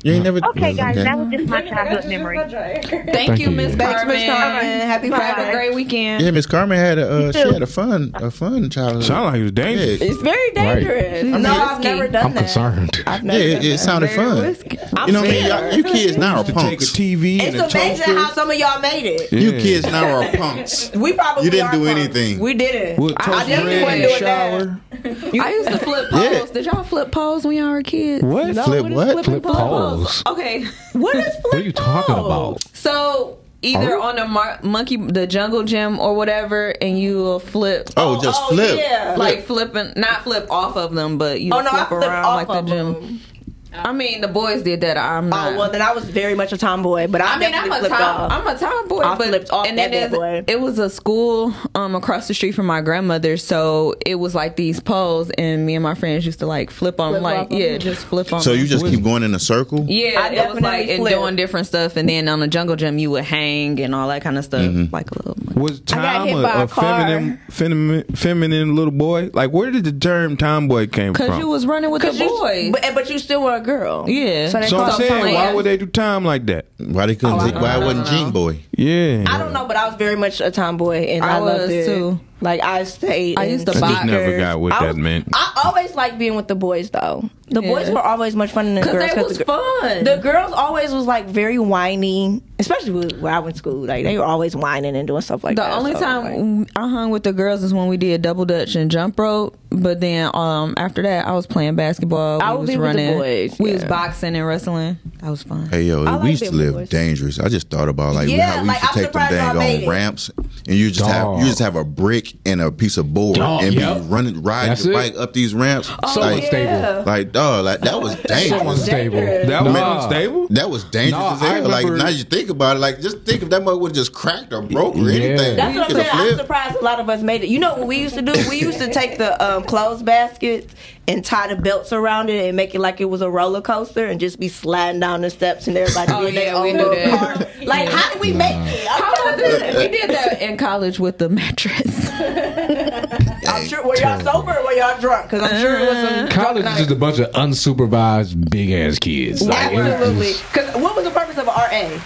Speaker 10: You ain't never.
Speaker 11: Okay, guys, that was just my childhood memory.
Speaker 6: Thank,
Speaker 8: Thank
Speaker 6: you,
Speaker 8: you.
Speaker 6: Miss
Speaker 5: Thanks, Miss
Speaker 6: Carmen.
Speaker 5: Carmen. Happy
Speaker 6: Have a
Speaker 5: Friday.
Speaker 6: great weekend.
Speaker 10: Yeah, Miss Carmen had a uh, she had a fun a fun childhood.
Speaker 7: Sound like it was dangerous.
Speaker 10: Yeah,
Speaker 5: It's very dangerous.
Speaker 6: Right.
Speaker 5: No,
Speaker 6: I'm
Speaker 5: I've never done
Speaker 8: I'm
Speaker 5: that.
Speaker 8: concerned.
Speaker 5: I've
Speaker 10: yeah
Speaker 5: never
Speaker 10: it,
Speaker 5: done
Speaker 10: it
Speaker 5: that.
Speaker 10: sounded fun. You know what I mean? Y'all, you kids now are
Speaker 7: To take a
Speaker 10: punks.
Speaker 7: TV and a
Speaker 5: It's amazing how
Speaker 7: toaster.
Speaker 5: some of y'all made it.
Speaker 10: You
Speaker 7: Yeah.
Speaker 10: kids now are punks.
Speaker 5: We probably
Speaker 10: You didn't
Speaker 5: are
Speaker 10: do
Speaker 5: punks.
Speaker 10: anything.
Speaker 5: We didn't.
Speaker 7: We'll toast
Speaker 5: I definitely
Speaker 7: bread
Speaker 5: wasn't
Speaker 7: in the
Speaker 5: doing that.
Speaker 7: shower.
Speaker 6: I used to flip poles.
Speaker 10: Yeah.
Speaker 6: Did y'all flip poles when y'all were kids?
Speaker 7: What?
Speaker 10: Flip
Speaker 6: What is
Speaker 10: what?
Speaker 6: flipping
Speaker 8: Flip poles.
Speaker 6: Okay,
Speaker 5: What is
Speaker 8: What are you talking about?
Speaker 6: so either
Speaker 10: Oh.
Speaker 6: on the mar- monkey, the jungle gym, or whatever, and you'll flip.
Speaker 10: Oh, just
Speaker 5: oh,
Speaker 10: flip.
Speaker 5: yeah.
Speaker 6: Like flipping, not flip off of them, but you
Speaker 5: Oh no, I
Speaker 6: flip
Speaker 5: flipped
Speaker 6: around
Speaker 5: off
Speaker 6: like the
Speaker 5: of
Speaker 6: gym.
Speaker 5: them.
Speaker 6: I mean, the boys did that. I'm not.
Speaker 5: Oh well, then I was very much a tomboy, but I,
Speaker 6: I mean, I'm
Speaker 5: definitely
Speaker 6: a
Speaker 5: flipped
Speaker 6: tom.
Speaker 5: off.
Speaker 6: I'm a tomboy.
Speaker 5: I
Speaker 6: but
Speaker 5: flipped off
Speaker 6: and
Speaker 5: that
Speaker 6: then
Speaker 5: bad boy.
Speaker 6: it, it was a school um, across the street from my grandmother, so it was like these poles, and me and my friends used to like flip on,
Speaker 5: Flip
Speaker 6: like
Speaker 5: off 'em.
Speaker 6: yeah, just flip on.
Speaker 10: So you
Speaker 6: them.
Speaker 10: just keep going in a circle.
Speaker 6: yeah,
Speaker 5: I
Speaker 6: it was like
Speaker 5: definitely
Speaker 6: and
Speaker 5: flipped.
Speaker 6: doing different stuff, and then on the jungle gym you would hang and all that kind of
Speaker 10: Mm-hmm.
Speaker 6: stuff, like a little. monkey.
Speaker 7: Was
Speaker 5: got
Speaker 7: Tom
Speaker 5: hit
Speaker 7: a,
Speaker 5: by a
Speaker 7: a feminine, feminine, feminine little boy? Like, where did the term tomboy came
Speaker 6: Cause
Speaker 7: from?
Speaker 6: you was running with the boys.
Speaker 5: but, eh, but you still were a girl.
Speaker 6: yeah.
Speaker 5: So they
Speaker 7: so I'm
Speaker 5: called
Speaker 7: saying,
Speaker 5: Tom.
Speaker 7: why would they do time like that?
Speaker 10: Why they couldn't?
Speaker 5: Oh, I
Speaker 10: why
Speaker 5: don't
Speaker 10: wasn't Gene Boy?
Speaker 7: Yeah,
Speaker 5: I don't know, but I was very much a tomboy, and I,
Speaker 6: I
Speaker 5: loved
Speaker 6: was
Speaker 5: it.
Speaker 6: too.
Speaker 5: Like I stayed.
Speaker 6: I
Speaker 5: in
Speaker 6: used to
Speaker 7: I just never
Speaker 5: sneakers.
Speaker 7: got what
Speaker 5: I
Speaker 7: that
Speaker 5: was-
Speaker 7: meant.
Speaker 5: I always liked being with the boys though. The boys
Speaker 6: Yeah.
Speaker 5: were always much fun than the
Speaker 6: 'Cause
Speaker 5: girls.
Speaker 6: they was
Speaker 5: the, gir-
Speaker 6: fun.
Speaker 5: The girls always was like very whiny, especially with- where I went to school. Like they were always whining and doing stuff like
Speaker 6: the
Speaker 5: that.
Speaker 6: only
Speaker 5: so, like-
Speaker 6: time I hung with the girls is when we did double dutch and jump rope. But then um, after that, I was playing basketball. we
Speaker 5: I would
Speaker 6: was
Speaker 5: be with the
Speaker 6: running.
Speaker 5: boys,
Speaker 6: We was
Speaker 5: yeah.
Speaker 6: boxing and wrestling. That was fun.
Speaker 10: Hey yo,
Speaker 5: I
Speaker 10: we
Speaker 5: like
Speaker 10: used to
Speaker 5: them
Speaker 10: live
Speaker 5: boys.
Speaker 10: dangerous. I just thought about like
Speaker 5: Yeah,
Speaker 10: how we
Speaker 5: like,
Speaker 10: used to
Speaker 5: I'm
Speaker 10: take them
Speaker 5: surprised y'all
Speaker 10: dang
Speaker 5: made
Speaker 10: on
Speaker 5: it.
Speaker 10: ramps, and you just have you just have a brick and a piece of board
Speaker 8: Dog,
Speaker 10: and
Speaker 8: yep.
Speaker 10: be running riding
Speaker 8: That's
Speaker 10: your bike
Speaker 8: it.
Speaker 10: up these ramps.
Speaker 5: Oh,
Speaker 8: So
Speaker 10: like,
Speaker 8: unstable.
Speaker 10: like dog, like that was
Speaker 8: So
Speaker 10: dangerous.
Speaker 8: unstable.
Speaker 7: That was
Speaker 10: Nah.
Speaker 7: unstable.
Speaker 10: That was dangerous
Speaker 8: No,
Speaker 10: as hell.
Speaker 8: I
Speaker 10: like
Speaker 8: remember-
Speaker 10: now you think about it, like just think if that mug would have just cracked or broke or
Speaker 8: Yeah.
Speaker 10: anything.
Speaker 5: That's
Speaker 10: you
Speaker 5: what I'm
Speaker 10: coulda
Speaker 5: saying. I'm
Speaker 10: flipped.
Speaker 5: surprised a lot of us made it. You know what we used to do? We used to take the um, clothes baskets and tie the belts around it and make it like it was a roller coaster and just be sliding down the steps and everybody
Speaker 6: Oh,
Speaker 5: doing their
Speaker 6: yeah, we
Speaker 5: own
Speaker 6: do
Speaker 5: little
Speaker 6: that.
Speaker 5: part. Like, how did we make it?
Speaker 6: How
Speaker 5: I'm,
Speaker 6: about that? we did that in college with the mattress.
Speaker 5: I'm sure. Were y'all sober or were y'all drunk? Because I'm sure it was
Speaker 6: Uh-huh.
Speaker 5: some.
Speaker 8: College is just a bunch of unsupervised big ass kids. Like, it was
Speaker 5: Absolutely.
Speaker 8: just-
Speaker 5: Because what was the purpose of a RA?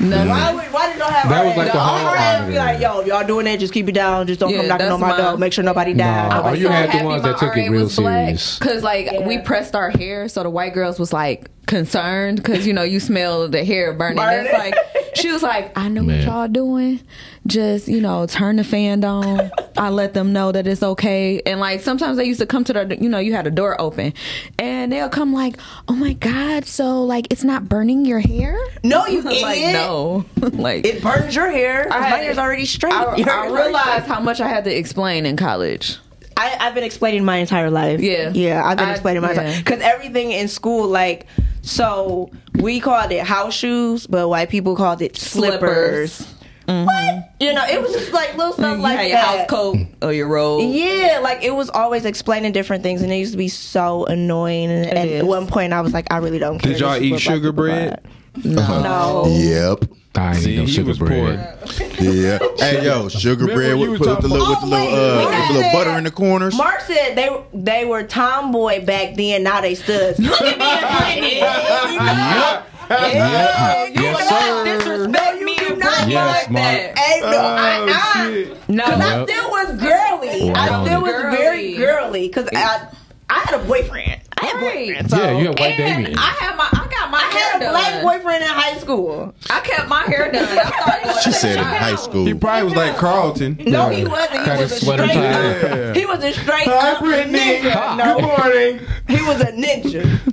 Speaker 5: No. Why, would, why did y'all have
Speaker 8: That
Speaker 5: RA?
Speaker 8: was like the whole
Speaker 5: RA would be
Speaker 8: honor.
Speaker 5: like, yo, if y'all doing that, just keep it down. Just don't
Speaker 6: Yeah,
Speaker 5: come knocking
Speaker 6: that's
Speaker 5: on my
Speaker 6: mine.
Speaker 5: door. Make sure nobody dies.
Speaker 8: Nah,
Speaker 5: Like,
Speaker 8: or you had the ones that took it real serious.
Speaker 6: Because, like, we pressed our hair, so the white girls was like concerned because, you know, you smell the hair burning. It's
Speaker 5: Burning.
Speaker 6: like, she was like, I know
Speaker 8: Man.
Speaker 6: what y'all doing. Just, you know, turn the fan on. I let them know that it's okay. And, like, sometimes they used to come to the, you know, you had a door open and they'll come, like, oh my God, so, like, it's not burning your hair?
Speaker 5: No, you idiot.
Speaker 6: like, no. like,
Speaker 5: It burns your hair. 'cause
Speaker 6: I-
Speaker 5: my hair's already straight.
Speaker 6: I,
Speaker 5: Your
Speaker 6: I
Speaker 5: hair's already
Speaker 6: realized
Speaker 5: straight.
Speaker 6: how much I had to explain in college.
Speaker 5: I, I've been explaining my entire life.
Speaker 6: Yeah.
Speaker 5: yeah, I've been
Speaker 6: I-
Speaker 5: explaining my
Speaker 6: yeah.
Speaker 5: entire because everything in school, like, so we called it house shoes, but white people called it slippers.
Speaker 6: Slippers.
Speaker 5: What? You know, it was just like little stuff
Speaker 6: Mm-hmm. You
Speaker 5: like
Speaker 6: had your
Speaker 5: that.
Speaker 6: house coat or Oh, your robe.
Speaker 5: Yeah, like it was always explaining different things, and it used to be so annoying. And, and
Speaker 6: is.
Speaker 5: at one point, I was like, I really don't care.
Speaker 7: Did y'all
Speaker 5: This is
Speaker 7: eat
Speaker 5: what black
Speaker 7: sugar
Speaker 5: people
Speaker 7: bread?
Speaker 5: buy. No.
Speaker 10: uh-huh. Yep.
Speaker 8: I ain't
Speaker 7: See,
Speaker 8: eat no
Speaker 7: he
Speaker 8: sugar
Speaker 7: was
Speaker 8: bread.
Speaker 10: Yeah. Hey yo, sugar
Speaker 7: Remember
Speaker 10: bread
Speaker 7: you
Speaker 10: with,
Speaker 7: was
Speaker 10: with, the
Speaker 7: talking
Speaker 10: little with the
Speaker 5: about-
Speaker 10: little
Speaker 5: Oh,
Speaker 10: uh, with
Speaker 5: wait,
Speaker 10: the
Speaker 5: we
Speaker 10: little
Speaker 5: had
Speaker 10: butter
Speaker 5: that.
Speaker 10: in the corners.
Speaker 5: Mark said they they were tomboy back then. Now they studs. Look at me and Brittany. Yeah, you
Speaker 8: Yes,
Speaker 5: cannot
Speaker 8: sir.
Speaker 5: disrespect me and Brittany
Speaker 8: Yes,
Speaker 5: like that. Ain't no, I, I,
Speaker 6: No.
Speaker 5: Cause I
Speaker 8: Yep.
Speaker 5: still was girly.
Speaker 8: Wow.
Speaker 5: I still was
Speaker 6: Girly.
Speaker 5: very girly. Cause I, I had a boyfriend. I had a
Speaker 6: Right.
Speaker 5: boyfriend. So
Speaker 8: Yeah, you had white
Speaker 6: And
Speaker 8: baby.
Speaker 6: I had my, I got my
Speaker 5: I
Speaker 6: hair
Speaker 5: had a
Speaker 6: done.
Speaker 5: black boyfriend in high school.
Speaker 6: I kept my hair done. I thought it was
Speaker 10: She said in high
Speaker 7: He
Speaker 10: school.
Speaker 7: probably was like Carlton.
Speaker 5: No,
Speaker 8: Yeah.
Speaker 5: he wasn't. He
Speaker 8: Kinda
Speaker 5: was a
Speaker 8: sweater
Speaker 5: straight
Speaker 8: tie.
Speaker 5: up. He was a straight
Speaker 7: Hi,
Speaker 5: up
Speaker 7: Brittany.
Speaker 5: ninja.
Speaker 7: Good
Speaker 5: No,
Speaker 7: morning.
Speaker 5: he was a ninja.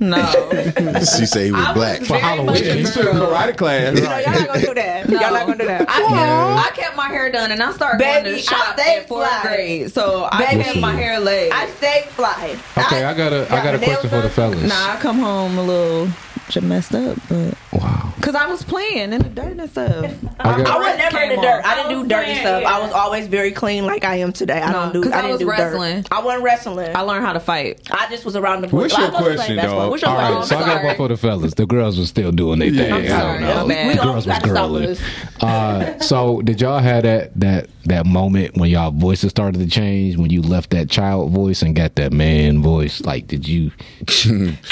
Speaker 6: No.
Speaker 10: She said he was black.
Speaker 8: For Halloween.
Speaker 7: He took karate class.
Speaker 5: No, y'all not gonna do that. Y'all not gonna do that.
Speaker 6: I kept, I kept my hair done and I started going to
Speaker 5: Baby,
Speaker 6: the shop
Speaker 5: I stayed
Speaker 6: at fourth
Speaker 5: fly.
Speaker 6: grade. So I
Speaker 5: Baby.
Speaker 6: kept my hair laid.
Speaker 5: I stayed fly.
Speaker 8: Okay, I got a I got a
Speaker 5: my nails
Speaker 8: question for the
Speaker 5: done.
Speaker 8: fellas.
Speaker 6: nah, I come home a little j- messed up, but
Speaker 8: Wow.
Speaker 6: because I was playing in the dirt and stuff.
Speaker 8: I
Speaker 5: I
Speaker 8: got,
Speaker 5: was never in the
Speaker 6: Came
Speaker 5: dirt.
Speaker 6: off.
Speaker 5: I didn't do dirty stuff. I was always very clean, like I am today. I
Speaker 6: No,
Speaker 5: don't do.
Speaker 6: 'cause I
Speaker 5: I didn't
Speaker 6: was
Speaker 5: do
Speaker 6: wrestling.
Speaker 5: dirt. I wasn't wrestling.
Speaker 6: I
Speaker 5: I,
Speaker 6: learned how to fight.
Speaker 5: just was around the boys.
Speaker 7: What's
Speaker 5: Well,
Speaker 7: your
Speaker 5: I mostly played
Speaker 7: question,
Speaker 5: basketball.
Speaker 7: dog?
Speaker 5: What's your
Speaker 8: all right,
Speaker 5: question?
Speaker 8: so I got one for the fellas. The girls was still doing their thing.
Speaker 6: I'm sorry,
Speaker 8: I don't know.
Speaker 6: my bad.
Speaker 8: The girls
Speaker 5: We
Speaker 8: was
Speaker 5: don't gotta stop
Speaker 8: girling. Uh, so did y'all have that that that moment when y'all voices started to change when you left that child voice and got that man voice? Like, did you?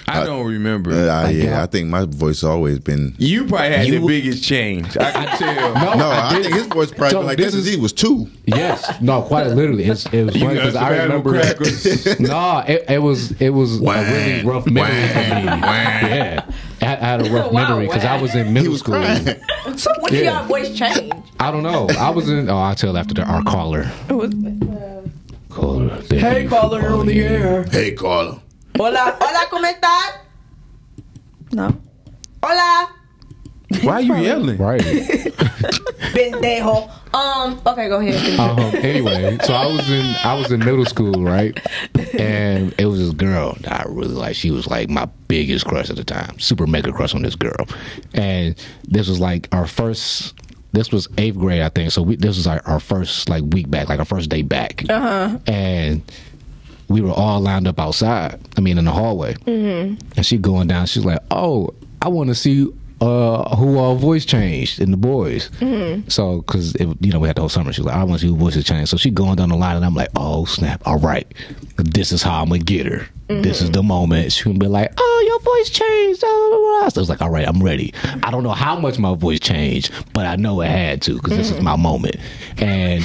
Speaker 7: I don't remember.
Speaker 10: Uh, yeah, I think my voice always been
Speaker 7: you probably had the
Speaker 8: You-
Speaker 7: biggest change. I can tell.
Speaker 10: No, I, think his voice probably
Speaker 8: So
Speaker 10: been like
Speaker 8: this
Speaker 10: this is
Speaker 8: is-
Speaker 10: he was two.
Speaker 8: Yes. No, quite literally. It's, it was
Speaker 7: You
Speaker 8: funny
Speaker 7: got
Speaker 8: because
Speaker 7: some
Speaker 8: I
Speaker 7: animal
Speaker 8: remember.
Speaker 7: crackers.
Speaker 8: no, it, it was it was a really rough memory for me.
Speaker 10: wah, wah.
Speaker 8: Yeah, I, I had a rough
Speaker 6: Wow,
Speaker 8: memory because I
Speaker 6: wah.
Speaker 8: was in middle
Speaker 10: was
Speaker 8: school.
Speaker 10: crying.
Speaker 5: So when did
Speaker 8: Yeah.
Speaker 5: y'all voice change?
Speaker 8: I don't know. I was in. Oh, I tell after the, our caller. Caller. Hey, caller, you're on the air.
Speaker 10: Hey Carla.
Speaker 5: Hola, hola, ¿cómo estás?
Speaker 6: No.
Speaker 5: Hola,
Speaker 7: Why are you yelling?
Speaker 8: Right.
Speaker 5: pendejo. Um, okay, go ahead.
Speaker 8: um, anyway, so I was in I was in middle school, right? And it was this girl that I really liked. She was like my biggest crush at the time, super mega crush on this girl. And this was like our first. This was eighth grade, I think. So we, this was like our first like week back, like our first day back. Uh-huh. And we were all lined up outside. I mean, in the hallway. Mm-hmm. And she going down. She's like, "Oh, I want to see uh, who all voice changed in the boys." Mm-hmm. So, because you know we had the whole summer. She's like, "I want to see who voices changed." So she going down the line, and I'm like, "Oh snap! All right, this is how I'm gonna get her." This is the moment. She would be like, "Oh, your voice changed." blah, blah, blah." So I was like, "All right, I'm ready." I don't know how much my voice changed, but I know it had to because this is my moment. And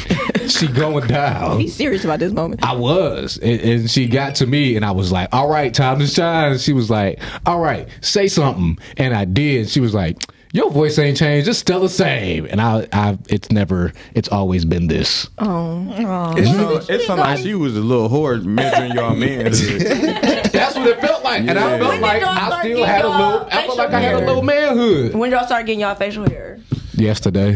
Speaker 8: she going down.
Speaker 5: Be serious about this moment.
Speaker 8: I was, and, and she got to me, and I was like, "All right, time to shine." And she was like, "All right, say something," and I did. She was like, "Your voice ain't changed; it's still the same." And I, I, it's never, it's always been this.
Speaker 5: Oh,
Speaker 7: It's, some- it's something like she was a little whore measuring y'all manhood.
Speaker 8: That's what it felt like, and I
Speaker 7: Yeah.
Speaker 8: felt
Speaker 7: When
Speaker 8: like
Speaker 5: did y'all
Speaker 8: I
Speaker 5: start
Speaker 8: still
Speaker 5: getting
Speaker 8: had a
Speaker 5: y'all
Speaker 8: little. I felt
Speaker 5: facial
Speaker 8: like I had a
Speaker 5: hair?
Speaker 8: little manhood
Speaker 5: when y'all start getting y'all facial hair?
Speaker 8: yesterday.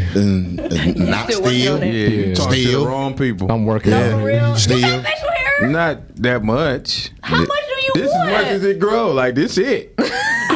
Speaker 10: Not
Speaker 5: still working
Speaker 10: still.
Speaker 5: on it.
Speaker 7: Mm, Yeah, you talking to
Speaker 10: Still.
Speaker 7: the wrong people.
Speaker 8: I'm working.
Speaker 10: Yeah. Still.
Speaker 5: Facial hair?
Speaker 7: Not that much.
Speaker 5: How much do you
Speaker 7: This is
Speaker 5: want?
Speaker 7: much as it grow. Like this it.
Speaker 5: what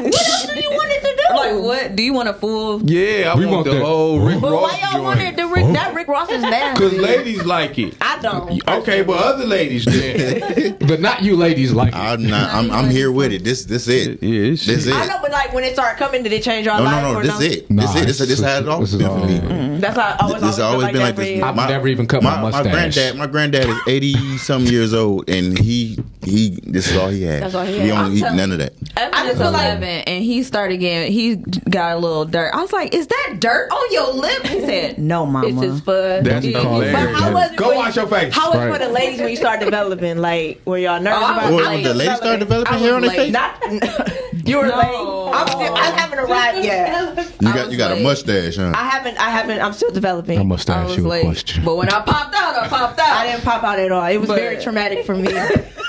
Speaker 5: else do you want it to do?
Speaker 6: Like what? Do you want a full?
Speaker 7: Yeah, I
Speaker 8: We
Speaker 7: want,
Speaker 8: want
Speaker 7: the
Speaker 8: that.
Speaker 7: whole Rick
Speaker 5: But
Speaker 7: Ross
Speaker 5: why y'all want
Speaker 7: joint.
Speaker 5: it to Rick? That Rick Ross is
Speaker 7: Because
Speaker 5: nasty.
Speaker 7: ladies like it.
Speaker 5: I don't.
Speaker 7: Okay, but other ladies did.
Speaker 8: But not you ladies like it.
Speaker 10: I'm not. I'm, I'm here with it. This. This it.
Speaker 7: Yeah, it's
Speaker 10: This
Speaker 7: shit.
Speaker 5: I
Speaker 10: it.
Speaker 5: know, but like when it started coming, did it change y'all
Speaker 10: No,
Speaker 5: life?
Speaker 10: no, no.
Speaker 5: or
Speaker 10: This
Speaker 5: no?
Speaker 10: it.
Speaker 8: Nah,
Speaker 10: This it. This,
Speaker 8: it's-
Speaker 10: this how it always
Speaker 8: this
Speaker 10: been
Speaker 8: is
Speaker 10: for me.
Speaker 5: That's how I always,
Speaker 10: This has always been like this.
Speaker 8: I've never even cut my mustache.
Speaker 10: granddad, my granddad is eighty some years old, and he he. This is all he had.
Speaker 5: That's all he had.
Speaker 10: don't
Speaker 5: I'm
Speaker 10: eat
Speaker 5: telling-
Speaker 10: none of that.
Speaker 6: I was eleven, and he started getting. He got a little dirt. I was like, "Is that dirt on your lip?" He said, "No,
Speaker 5: It's
Speaker 6: mama."
Speaker 5: just fun.
Speaker 7: That's
Speaker 8: But how
Speaker 5: But how
Speaker 7: hilarious.
Speaker 5: was it
Speaker 7: Go
Speaker 5: when
Speaker 7: wash
Speaker 5: you-
Speaker 7: your face.
Speaker 5: How was it
Speaker 8: Right.
Speaker 5: for the ladies when you start developing? Like, were y'all nervous
Speaker 6: Oh, I was
Speaker 5: about it?
Speaker 10: Well,
Speaker 6: late.
Speaker 5: Like,
Speaker 10: the ladies start developing
Speaker 6: I
Speaker 10: hair on
Speaker 6: was
Speaker 10: their face.
Speaker 6: late.
Speaker 5: Not you were
Speaker 6: No.
Speaker 5: late. I'm still. I haven't arrived yet.
Speaker 10: You
Speaker 6: I
Speaker 10: got
Speaker 6: was
Speaker 10: you got a
Speaker 6: like-
Speaker 10: mustache, huh?
Speaker 5: I haven't. I haven't. I'm still developing.
Speaker 8: I must
Speaker 6: I
Speaker 8: ask
Speaker 6: was
Speaker 8: you a
Speaker 6: late,
Speaker 8: question.
Speaker 6: but when I popped out, I popped
Speaker 5: I
Speaker 6: out.
Speaker 5: didn't pop out at all. It was
Speaker 6: But-
Speaker 5: very traumatic for me.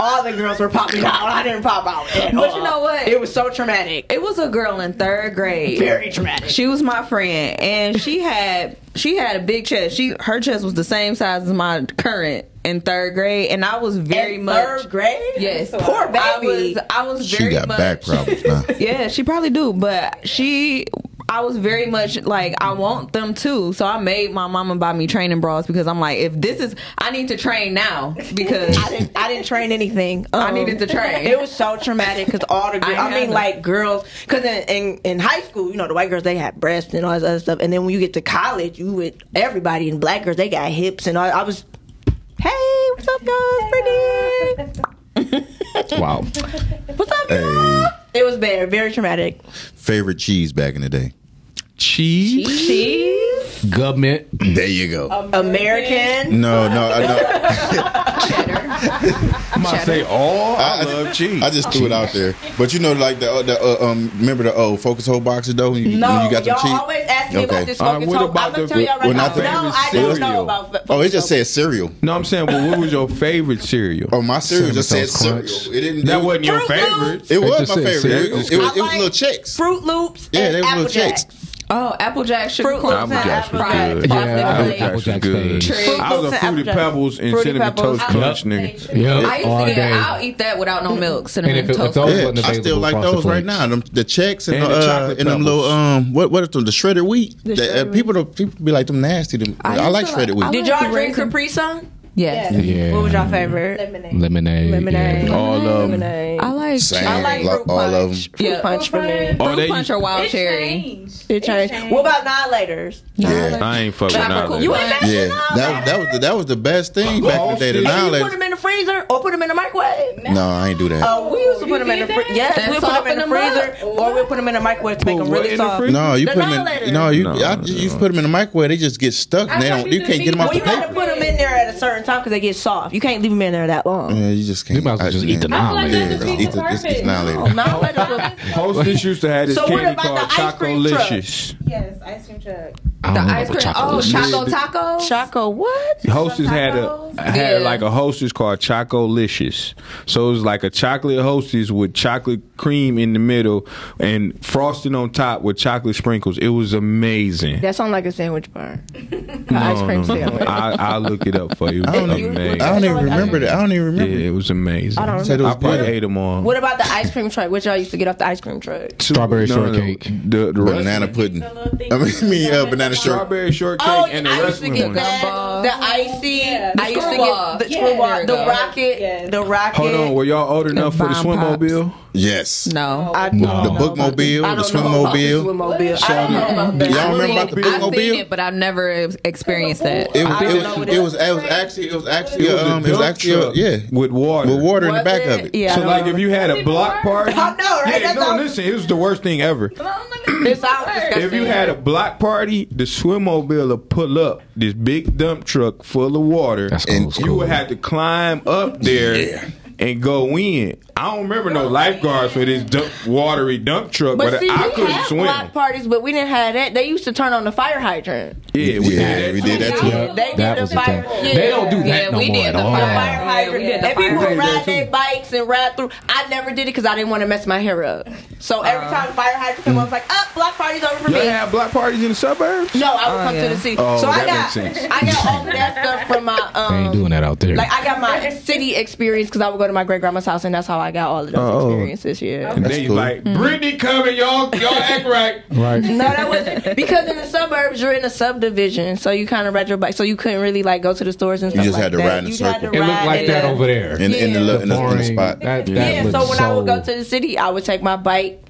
Speaker 5: all the girls were popping out. I didn't pop out at all.
Speaker 6: But you know what?
Speaker 5: It was so traumatic.
Speaker 6: It was a girl in third grade.
Speaker 5: Very traumatic.
Speaker 6: She was my friend, and she had she had a big chest. She her chest was the same size as my current in third grade, and I was very
Speaker 5: In
Speaker 6: much
Speaker 5: third grade.
Speaker 6: Yes,
Speaker 5: Poor baby.
Speaker 6: I was I was
Speaker 10: She
Speaker 6: very
Speaker 10: got
Speaker 6: much
Speaker 10: back problems now.
Speaker 6: yeah, she probably do, but she. I was very much like I want them too, so I made my mama buy me training bras because I'm like, if this is, I need to train now because
Speaker 5: I didn't. I didn't train anything. Um,
Speaker 6: I needed to train.
Speaker 5: It was so traumatic because all the girls.
Speaker 6: I
Speaker 5: I, mean,
Speaker 6: had
Speaker 5: like girls. Because in, in in high school, you know, the white girls they had breasts and all this other stuff. And then when you get to college, you with everybody. And black girls they got hips and all. I was, hey, what's up, girls? Pretty.
Speaker 8: Wow.
Speaker 5: What's up, girl?
Speaker 10: Hey,
Speaker 5: It was very very traumatic.
Speaker 10: favorite cheese back in the day.
Speaker 8: Cheese,
Speaker 5: Cheese,
Speaker 8: government.
Speaker 10: There you go.
Speaker 5: American.
Speaker 10: No, no, I know.
Speaker 7: I'm about to say all. I,
Speaker 10: I-
Speaker 7: love cheese.
Speaker 10: I just threw it out there. But you know, like the, uh, the uh, um, remember the old focus hole boxes though. When you,
Speaker 5: No,
Speaker 10: when you
Speaker 5: you
Speaker 10: got
Speaker 5: all
Speaker 10: the cheese.
Speaker 5: always ask me
Speaker 10: Okay.
Speaker 5: about this
Speaker 7: Uh,
Speaker 5: focus
Speaker 7: what
Speaker 5: hole.
Speaker 7: about
Speaker 5: I'm gonna
Speaker 7: the-
Speaker 5: tell y'all right
Speaker 10: when I
Speaker 5: now.
Speaker 10: think
Speaker 7: of
Speaker 5: No, I don't know
Speaker 7: cereal.
Speaker 5: about.
Speaker 10: Oh,
Speaker 5: fo-
Speaker 10: it
Speaker 5: focus
Speaker 10: just
Speaker 5: hole.
Speaker 10: said cereal.
Speaker 7: no, I'm saying, well, what was your favorite cereal?
Speaker 10: Oh, my cereal just
Speaker 8: Cinnamon
Speaker 10: said
Speaker 8: Toast
Speaker 10: cereal.
Speaker 8: Crunch.
Speaker 10: It didn't.
Speaker 7: that
Speaker 10: it-
Speaker 7: wasn't your
Speaker 5: Fruit Loops.
Speaker 7: favorite.
Speaker 10: It was
Speaker 8: just
Speaker 10: my
Speaker 8: said
Speaker 10: favorite. It
Speaker 8: cereal.
Speaker 10: was, it was, it
Speaker 5: I
Speaker 10: was
Speaker 5: like
Speaker 10: little chicks.
Speaker 5: Fruit Loops.
Speaker 10: Yeah,
Speaker 5: and
Speaker 10: they was
Speaker 5: Apple
Speaker 10: little
Speaker 5: Jacks.
Speaker 10: chicks.
Speaker 6: oh, Applejack sugar
Speaker 5: Fruit
Speaker 6: corn,
Speaker 5: Loops and
Speaker 6: apple
Speaker 5: Apple
Speaker 6: pie,
Speaker 5: Jacks.
Speaker 6: frosted
Speaker 8: Yeah,
Speaker 6: flakes.
Speaker 8: Apple
Speaker 7: Applejack's
Speaker 8: Jack's
Speaker 7: good.
Speaker 8: phase.
Speaker 6: Fruit
Speaker 7: I was a
Speaker 5: Loops and
Speaker 7: fruity
Speaker 5: Apple Jacks.
Speaker 7: pebbles and
Speaker 5: Fruity
Speaker 7: cinnamon
Speaker 5: Pebbles.
Speaker 7: toast
Speaker 5: Yep.
Speaker 7: crunch, nigga.
Speaker 8: Yep,
Speaker 6: I used
Speaker 8: all
Speaker 6: to get.
Speaker 8: day.
Speaker 6: I'll eat that without no milk,
Speaker 8: And
Speaker 6: cinnamon
Speaker 8: if, it, if
Speaker 6: toast.
Speaker 8: those
Speaker 10: Yeah,
Speaker 8: wasn't
Speaker 10: I
Speaker 8: available,
Speaker 10: still like
Speaker 8: Frosted
Speaker 10: those right
Speaker 8: Flakes.
Speaker 10: now. Them, the checks and,
Speaker 7: And
Speaker 10: the,
Speaker 7: the
Speaker 10: uh,
Speaker 7: chocolate
Speaker 10: and them little
Speaker 7: pebbles.
Speaker 10: um what what is them the shredded wheat.
Speaker 5: The
Speaker 10: That- uh,
Speaker 5: shredded
Speaker 10: people don't people be like them nasty. Them I,
Speaker 6: used
Speaker 10: like
Speaker 6: to
Speaker 10: shredded
Speaker 6: like- I
Speaker 10: wheat.
Speaker 5: Did y'all drink
Speaker 6: Raisin-
Speaker 5: Capri Sun?
Speaker 6: Yes.
Speaker 8: Yeah.
Speaker 5: What was y'all favorite?
Speaker 8: Lemonade.
Speaker 5: Lemonade.
Speaker 8: yeah.
Speaker 7: All of them.
Speaker 5: Lemonade.
Speaker 6: I like.
Speaker 10: Same,
Speaker 6: I like.
Speaker 10: lo-
Speaker 5: fruit
Speaker 10: all of them.
Speaker 5: punch. Fruit
Speaker 6: Yeah.
Speaker 5: punch for me.
Speaker 7: Oh,
Speaker 6: Fruit
Speaker 7: they
Speaker 6: punch or wild cherry.
Speaker 5: It changed. What about annihilators?
Speaker 10: Yeah,
Speaker 7: I ain't fucking
Speaker 6: Tropical.
Speaker 7: out of
Speaker 6: You
Speaker 7: that.
Speaker 6: ain't
Speaker 5: That
Speaker 10: yeah.
Speaker 5: shit all
Speaker 10: That that was the, that was the best thing back in the day. The
Speaker 7: Oh, shit.
Speaker 10: now
Speaker 5: You put
Speaker 10: that-
Speaker 5: them in the freezer or put them in the microwave.
Speaker 10: no, I ain't do that.
Speaker 5: Uh, we used to put them in the freezer. Yes,
Speaker 6: Then
Speaker 5: we put them in the
Speaker 6: soften 'em
Speaker 5: freezer or we put them in the microwave to make
Speaker 7: Put
Speaker 5: them
Speaker 7: what
Speaker 5: really
Speaker 7: in the
Speaker 5: soft.
Speaker 7: freezer?
Speaker 10: No, you
Speaker 5: The
Speaker 10: put them
Speaker 5: annihilator.
Speaker 10: in. No, you
Speaker 7: No,
Speaker 10: I,
Speaker 7: no.
Speaker 10: you put them in the microwave. They just get stuck. and They don't. You can't get them
Speaker 5: Well,
Speaker 10: off
Speaker 5: you
Speaker 10: the
Speaker 5: got to
Speaker 10: paper.
Speaker 5: put them in there at a certain time because they get soft. You can't leave them in there that long.
Speaker 10: Yeah, you just can't.
Speaker 8: You might as well
Speaker 10: I-
Speaker 8: just eat the
Speaker 10: man.
Speaker 8: nominal.
Speaker 10: Yeah, eat the just eat the nominator.
Speaker 5: Oh, Annihilators was-
Speaker 7: Hostess used to have this
Speaker 5: So what
Speaker 7: candy
Speaker 5: about
Speaker 7: called
Speaker 5: the ice cream
Speaker 7: Chocolicious.
Speaker 5: Yes, ice cream truck.
Speaker 8: I
Speaker 6: The
Speaker 8: don't know
Speaker 6: ice
Speaker 8: about
Speaker 6: cream. Oh,
Speaker 8: chocolate.
Speaker 6: choco taco.
Speaker 5: Choco, what?
Speaker 7: Hostess had a had
Speaker 6: Yeah.
Speaker 7: like a hostess called Chocolicious. So it was like a chocolate hostess with chocolate cream in the middle and frosting on top with chocolate sprinkles. It was amazing.
Speaker 5: That sounds like a sandwich bar.
Speaker 7: ice cream sandwich. I, I'll look it up for you. It
Speaker 10: I
Speaker 7: was
Speaker 10: don't even.
Speaker 7: amazing.
Speaker 10: I don't even remember that. I don't even
Speaker 7: yeah,
Speaker 10: remember.
Speaker 7: it was amazing. I,
Speaker 5: don't
Speaker 10: Said it was
Speaker 7: probably
Speaker 10: good.
Speaker 7: ate them all.
Speaker 5: What about the ice cream truck? What y'all used to get off the ice cream truck?
Speaker 7: Two-
Speaker 8: Strawberry shortcake.
Speaker 7: The, the,
Speaker 10: Banana pudding. I mean, me, uh, banana
Speaker 7: got a strawberry shortcake
Speaker 5: Oh,
Speaker 7: and the
Speaker 5: I used to
Speaker 7: wrestling
Speaker 5: get
Speaker 7: one.
Speaker 5: that. The icy.
Speaker 6: The
Speaker 5: I used to
Speaker 6: screwball.
Speaker 5: get Oh. the
Speaker 6: Yeah, there
Speaker 5: screwball.
Speaker 6: we
Speaker 5: The
Speaker 6: go.
Speaker 5: rocket. The rocket.
Speaker 7: Hold on, were y'all old enough for the
Speaker 5: bomb
Speaker 7: swim mobile?
Speaker 10: Yes.
Speaker 6: No.
Speaker 5: I,
Speaker 10: The bookmobile, the swimmobile.
Speaker 5: Mobile. I don't know about that.
Speaker 10: Y'all remember about the
Speaker 6: I've
Speaker 10: bookmobile?
Speaker 6: seen it, but I've never experienced that.
Speaker 10: It was, it, was, it, was, it was actually it was actually
Speaker 7: It was a
Speaker 10: um, it was
Speaker 7: dump
Speaker 10: actually a-
Speaker 7: truck
Speaker 10: yeah
Speaker 7: with water
Speaker 10: with water in the back of it.
Speaker 7: so like if you had a block party,
Speaker 5: I know, right?
Speaker 7: yeah,
Speaker 5: That's
Speaker 7: no,
Speaker 5: all-
Speaker 7: listen, it was the worst thing ever.
Speaker 5: This sounds disgusting.
Speaker 7: If you had a block party, the swimmobile will pull up this big dump truck full of water, and you would have to climb up there and go in. I don't remember no lifeguards for this dump, watery dump truck, but,
Speaker 5: But see,
Speaker 7: I
Speaker 5: we
Speaker 7: couldn't
Speaker 5: had
Speaker 7: swim.
Speaker 5: block parties, but we didn't have that. They used to turn on the fire hydrant.
Speaker 7: Yeah, we
Speaker 10: Yeah,
Speaker 7: did that.
Speaker 10: we did that too.
Speaker 8: Yep,
Speaker 5: They
Speaker 8: that
Speaker 5: did
Speaker 8: was
Speaker 5: the
Speaker 8: the thing.
Speaker 5: fire. Yeah.
Speaker 8: They don't do that
Speaker 6: Yeah,
Speaker 8: no
Speaker 6: we
Speaker 8: more
Speaker 6: did
Speaker 8: at
Speaker 6: the
Speaker 8: all.
Speaker 5: Fire
Speaker 6: fire. Yeah, we
Speaker 5: hydrant.
Speaker 6: did the
Speaker 5: and people
Speaker 6: fire
Speaker 5: would ride
Speaker 6: hydrant
Speaker 5: their bikes and ride through. I never did it because I didn't want to mess my hair up. So every time the fire hydrant came, I was like, "Up, block party's over for
Speaker 7: Y'all
Speaker 5: me."
Speaker 7: have block parties in the suburbs?
Speaker 5: No, I would
Speaker 6: Oh,
Speaker 5: come
Speaker 6: yeah.
Speaker 5: to the city.
Speaker 7: Oh,
Speaker 5: so I
Speaker 7: that
Speaker 5: got,
Speaker 7: makes sense.
Speaker 5: I got all of that stuff from my
Speaker 8: They ain't
Speaker 5: um.
Speaker 8: doing that out there.
Speaker 5: Like I got my city experience because I would go to my great grandma's house and that's how I got all of those
Speaker 7: Oh.
Speaker 5: experiences. Yeah.
Speaker 7: And they
Speaker 10: cool.
Speaker 7: like Brittany coming, y'all, y'all act Mm-hmm. right.
Speaker 8: right.
Speaker 5: No, that wasn't because in the suburbs you're in a subdivision, so you kind of ride your bike, so you couldn't really like go to the stores and
Speaker 10: You
Speaker 5: stuff
Speaker 10: just
Speaker 5: like
Speaker 10: had to
Speaker 5: that.
Speaker 10: ride in a
Speaker 5: you
Speaker 10: circle.
Speaker 5: had to
Speaker 8: It
Speaker 5: ride
Speaker 8: looked like that over there.
Speaker 10: in, in, the, lo- in, the, in the
Speaker 8: Boring.
Speaker 10: spot.
Speaker 8: That, that
Speaker 5: Yeah,
Speaker 8: looked
Speaker 5: so when I would go
Speaker 8: so-
Speaker 5: to the city, I would take my bike.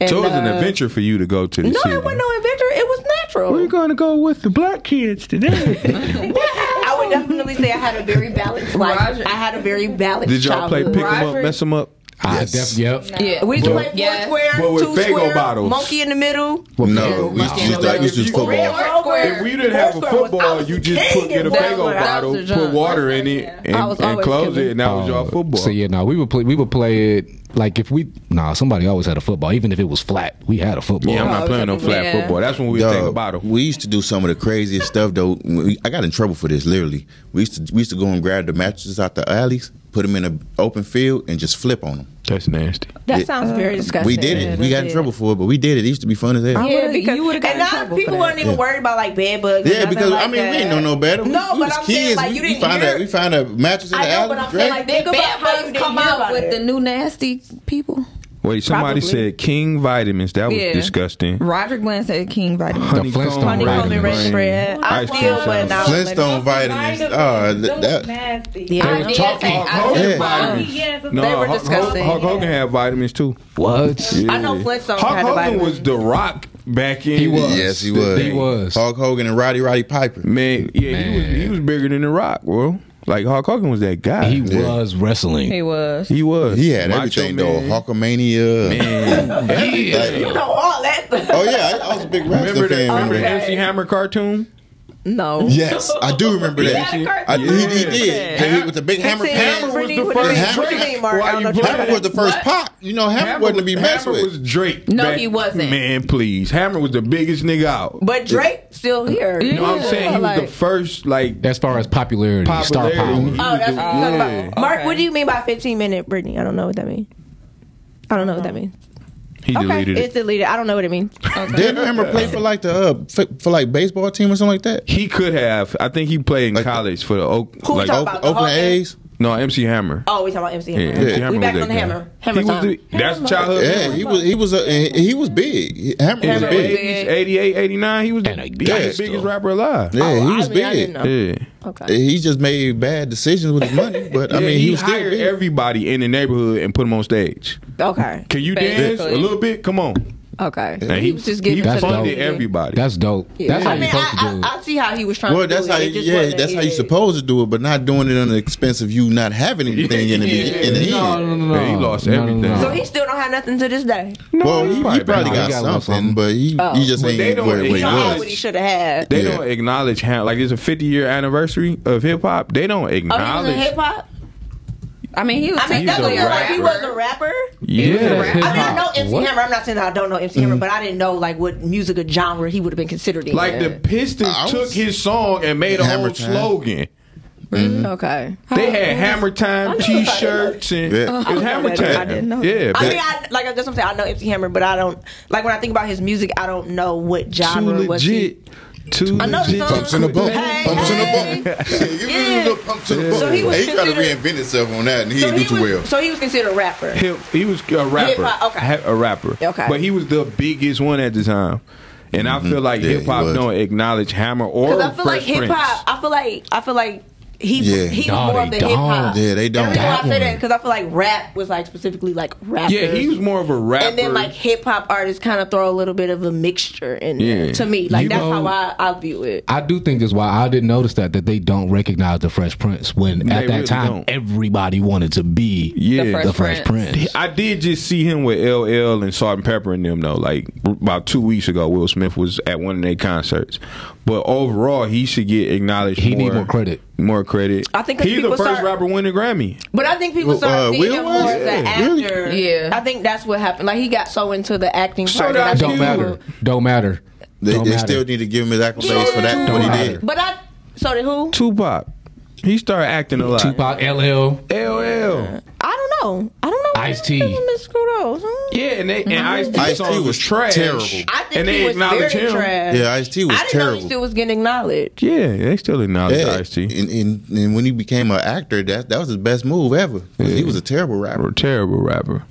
Speaker 5: And,
Speaker 7: So it was an
Speaker 5: uh,
Speaker 7: adventure for you to go to the
Speaker 5: No,
Speaker 7: city.
Speaker 5: it wasn't no adventure. It was natural.
Speaker 7: gonna go with the black kids today?
Speaker 5: I would definitely say I had a very balanced life.
Speaker 6: Roger.
Speaker 5: I had a very balanced
Speaker 7: Did y'all play
Speaker 5: childhood.
Speaker 7: pick 'em up, mess 'em up?
Speaker 8: I
Speaker 10: Yes.
Speaker 8: def- yep.
Speaker 6: Yeah,
Speaker 5: We
Speaker 6: we
Speaker 5: used to
Speaker 8: But-
Speaker 5: play four
Speaker 6: Yes.
Speaker 5: square,
Speaker 7: But with
Speaker 5: two
Speaker 7: Faygo
Speaker 5: square,
Speaker 7: bottles.
Speaker 5: monkey in the middle.
Speaker 10: No, we used to use that. We used to use
Speaker 5: Red
Speaker 10: football.
Speaker 5: or square.
Speaker 7: If we didn't have a
Speaker 5: Four square was- I
Speaker 7: football,
Speaker 5: was
Speaker 7: you
Speaker 5: the
Speaker 7: just
Speaker 5: king
Speaker 7: put, get a
Speaker 5: in that
Speaker 7: Fago
Speaker 5: one. I was
Speaker 7: bottle,
Speaker 6: the
Speaker 7: put
Speaker 6: junk.
Speaker 7: water in it,
Speaker 6: I was
Speaker 7: and, and
Speaker 6: always
Speaker 7: close
Speaker 6: kicking.
Speaker 7: it, and that was
Speaker 8: Oh,
Speaker 7: y'all football.
Speaker 8: So yeah, no, we would play. We would play it like if we nah. Somebody always had a football, even if it was flat. We had a football.
Speaker 7: Yeah, I'm not playing no flat
Speaker 6: Yeah.
Speaker 7: football. That's when we
Speaker 10: Dog,
Speaker 7: take a bottle.
Speaker 10: We used to do some of the craziest stuff though. We- I got in trouble for this literally. We used to we used to go and grab the mattresses out the alleys, put them in an open field, and just flip on them.
Speaker 7: That's nasty.
Speaker 5: That
Speaker 10: Yeah.
Speaker 5: sounds very disgusting.
Speaker 10: we did it. We got in trouble for it, but we did it. It used to be fun as hell.
Speaker 6: I
Speaker 5: Yeah,
Speaker 6: would've-
Speaker 5: because
Speaker 6: you would've got
Speaker 5: and
Speaker 6: in
Speaker 5: now
Speaker 6: trouble for
Speaker 5: people
Speaker 6: that.
Speaker 5: weren't even worried about like bed bugs. or
Speaker 10: yeah,
Speaker 5: nothing
Speaker 10: because
Speaker 5: like
Speaker 10: I mean we
Speaker 5: that.
Speaker 10: didn't know no better. We,
Speaker 5: No,
Speaker 10: we
Speaker 5: but
Speaker 10: was
Speaker 5: I'm saying,
Speaker 10: kids.
Speaker 5: like,
Speaker 10: we,
Speaker 5: you
Speaker 10: we
Speaker 5: didn't
Speaker 10: found
Speaker 5: hear-
Speaker 10: a we found a mattress in
Speaker 5: I
Speaker 10: the
Speaker 5: know,
Speaker 10: alley.
Speaker 5: but I'm
Speaker 10: dragged
Speaker 5: saying like think about
Speaker 6: bad
Speaker 5: how you
Speaker 6: bugs
Speaker 5: didn't
Speaker 6: come
Speaker 5: hear
Speaker 6: out
Speaker 5: about
Speaker 6: with
Speaker 5: it.
Speaker 6: the new nasty people.
Speaker 7: Wait, somebody
Speaker 5: Probably.
Speaker 7: said King Vitamins. That was
Speaker 6: Yeah.
Speaker 7: disgusting.
Speaker 6: Roger Glenn said King Vitamin.
Speaker 8: The Flintstone
Speaker 5: honeycomb and
Speaker 8: Raisins.
Speaker 5: red bread. I
Speaker 7: Ice cream
Speaker 5: still went
Speaker 7: sandwich.
Speaker 5: out.
Speaker 10: Flintstone vitamins. Oh, that, that
Speaker 11: Nasty.
Speaker 6: Yeah,
Speaker 8: They
Speaker 6: I
Speaker 8: were
Speaker 6: did
Speaker 8: talking-
Speaker 6: say-
Speaker 7: Hulk
Speaker 6: I
Speaker 7: Hogan
Speaker 10: Yeah.
Speaker 7: vitamins.
Speaker 11: Yes,
Speaker 7: No,
Speaker 5: They were
Speaker 7: Hulk-
Speaker 5: disgusting.
Speaker 7: Hulk, Hulk Hogan had vitamins too.
Speaker 8: What?
Speaker 5: I know
Speaker 7: Yeah.
Speaker 5: Flintstone
Speaker 7: Hulk
Speaker 5: had a
Speaker 7: Hogan
Speaker 5: vitamin.
Speaker 7: was the Rock back in.
Speaker 8: He was.
Speaker 10: yes, he was.
Speaker 8: He was.
Speaker 10: Hulk Hogan and Roddy Roddy Piper.
Speaker 7: Man, yeah, He, was, he was bigger than the Rock, bro. Like Hulk Hogan was that guy.
Speaker 8: He was wrestling.
Speaker 6: He was.
Speaker 7: He was.
Speaker 10: He had
Speaker 7: Macho
Speaker 10: everything
Speaker 7: Man.
Speaker 10: though. Hulkamania.
Speaker 7: Man.
Speaker 10: Like,
Speaker 5: No, all that.
Speaker 10: oh yeah, I, I was a big wrestling
Speaker 7: Remember the,
Speaker 10: fan. when
Speaker 7: remember the
Speaker 10: we-
Speaker 7: MC Hammer cartoon?
Speaker 5: No.
Speaker 10: Yes, I do remember that.
Speaker 7: Yeah.
Speaker 10: I, he, he did.
Speaker 7: Yeah.
Speaker 10: And he- with the big hammer
Speaker 7: Hammer
Speaker 10: pants.
Speaker 7: was
Speaker 5: Brittany,
Speaker 7: the
Speaker 5: what do you
Speaker 7: first.
Speaker 5: mean? What do you
Speaker 7: Drake.
Speaker 5: mean, Mark?
Speaker 7: Why
Speaker 5: I don't
Speaker 7: you
Speaker 5: know if you
Speaker 7: playing
Speaker 10: Hammer was the first pop. You know, Hammer, wasn't to be messed
Speaker 7: Hammer
Speaker 10: with.
Speaker 7: was Drake.
Speaker 6: No, he wasn't.
Speaker 7: Man, please. Hammer was the biggest nigga out.
Speaker 5: But Drake still here.
Speaker 7: You know what I'm saying? He was the
Speaker 5: Like-
Speaker 7: first, like,
Speaker 8: As far as popularity, star
Speaker 7: popularity. He
Speaker 8: power.
Speaker 5: Oh,
Speaker 7: was
Speaker 5: that's
Speaker 7: the-
Speaker 5: what you're talking
Speaker 7: yeah.
Speaker 5: about. Mark,
Speaker 6: Okay.
Speaker 5: what do you mean by 15 minute, Brittany? I don't know what that means. I don't know what that means.
Speaker 7: He deleted
Speaker 5: okay,
Speaker 7: it.
Speaker 5: it's deleted. I don't know what it means.
Speaker 10: Didn't Hammer play for like the uh, for, for like baseball team or something like that?
Speaker 7: He could have. I think he played in
Speaker 10: Like-
Speaker 7: college for the Oak.
Speaker 5: Who we
Speaker 7: like,
Speaker 5: talking
Speaker 10: Oak-
Speaker 5: about? the
Speaker 10: Oakland
Speaker 5: Hawkins?
Speaker 10: A's.
Speaker 7: No, MC Hammer.
Speaker 5: Oh, we talking about MC
Speaker 7: Yeah,
Speaker 5: Hammer.
Speaker 7: MC
Speaker 5: We
Speaker 7: Hammer
Speaker 5: back
Speaker 7: was
Speaker 5: on
Speaker 7: that
Speaker 5: the
Speaker 7: guy.
Speaker 5: hammer. Hammer
Speaker 7: he was
Speaker 5: time.
Speaker 7: the, That's childhood.
Speaker 10: Yeah, he was he was a, he, he was big. He- Hammer
Speaker 7: in
Speaker 10: was
Speaker 7: the
Speaker 10: big.
Speaker 7: 80s, 88, 89, he was the,
Speaker 8: And a
Speaker 7: he was
Speaker 10: gangster.
Speaker 7: the biggest rapper alive.
Speaker 10: Yeah,
Speaker 5: Oh,
Speaker 10: he
Speaker 5: I
Speaker 10: was
Speaker 5: mean, I
Speaker 10: big.
Speaker 5: didn't know.
Speaker 7: Yeah.
Speaker 5: Okay.
Speaker 10: He just made bad decisions with his money, but I
Speaker 7: Yeah,
Speaker 10: mean,
Speaker 7: he,
Speaker 10: he, was still
Speaker 7: hired
Speaker 10: big.
Speaker 7: everybody in the neighborhood and put them on stage.
Speaker 5: Okay.
Speaker 7: Can you dance
Speaker 6: Basically.
Speaker 7: a little bit? Come on.
Speaker 5: Okay.
Speaker 7: And
Speaker 5: he was just getting
Speaker 7: he
Speaker 5: to the
Speaker 7: funded
Speaker 5: music.
Speaker 7: everybody.
Speaker 8: That's dope. That's how
Speaker 5: I
Speaker 8: you
Speaker 5: mean,
Speaker 8: supposed to do
Speaker 5: I,
Speaker 8: it.
Speaker 5: I, I see how he was trying
Speaker 10: Well,
Speaker 5: to do
Speaker 10: that's
Speaker 5: it.
Speaker 10: how.
Speaker 5: It just
Speaker 10: Yeah,
Speaker 5: wasn't-
Speaker 10: that's how
Speaker 5: yeah.
Speaker 10: you're supposed to do it, but not doing it on the expense of you not having anything in the in the
Speaker 8: No,
Speaker 10: end.
Speaker 8: no, no, no.
Speaker 7: Man, he lost
Speaker 8: No, no,
Speaker 7: everything.
Speaker 8: no.
Speaker 5: So he still don't have nothing to this day.
Speaker 10: Well, he, he probably,
Speaker 8: been-
Speaker 10: got,
Speaker 8: he got a little
Speaker 10: something,
Speaker 8: something.
Speaker 10: but he, he just
Speaker 7: But they
Speaker 10: ain't
Speaker 7: don't-
Speaker 10: where, where
Speaker 7: he
Speaker 10: he
Speaker 7: don't
Speaker 5: Not
Speaker 7: Yes.
Speaker 10: was.
Speaker 5: what he should have had. Oh,
Speaker 7: They
Speaker 10: Yeah.
Speaker 7: don't acknowledge Ham- like it's a 50 year anniversary of hip hop. They don't
Speaker 5: Oh, he was in
Speaker 7: acknowledge.
Speaker 5: hip hop.
Speaker 6: I mean, he was.
Speaker 5: I mean,
Speaker 7: He's
Speaker 5: that's
Speaker 7: a
Speaker 5: what you're like. He was a rapper.
Speaker 7: yeah.
Speaker 8: Yeah.
Speaker 5: I mean, I know MC
Speaker 8: What?
Speaker 5: Hammer. I'm not saying that I don't know MC Hammer, but I didn't know like what music or genre he would have been considered in.
Speaker 7: Mm. Like the Pistons
Speaker 10: I was-
Speaker 7: took his song and made a
Speaker 10: Hammer
Speaker 7: whole
Speaker 10: Time.
Speaker 7: slogan.
Speaker 5: Mm-hmm. okay.
Speaker 7: They had Hammer Time T-shirts and
Speaker 10: Yeah.
Speaker 7: it was Hammer
Speaker 5: didn't
Speaker 7: Time.
Speaker 5: know that. Oh, I didn't know
Speaker 7: yeah,
Speaker 5: I
Speaker 7: back-
Speaker 5: mean, I, like that's what I'm saying. I know MC Hammer, but I don't like when I think about his music. I don't know what genre was he.
Speaker 7: Too
Speaker 5: I know
Speaker 7: legit.
Speaker 5: the song.
Speaker 10: Pumps in the bump.
Speaker 5: Hey,
Speaker 10: Pumps in
Speaker 5: hey.
Speaker 10: the bump. You
Speaker 5: Yeah.
Speaker 10: little pumps in the bump.
Speaker 5: So he was
Speaker 10: Hey, he tried to
Speaker 5: considered-
Speaker 10: reinvent himself on that, and he
Speaker 5: So
Speaker 10: didn't
Speaker 5: he,
Speaker 10: do too well.
Speaker 5: was, so he was considered a rapper.
Speaker 7: He, he was a rapper.
Speaker 5: Hip-hop, okay.
Speaker 7: Ha- A rapper.
Speaker 5: Okay.
Speaker 7: But he was the biggest one at the time. And I feel like
Speaker 10: Mm-hmm. Yeah,
Speaker 7: hip hop
Speaker 10: he was.
Speaker 7: don't acknowledge Hammer or
Speaker 5: Because I feel like
Speaker 7: Fresh
Speaker 5: hip
Speaker 7: Prince.
Speaker 5: hop. I feel like I feel like he
Speaker 7: Yeah.
Speaker 5: he
Speaker 7: Nah,
Speaker 5: was
Speaker 7: they
Speaker 5: more of the hip hop.
Speaker 7: don't. Yeah, they don't.
Speaker 5: The reason why I say
Speaker 7: That
Speaker 5: that
Speaker 7: one.
Speaker 5: because I feel like rap was like specifically like rappers.
Speaker 7: Yeah, he was more of a rapper.
Speaker 5: And then like hip hop artists kind of throw a little bit of a mixture in there
Speaker 8: Yeah.
Speaker 5: to me. Like
Speaker 8: You
Speaker 5: that's
Speaker 8: know-
Speaker 5: how I, I view it.
Speaker 8: I do think that's why I didn't notice that that they don't recognize the Fresh Prince when
Speaker 7: They
Speaker 8: at that
Speaker 7: really
Speaker 8: time
Speaker 7: don't.
Speaker 8: everybody wanted to be
Speaker 7: yeah,
Speaker 8: the Fresh Prince.
Speaker 7: I did just see him with LL and Salt and Pepper and them though. Like about two weeks ago, Will Smith was at one of their concerts. But overall, he should get acknowledged.
Speaker 8: He
Speaker 7: more,
Speaker 8: need more credit.
Speaker 7: More credit.
Speaker 5: I think 'cause
Speaker 7: he's the
Speaker 5: people
Speaker 7: first
Speaker 5: start-
Speaker 7: rapper winning Grammy.
Speaker 5: But I think people
Speaker 7: Well,
Speaker 5: started
Speaker 7: uh,
Speaker 5: seeing
Speaker 7: Will
Speaker 5: him
Speaker 7: was?
Speaker 5: more as an
Speaker 7: Yeah, really?
Speaker 5: actor. Yeah, I think that's what happened. Like he got so into the acting
Speaker 8: So
Speaker 5: part. that I
Speaker 8: that
Speaker 5: think
Speaker 8: don't
Speaker 5: people-
Speaker 8: matter. Don't matter.
Speaker 10: They,
Speaker 8: Don't
Speaker 10: they
Speaker 8: matter.
Speaker 10: still need to give him his accolades for that. What he did.
Speaker 5: But I so did who?
Speaker 7: Tupac. He started acting a lot.
Speaker 8: Tupac, LL,
Speaker 7: LL.
Speaker 5: I don't know. I don't know.
Speaker 8: Ice T.
Speaker 5: Miss Kudos. huh? Mm-hmm.
Speaker 7: Yeah, and they and Ice T
Speaker 10: Ice-T
Speaker 7: song
Speaker 10: was
Speaker 7: was trash.
Speaker 10: terrible.
Speaker 5: I think
Speaker 7: and
Speaker 5: he
Speaker 7: they
Speaker 5: was
Speaker 7: acknowledge
Speaker 5: very
Speaker 7: him.
Speaker 5: trash.
Speaker 10: Yeah, Ice T was
Speaker 5: I didn't know he
Speaker 10: terrible.
Speaker 5: still was getting acknowledged.
Speaker 7: Yeah, they still acknowledge
Speaker 10: Yeah,
Speaker 7: Ice T.
Speaker 10: and, and and when he became an actor, that that was his best move ever. 'Cause He was a terrible rapper.
Speaker 7: Terrible rapper.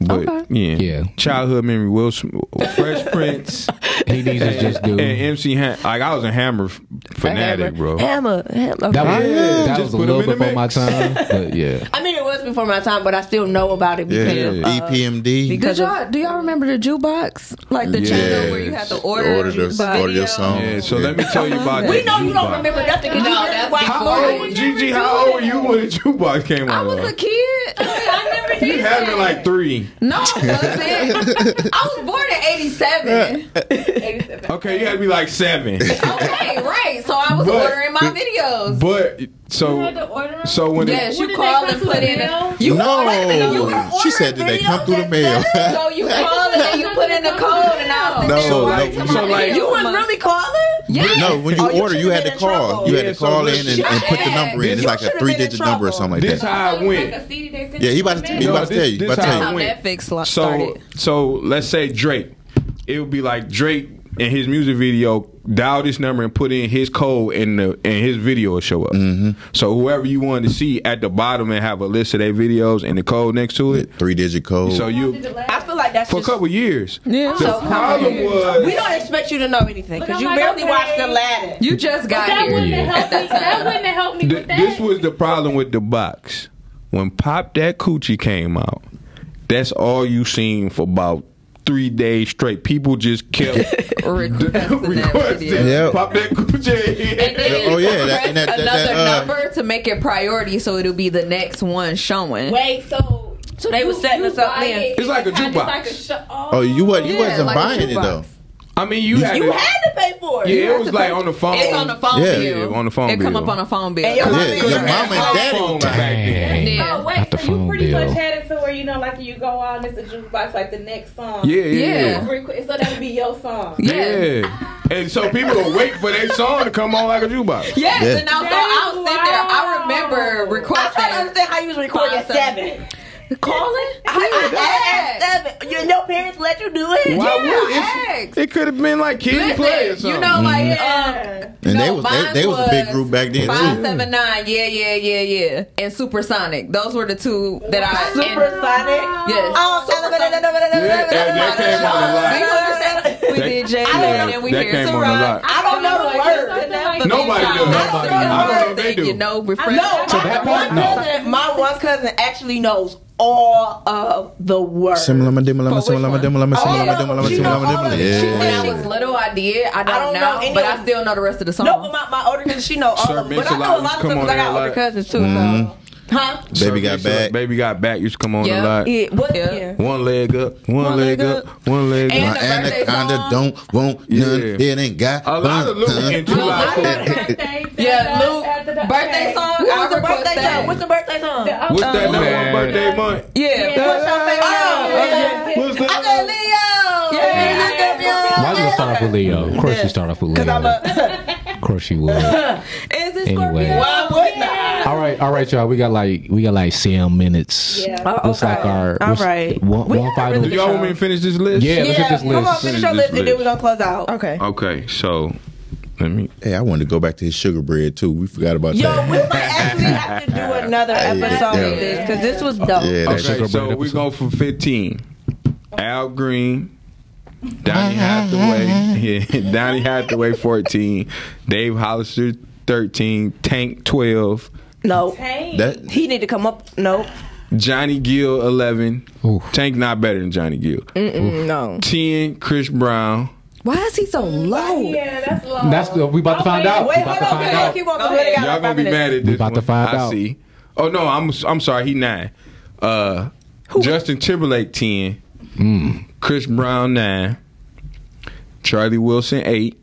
Speaker 7: But yeah,
Speaker 8: Yeah.
Speaker 7: Childhood memory. Will Smith, Fresh Prince.
Speaker 8: He needs to just do.
Speaker 7: And MC Ham- like I was a Hammer f- fanatic, bro.
Speaker 5: Hammer, hammer. Okay.
Speaker 8: That was,
Speaker 7: Yeah,
Speaker 8: that
Speaker 7: just
Speaker 8: was a
Speaker 7: put him
Speaker 8: little
Speaker 7: in the
Speaker 8: before my
Speaker 7: mix.
Speaker 8: time, but yeah.
Speaker 5: I mean, it was before my time, but I still know about it
Speaker 10: Yeah, E
Speaker 5: because of, uh,
Speaker 10: EPMD.
Speaker 6: Did y'all do y'all remember the jukebox? Like the channel where you had to
Speaker 10: Yes.
Speaker 6: order,
Speaker 10: Order
Speaker 6: the
Speaker 10: the-
Speaker 6: jukebox.
Speaker 10: order your
Speaker 6: video.
Speaker 10: song.
Speaker 7: Yeah, so let me tell you about
Speaker 5: we
Speaker 7: that
Speaker 5: know you don't
Speaker 7: jukebox.
Speaker 5: remember nothing because
Speaker 6: No,
Speaker 5: you
Speaker 6: that's
Speaker 5: really white
Speaker 7: How
Speaker 5: boy.
Speaker 7: old, Gigi? How old were you when the jukebox came out?
Speaker 6: I was a kid. I, mean, I never did.
Speaker 7: you had me
Speaker 6: that.
Speaker 7: like three.
Speaker 6: No, I wasn't. I was born in '87.
Speaker 7: Okay, you had me like seven.
Speaker 6: Okay, right. So I was
Speaker 7: But-
Speaker 6: ordering my videos.
Speaker 7: But so so when
Speaker 6: yes,
Speaker 7: it,
Speaker 6: you call and put in. A, you
Speaker 10: no,
Speaker 6: were
Speaker 10: she said, "Did they come through the mail?"
Speaker 6: so you call and then you put in the code, and I was
Speaker 10: No,
Speaker 6: sitting
Speaker 10: no,
Speaker 6: there watching
Speaker 10: you-
Speaker 6: my
Speaker 7: so like-
Speaker 6: videos.
Speaker 5: You was really calling?
Speaker 6: Yes.
Speaker 10: No, when you
Speaker 5: Oh, you
Speaker 10: order, you,
Speaker 5: should've
Speaker 10: had
Speaker 5: been
Speaker 10: to
Speaker 5: in
Speaker 10: call.
Speaker 5: trouble.
Speaker 10: You
Speaker 7: Yeah,
Speaker 10: had to
Speaker 7: so
Speaker 10: call
Speaker 7: listen.
Speaker 10: in and, and put the number in. It's
Speaker 5: You
Speaker 10: like a
Speaker 5: should've
Speaker 10: three
Speaker 5: been in
Speaker 10: digit number or
Speaker 5: trouble.
Speaker 10: something like
Speaker 7: this
Speaker 10: that.
Speaker 7: how I went.
Speaker 10: Yeah, he about to, he about to tell you. He about to
Speaker 7: how
Speaker 10: tell
Speaker 7: it
Speaker 10: you.
Speaker 7: went.
Speaker 6: Netflix lo-
Speaker 7: So,
Speaker 6: started.
Speaker 7: so let's say Drake. It would be like Drake in his music video dial this number and put in his code and the and his video will show up.
Speaker 6: Mm-hmm.
Speaker 7: So whoever you wanted to see at the bottom and have a list of their videos and the code next to it.
Speaker 10: Three digit code.
Speaker 7: So you
Speaker 5: I feel like that's
Speaker 7: for a
Speaker 5: just
Speaker 7: couple years.
Speaker 6: Yeah.
Speaker 7: The
Speaker 5: so
Speaker 7: problem
Speaker 5: complicated. We
Speaker 7: was
Speaker 5: don't expect you to know anything because you
Speaker 11: I'm like,
Speaker 5: barely
Speaker 11: okay.
Speaker 5: watched Aladdin.
Speaker 6: You just got here.
Speaker 11: That wouldn't have helped me
Speaker 7: th-
Speaker 11: with
Speaker 7: this
Speaker 11: that.
Speaker 7: was the problem with the box when Pop That Coochie came out. That's all you seen for about three days straight. People just kept
Speaker 6: Requesting that
Speaker 7: requesting
Speaker 6: video.
Speaker 10: Yep.
Speaker 7: Pop That Coochie.
Speaker 6: And then
Speaker 10: Oh,
Speaker 6: you
Speaker 10: yeah, that-
Speaker 6: press
Speaker 10: and that- that-
Speaker 6: another
Speaker 10: that, uh,
Speaker 6: number to make it priority, so it'll be the next one showing.
Speaker 5: Wait, so so they were setting us up then.
Speaker 7: It's like a jukebox.
Speaker 10: oh, you was you
Speaker 6: Yeah,
Speaker 10: wasn't
Speaker 6: like a
Speaker 10: buying it
Speaker 6: jukebox.
Speaker 10: though.
Speaker 7: I mean, you, had,
Speaker 5: You
Speaker 7: to-
Speaker 5: had to pay for it.
Speaker 7: yeah, it was like on the phone.
Speaker 6: It's on the phone
Speaker 10: Yeah.
Speaker 6: bill.
Speaker 7: Yeah, on the phone
Speaker 6: It come
Speaker 7: bill.
Speaker 6: up on a phone bill.
Speaker 5: And your mama
Speaker 10: Yeah, your
Speaker 5: ain't
Speaker 10: mama and
Speaker 5: got no
Speaker 10: daddy.
Speaker 7: phone back then.
Speaker 8: Dang.
Speaker 6: Yeah.
Speaker 11: Oh, wait,
Speaker 8: Not the
Speaker 11: so
Speaker 8: phone
Speaker 11: you pretty
Speaker 8: bill.
Speaker 11: much had it to where, you know, like you go on, it's a jukebox, like the next song.
Speaker 7: Yeah, yeah,
Speaker 6: Yeah.
Speaker 7: yeah.
Speaker 11: Requ- So that would be your song.
Speaker 6: Yeah.
Speaker 7: And so people will wait for their song to come on like a jukebox.
Speaker 6: Yes,
Speaker 10: Yeah.
Speaker 6: and I was, so
Speaker 11: That
Speaker 6: I
Speaker 11: is
Speaker 6: was sitting there. I remember
Speaker 5: I try to
Speaker 6: requesting
Speaker 5: understand how you was recording at
Speaker 6: Five seven.
Speaker 5: seven.
Speaker 6: calling.
Speaker 5: I,
Speaker 6: Yeah,
Speaker 5: I
Speaker 6: that-
Speaker 5: asked seven. Your, your parents let you do it?
Speaker 7: Why
Speaker 6: Yeah,
Speaker 7: would-
Speaker 6: eggs.
Speaker 7: it's- it could have been like kids play or something.
Speaker 6: Listen, you know, like um,
Speaker 10: And they
Speaker 6: no,
Speaker 10: was they,
Speaker 6: mine
Speaker 10: they was a big group back then
Speaker 6: Five
Speaker 10: too.
Speaker 6: seven nine, yeah, yeah, yeah, yeah, and Supersonic. Those were the two that I and-
Speaker 5: Supersonic.
Speaker 6: Yes.
Speaker 5: Oh,
Speaker 7: Yeah, that- that came on a lot.
Speaker 6: We understand. We
Speaker 7: That-
Speaker 6: did Jay
Speaker 7: yeah,
Speaker 6: and we
Speaker 7: that
Speaker 6: hear
Speaker 7: came on a
Speaker 6: Ciroc.
Speaker 7: lot.
Speaker 5: I don't know the word.
Speaker 6: But
Speaker 7: Nobody
Speaker 6: these
Speaker 7: does.
Speaker 6: songs-
Speaker 7: Nobody does.
Speaker 6: I
Speaker 7: I don't know if they
Speaker 6: think, You
Speaker 7: do.
Speaker 6: know, refresh.
Speaker 5: No,
Speaker 8: So
Speaker 5: my,
Speaker 8: that
Speaker 5: one
Speaker 8: part- no.
Speaker 5: cousin, my one cousin actually knows all of the words.
Speaker 10: Simulama dimulama
Speaker 6: For which
Speaker 10: simulama
Speaker 6: one?
Speaker 10: dimulama
Speaker 5: Oh,
Speaker 10: simulama
Speaker 5: no,
Speaker 10: dimulama
Speaker 5: she know
Speaker 10: simulama
Speaker 5: all of
Speaker 10: dimulama.
Speaker 5: it. She
Speaker 6: When I
Speaker 10: Yeah.
Speaker 6: was little, I did. I don't,
Speaker 5: don't know
Speaker 6: know,
Speaker 5: any
Speaker 6: but
Speaker 5: of-
Speaker 6: I still know the rest of the song.
Speaker 5: No, but my, my older cousins, she know all
Speaker 7: Sir
Speaker 5: of them. But I
Speaker 7: Mix-a-Lot
Speaker 5: know a
Speaker 7: used to
Speaker 5: lot of
Speaker 7: come
Speaker 5: them
Speaker 7: on
Speaker 5: because I
Speaker 7: there a
Speaker 5: got older
Speaker 7: lot.
Speaker 5: cousins too.
Speaker 10: Mm-hmm.
Speaker 5: So. Huh?
Speaker 10: Baby got
Speaker 7: So,
Speaker 10: back.
Speaker 7: Baby got back. Used to come on
Speaker 6: Yeah.
Speaker 7: a lot.
Speaker 5: Yeah, what?
Speaker 6: Yeah.
Speaker 5: yeah.
Speaker 7: One leg up, one,
Speaker 6: leg
Speaker 7: leg, up, one leg up.
Speaker 6: And
Speaker 10: My
Speaker 6: the birthday
Speaker 10: anaconda
Speaker 6: song.
Speaker 10: don't want
Speaker 7: Yeah.
Speaker 10: none. It ain't got
Speaker 7: A lot of
Speaker 10: bun.
Speaker 7: Luke and two
Speaker 6: No, I
Speaker 7: Live
Speaker 6: don't-
Speaker 7: Crew.
Speaker 6: yeah, Luke, birthday song.
Speaker 5: What
Speaker 6: I
Speaker 5: was the
Speaker 6: request
Speaker 5: birthday
Speaker 6: that.
Speaker 5: song? What's the birthday song?
Speaker 7: What's that
Speaker 5: Um,
Speaker 6: Uh,
Speaker 7: that one
Speaker 8: Man.
Speaker 7: birthday month?
Speaker 6: yeah.
Speaker 5: What's your favorite song?
Speaker 7: What's
Speaker 5: I
Speaker 7: that?
Speaker 5: said Leo.
Speaker 6: Yeah.
Speaker 8: Why you start off with Leo? Of course you start off with Leo. of course you would.
Speaker 6: Is it
Speaker 8: Anyway.
Speaker 6: Scorpio?
Speaker 5: Why wouldn't I?
Speaker 8: All right, all right, y'all. We got like we got like seven minutes. Yeah.
Speaker 5: Oh,
Speaker 8: Looks like our
Speaker 5: All right.
Speaker 8: one,
Speaker 5: We
Speaker 8: one
Speaker 5: had a
Speaker 8: final.
Speaker 7: Do y'all want me to finish this list?
Speaker 8: Yeah, let's
Speaker 5: Yeah,
Speaker 8: hit this
Speaker 5: come on,
Speaker 8: list.
Speaker 5: finish your
Speaker 7: Finish
Speaker 5: list,
Speaker 7: this
Speaker 5: and then
Speaker 7: list.
Speaker 5: we're gonna close out. Okay.
Speaker 7: Okay, so let me.
Speaker 10: Hey, I wanted to go back to his sugar bread too. We forgot about
Speaker 5: Yo,
Speaker 10: that.
Speaker 5: we might actually have to do another episode
Speaker 10: yeah.
Speaker 5: of this because this was dope.
Speaker 10: Yeah, that
Speaker 7: Okay,
Speaker 8: sugar
Speaker 7: so
Speaker 8: bread
Speaker 7: we
Speaker 8: episode.
Speaker 7: go for fifteen. Al Green, Donnie
Speaker 10: Ah,
Speaker 7: Hathaway, yeah, Donnie Hathaway, fourteen. Dave Hollister, thirteen. Tank, twelve.
Speaker 5: No.
Speaker 7: That-
Speaker 5: he need to come up. Nope.
Speaker 7: Johnny Gill, eleven. Tank not better than Johnny Gill.
Speaker 5: Mm-mm, no.
Speaker 7: Ten, Chris Brown.
Speaker 6: Why is he so low?
Speaker 5: Yeah, that's low.
Speaker 8: That's the, we about to find out.
Speaker 5: Wait,
Speaker 8: we about
Speaker 5: hold
Speaker 8: to
Speaker 5: on.
Speaker 8: find
Speaker 5: Keep
Speaker 8: out.
Speaker 5: going. Keep going. 'cause we only Oh, got
Speaker 7: Y'all
Speaker 5: like
Speaker 7: gonna
Speaker 5: five
Speaker 7: be
Speaker 5: minutes.
Speaker 7: mad at this.
Speaker 8: We about to
Speaker 7: one.
Speaker 8: find
Speaker 7: I
Speaker 8: out.
Speaker 7: see. Oh no, I'm I'm sorry. He nine. Uh, Justin Timberlake ten.
Speaker 8: Hmm.
Speaker 7: Chris Brown nine. Charlie Wilson eight.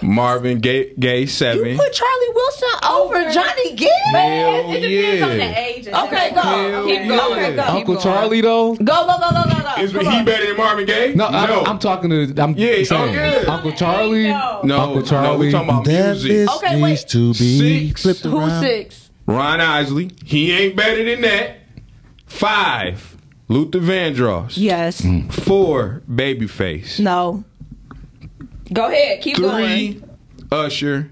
Speaker 7: Marvin Gaye, Gaye seven.
Speaker 5: Put Charlie Wilson over Johnny Gill.
Speaker 7: Hell yeah.
Speaker 5: Okay, go.
Speaker 7: Hell
Speaker 5: Keep going.
Speaker 7: yeah.
Speaker 5: Okay, go.
Speaker 8: Uncle
Speaker 6: going.
Speaker 8: Charlie though.
Speaker 5: Go, go, go, go, go, go.
Speaker 7: Is he better than Marvin Gaye?
Speaker 8: No, I'm, I'm talking to. I'm
Speaker 7: Yeah,
Speaker 8: saying,
Speaker 7: oh, yeah.
Speaker 8: Uncle Charlie.
Speaker 7: no,
Speaker 8: Uncle
Speaker 7: no. We're
Speaker 8: Charlie.
Speaker 7: talking about music.
Speaker 5: Okay, needs wait.
Speaker 10: to
Speaker 7: be Six. flipped
Speaker 5: Who's six?
Speaker 7: Ron Isley. He ain't better than that. Five. Luther Vandross.
Speaker 5: Yes.
Speaker 8: Hmm.
Speaker 7: Four. Babyface.
Speaker 5: No.
Speaker 6: Go ahead, keep going.
Speaker 7: Three. Usher.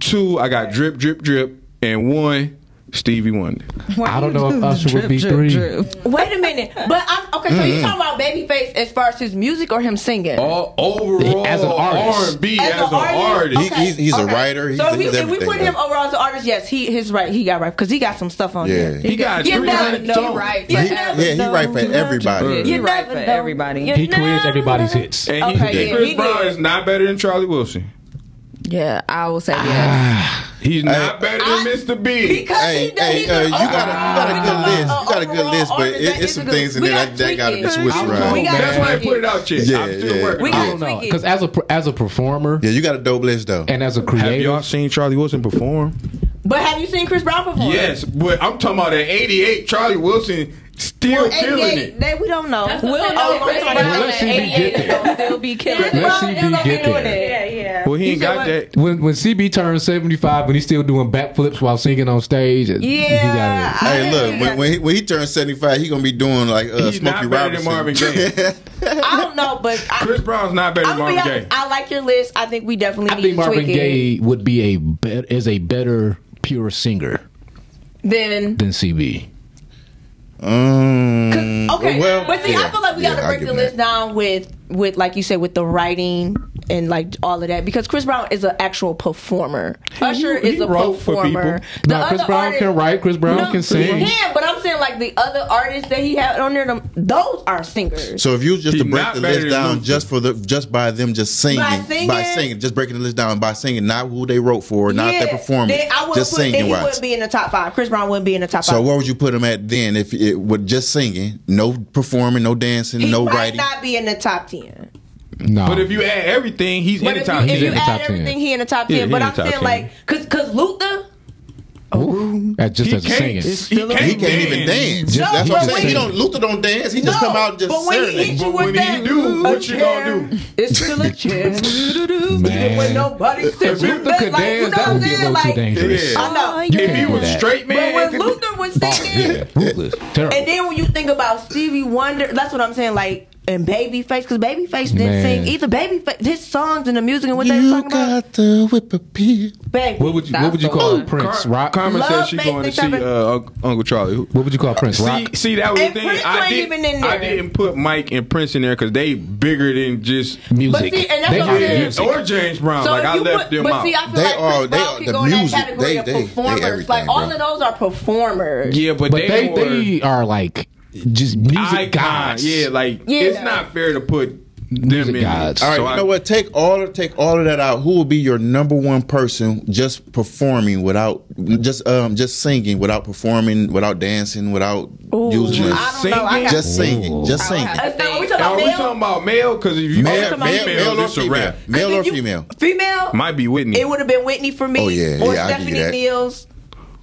Speaker 7: Two. I got drip, drip, drip, and one. Stevie Wonder.
Speaker 8: I don't know if Usher would be
Speaker 6: Drip,
Speaker 8: three.
Speaker 6: drip.
Speaker 5: Wait a minute. But I'm okay. So
Speaker 8: Mm-hmm.
Speaker 5: you talking about Babyface as far as his music or him singing?
Speaker 8: Oh,
Speaker 7: All overall
Speaker 8: As an artist.
Speaker 7: R&B
Speaker 5: As
Speaker 7: as,
Speaker 5: an
Speaker 7: an artist.
Speaker 10: He- he's he's a writer. He's,
Speaker 5: so if we,
Speaker 10: he's
Speaker 5: if we
Speaker 10: everything.
Speaker 5: put him overall as an artist, yes, he his right. He got right because he got some stuff on
Speaker 10: yeah.
Speaker 5: there.
Speaker 7: He got
Speaker 5: You never
Speaker 7: 300
Speaker 5: know,
Speaker 7: songs.
Speaker 5: right?
Speaker 10: He- yeah, he right for everybody.
Speaker 6: You're right for
Speaker 5: never know.
Speaker 6: everybody.
Speaker 5: You
Speaker 8: He clears
Speaker 5: never
Speaker 8: everybody's
Speaker 5: know.
Speaker 8: hits.
Speaker 7: And he,
Speaker 5: Okay, yeah,
Speaker 7: Chris
Speaker 5: he
Speaker 7: Brown
Speaker 5: did.
Speaker 7: is not better than Charlie Wilson.
Speaker 6: Yeah, I will say yes.
Speaker 7: He's not better than Mr. B.
Speaker 5: Because
Speaker 10: Hey,
Speaker 5: he,
Speaker 10: hey,
Speaker 5: he's
Speaker 10: uh,
Speaker 5: an
Speaker 10: you got a you got a good
Speaker 5: overall-
Speaker 10: list. You got a good
Speaker 5: overall
Speaker 10: list, but
Speaker 5: artist.
Speaker 10: it,
Speaker 5: That
Speaker 10: it's
Speaker 5: is
Speaker 10: some
Speaker 5: a good-
Speaker 10: things in
Speaker 5: we
Speaker 10: there that,
Speaker 5: gotta
Speaker 10: that
Speaker 5: tweak
Speaker 10: got to be
Speaker 5: it.
Speaker 10: switched around.
Speaker 5: We gotta
Speaker 7: That's why I put it out yet.
Speaker 10: Yeah,
Speaker 7: I'm still
Speaker 10: yeah.
Speaker 7: working.
Speaker 5: We
Speaker 7: on
Speaker 5: got
Speaker 7: it.
Speaker 8: I don't know
Speaker 5: tweak it.
Speaker 8: because as a per- as a performer
Speaker 10: Yeah, you got a dope list though.
Speaker 8: and as a
Speaker 7: Have
Speaker 8: creator,
Speaker 7: y'all seen Charlie Wilson perform?
Speaker 5: But have you seen Chris Brown perform?
Speaker 7: Yes, but I'm talking about at 88, Charlie Wilson still killing it.
Speaker 5: 88, they, we don't know.
Speaker 6: We'll know Chris Brown
Speaker 8: Unless
Speaker 6: at
Speaker 8: he be
Speaker 6: 88 is
Speaker 8: getting
Speaker 6: gonna still be killing. it.
Speaker 8: Let's see if he get there.
Speaker 5: yeah.
Speaker 7: Well, he ain't got that.
Speaker 8: When when CB turns seventy five, when he's still doing backflips while singing on stage, yeah,
Speaker 5: Yeah, I
Speaker 10: Hey, look,
Speaker 5: didn't-
Speaker 10: when, when, he, when he turns 75, he going to be doing like uh,
Speaker 7: He's not
Speaker 10: Smokey
Speaker 7: better than
Speaker 10: Robinson.
Speaker 7: Marvin Gaye.
Speaker 5: I don't know, but I,
Speaker 7: Chris Brown's not better
Speaker 5: I'm
Speaker 7: than
Speaker 5: gonna be
Speaker 7: Marvin
Speaker 5: honest.
Speaker 7: Gaye.
Speaker 5: I like your list. I think we definitely
Speaker 8: I
Speaker 5: need
Speaker 8: think
Speaker 5: to
Speaker 8: Marvin
Speaker 5: tweak it.
Speaker 8: Gaye would be a bet is a better pure singer
Speaker 5: Then
Speaker 8: than CB.
Speaker 10: Um,
Speaker 5: okay,
Speaker 10: well,
Speaker 5: but see, I
Speaker 10: yeah,
Speaker 5: feel like we
Speaker 10: yeah,
Speaker 5: gotta
Speaker 10: I'll
Speaker 5: break
Speaker 10: give
Speaker 5: the
Speaker 10: him
Speaker 5: list
Speaker 10: that.
Speaker 5: down with with like you said with the writing and like all of that because Chris Brown is an actual performer. Usher
Speaker 7: he
Speaker 5: is a
Speaker 7: wrote for
Speaker 5: performer.
Speaker 7: people.
Speaker 5: The
Speaker 8: No, Chris
Speaker 5: other
Speaker 8: Brown can
Speaker 5: artists-
Speaker 8: write. Chris Brown can sing.
Speaker 5: He can, but I'm saying like the other artists that he had on there, them, those are singers.
Speaker 10: So if you was just
Speaker 7: He
Speaker 10: to break
Speaker 7: not
Speaker 10: the
Speaker 7: better
Speaker 10: list
Speaker 7: than
Speaker 10: down
Speaker 7: Luther.
Speaker 10: just for the just by them just singing,
Speaker 5: singing?
Speaker 10: singing, just breaking the list down by singing, not who they wrote for, not their
Speaker 5: Yeah,
Speaker 10: performance,
Speaker 5: Then I would
Speaker 10: just
Speaker 5: put, then
Speaker 10: singing
Speaker 5: he
Speaker 10: wise.
Speaker 5: wouldn't be in the top five. Chris Brown wouldn't be in the top
Speaker 10: So
Speaker 5: five.
Speaker 10: where would you put him at then if it with just singing, no performing, no dancing,
Speaker 5: he
Speaker 10: no
Speaker 5: might
Speaker 10: writing?
Speaker 5: not be in the top ten.
Speaker 8: No,
Speaker 7: But if you add everything, he's
Speaker 5: But
Speaker 7: in the
Speaker 5: if
Speaker 7: top
Speaker 5: you, if
Speaker 8: He's
Speaker 5: you
Speaker 8: in the
Speaker 5: add
Speaker 8: top 10.
Speaker 5: everything, he in the top
Speaker 7: Yeah,
Speaker 5: ten.
Speaker 7: he in
Speaker 5: but I'm
Speaker 7: the top 10.
Speaker 5: saying like, cause cause oh. Luther,
Speaker 8: that's just
Speaker 7: He
Speaker 8: as a
Speaker 7: can't,
Speaker 8: singing.
Speaker 7: he can't,
Speaker 10: he can't even dance.
Speaker 8: Just-
Speaker 10: That's
Speaker 8: he
Speaker 10: what I'm
Speaker 8: just
Speaker 10: saying. He
Speaker 8: sing.
Speaker 10: don't. Luther don't dance. He just
Speaker 5: No,
Speaker 10: come out and just
Speaker 5: but when he
Speaker 10: serenade.
Speaker 5: hits you
Speaker 7: But
Speaker 5: with
Speaker 7: when
Speaker 5: that,
Speaker 7: he do, what you gonna do?
Speaker 5: It's still a chance.
Speaker 8: Man.
Speaker 5: When nobody
Speaker 7: If
Speaker 5: sits you
Speaker 7: Luther
Speaker 5: back,
Speaker 8: could
Speaker 5: like,
Speaker 8: dance,
Speaker 5: you know
Speaker 8: that
Speaker 5: what
Speaker 8: would
Speaker 5: I'm
Speaker 8: be a
Speaker 5: saying?
Speaker 8: little
Speaker 5: Like,
Speaker 8: too dangerous.
Speaker 5: I know.
Speaker 8: Oh, You
Speaker 7: If
Speaker 8: can't
Speaker 7: he
Speaker 8: do
Speaker 7: was
Speaker 8: that.
Speaker 7: straight
Speaker 5: But
Speaker 7: man,
Speaker 5: when Luther was singing,
Speaker 8: Oh, yeah, ruthless, terrible.
Speaker 5: and then when you think about Stevie Wonder, that's what I'm saying. Like, and Babyface, because Babyface didn't
Speaker 8: Man.
Speaker 5: sing either. Babyface, his songs and the music and what they was
Speaker 10: You
Speaker 5: talking about.
Speaker 10: got the whip appeal.
Speaker 5: Baby.
Speaker 8: what would you
Speaker 6: That's
Speaker 8: What would you
Speaker 6: the
Speaker 8: call
Speaker 6: one.
Speaker 8: Prince? rock.
Speaker 7: Carmen said
Speaker 5: Love,
Speaker 7: she
Speaker 5: faith,
Speaker 7: going to
Speaker 5: and
Speaker 7: see
Speaker 5: cover-
Speaker 7: uh, Unc- Uncle Charlie. Who-
Speaker 8: what would you call Prince?
Speaker 7: See,
Speaker 8: rock.
Speaker 7: see, that was
Speaker 5: And
Speaker 7: the thing.
Speaker 5: Prince
Speaker 7: I,
Speaker 5: wasn't
Speaker 7: did,
Speaker 5: even in
Speaker 7: I
Speaker 5: there.
Speaker 7: didn't put Mike and Prince in there because they bigger than just
Speaker 5: But
Speaker 8: music.
Speaker 5: see, and that's
Speaker 8: They
Speaker 5: what I'm
Speaker 8: did
Speaker 5: saying.
Speaker 8: music. Oh,
Speaker 7: or James Brown. like
Speaker 5: if
Speaker 7: I
Speaker 5: you
Speaker 7: left
Speaker 5: put-
Speaker 7: them
Speaker 5: but
Speaker 7: out.
Speaker 5: See, I feel
Speaker 10: They
Speaker 5: like
Speaker 10: are-
Speaker 5: Chris
Speaker 10: they
Speaker 5: Brown
Speaker 10: are-
Speaker 5: could
Speaker 10: the
Speaker 5: go in that
Speaker 10: music,
Speaker 5: category
Speaker 10: they-
Speaker 5: of
Speaker 10: they- they
Speaker 5: performers. like
Speaker 10: everything,
Speaker 5: all
Speaker 10: bro.
Speaker 5: of those are performers.
Speaker 7: yeah, but,
Speaker 8: but they
Speaker 7: were
Speaker 8: they are like just music
Speaker 7: icons.
Speaker 8: gods.
Speaker 7: Yeah, like it's not fair to put them
Speaker 8: Music
Speaker 7: in.
Speaker 8: gods.
Speaker 7: All right,
Speaker 10: All right, you know what? Take all of take all of that out. Who will be your number one person just performing without just um just singing without performing without dancing without using it?
Speaker 5: I don't
Speaker 7: Singing?
Speaker 5: know. I got,
Speaker 10: just singing, just singing.
Speaker 5: Uh, no, we talking
Speaker 7: Are
Speaker 5: about
Speaker 7: we
Speaker 5: male?
Speaker 7: talking about male? Because if you
Speaker 10: Male,
Speaker 7: are
Speaker 10: male,
Speaker 7: female,
Speaker 10: male or
Speaker 7: it's a
Speaker 10: female,
Speaker 7: rap.
Speaker 10: male or
Speaker 5: Did you-
Speaker 10: female.
Speaker 5: Female?
Speaker 7: Might be Whitney.
Speaker 5: It would have been Whitney for me.
Speaker 10: Oh, yeah,
Speaker 5: or
Speaker 10: yeah, I'll give you
Speaker 5: Stephanie
Speaker 10: that.
Speaker 5: Niels.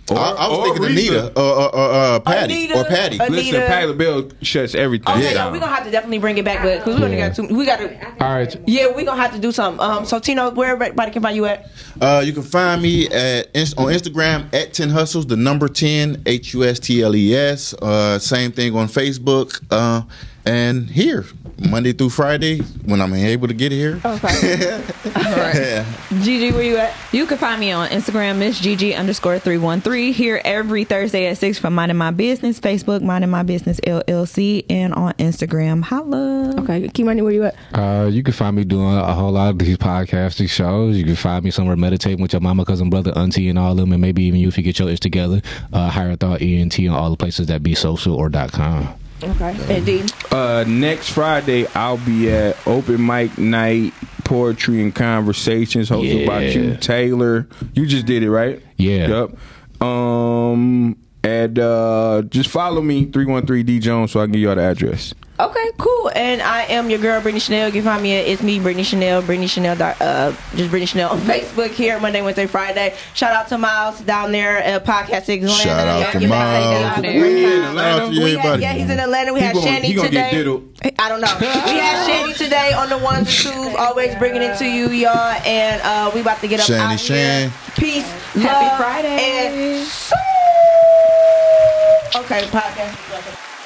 Speaker 10: I, I was
Speaker 7: Or
Speaker 10: thinking
Speaker 7: Aretha.
Speaker 10: Anita or uh, uh, uh, Patty
Speaker 5: Anita,
Speaker 10: or Patty.
Speaker 5: Anita.
Speaker 7: Listen, Patty LaBelle shuts everything
Speaker 5: Okay, yeah.
Speaker 7: down.
Speaker 5: we're gonna have to definitely bring it back, but because we only
Speaker 8: Yeah.
Speaker 5: got two, we got to.
Speaker 8: All right.
Speaker 5: Yeah, we're gonna have to do something. Um, so Tino, where everybody can find you at?
Speaker 10: Uh, you can find me at inst- on Instagram at Ten Hustles, the number ten H U S T L E S. Uh, Same thing on Facebook uh, and here. Monday through Friday when I'm able to get here.
Speaker 5: Oh,
Speaker 6: Okay. Gigi, where you at? You can find me on Instagram, Miss Gigi underscore 313. Here every Thursday at 6 from Minding My Business, Facebook, Minding My Business LLC, and on Instagram. Holla.
Speaker 5: Okay. Kimani, where you at?
Speaker 8: Uh, you can find me doing a whole lot of these podcasting shows. You can find me somewhere meditating with your mama, cousin, brother, auntie, and all of them, and maybe even you if you get your itch together. Uh, higher thought ENT on all the places that be social or dot com.
Speaker 5: Okay. And D.
Speaker 7: Uh, next Friday, I'll be at open mic night, poetry and conversations hosted by
Speaker 8: Yeah.
Speaker 7: Q Taylor. You just did it, right?
Speaker 8: Yeah.
Speaker 7: Yep. Um, and uh, just follow me three one three D Jones so I can give y'all the address.
Speaker 5: Okay, cool. And I am your girl, Brittany Chanel. You can find me at it's me, Brittany Chanel, Brittany Chanel. dot- Uh, just Brittany Chanel on Facebook here Monday, Wednesday, Friday. Shout out to Miles down there at Podcast Atlanta.
Speaker 10: Shout out to
Speaker 5: Y'all give him a shout
Speaker 10: Miles.
Speaker 5: out there.
Speaker 10: We in
Speaker 5: Miles.
Speaker 10: Atlanta.
Speaker 5: We had-
Speaker 10: Everybody.
Speaker 5: yeah, he's in Atlanta. We
Speaker 10: He
Speaker 5: had
Speaker 10: gonna- he
Speaker 5: Shandy
Speaker 10: gonna get
Speaker 5: today.
Speaker 10: diddled.
Speaker 5: I don't know. We had Shandy today on the ones and twos. Always bringing it to you, y'all. And uh, we about to get up
Speaker 10: Shandy
Speaker 5: out here.
Speaker 10: Shan.
Speaker 5: Peace,
Speaker 6: Happy
Speaker 5: love,
Speaker 6: Friday.
Speaker 5: and soul. Okay, podcast.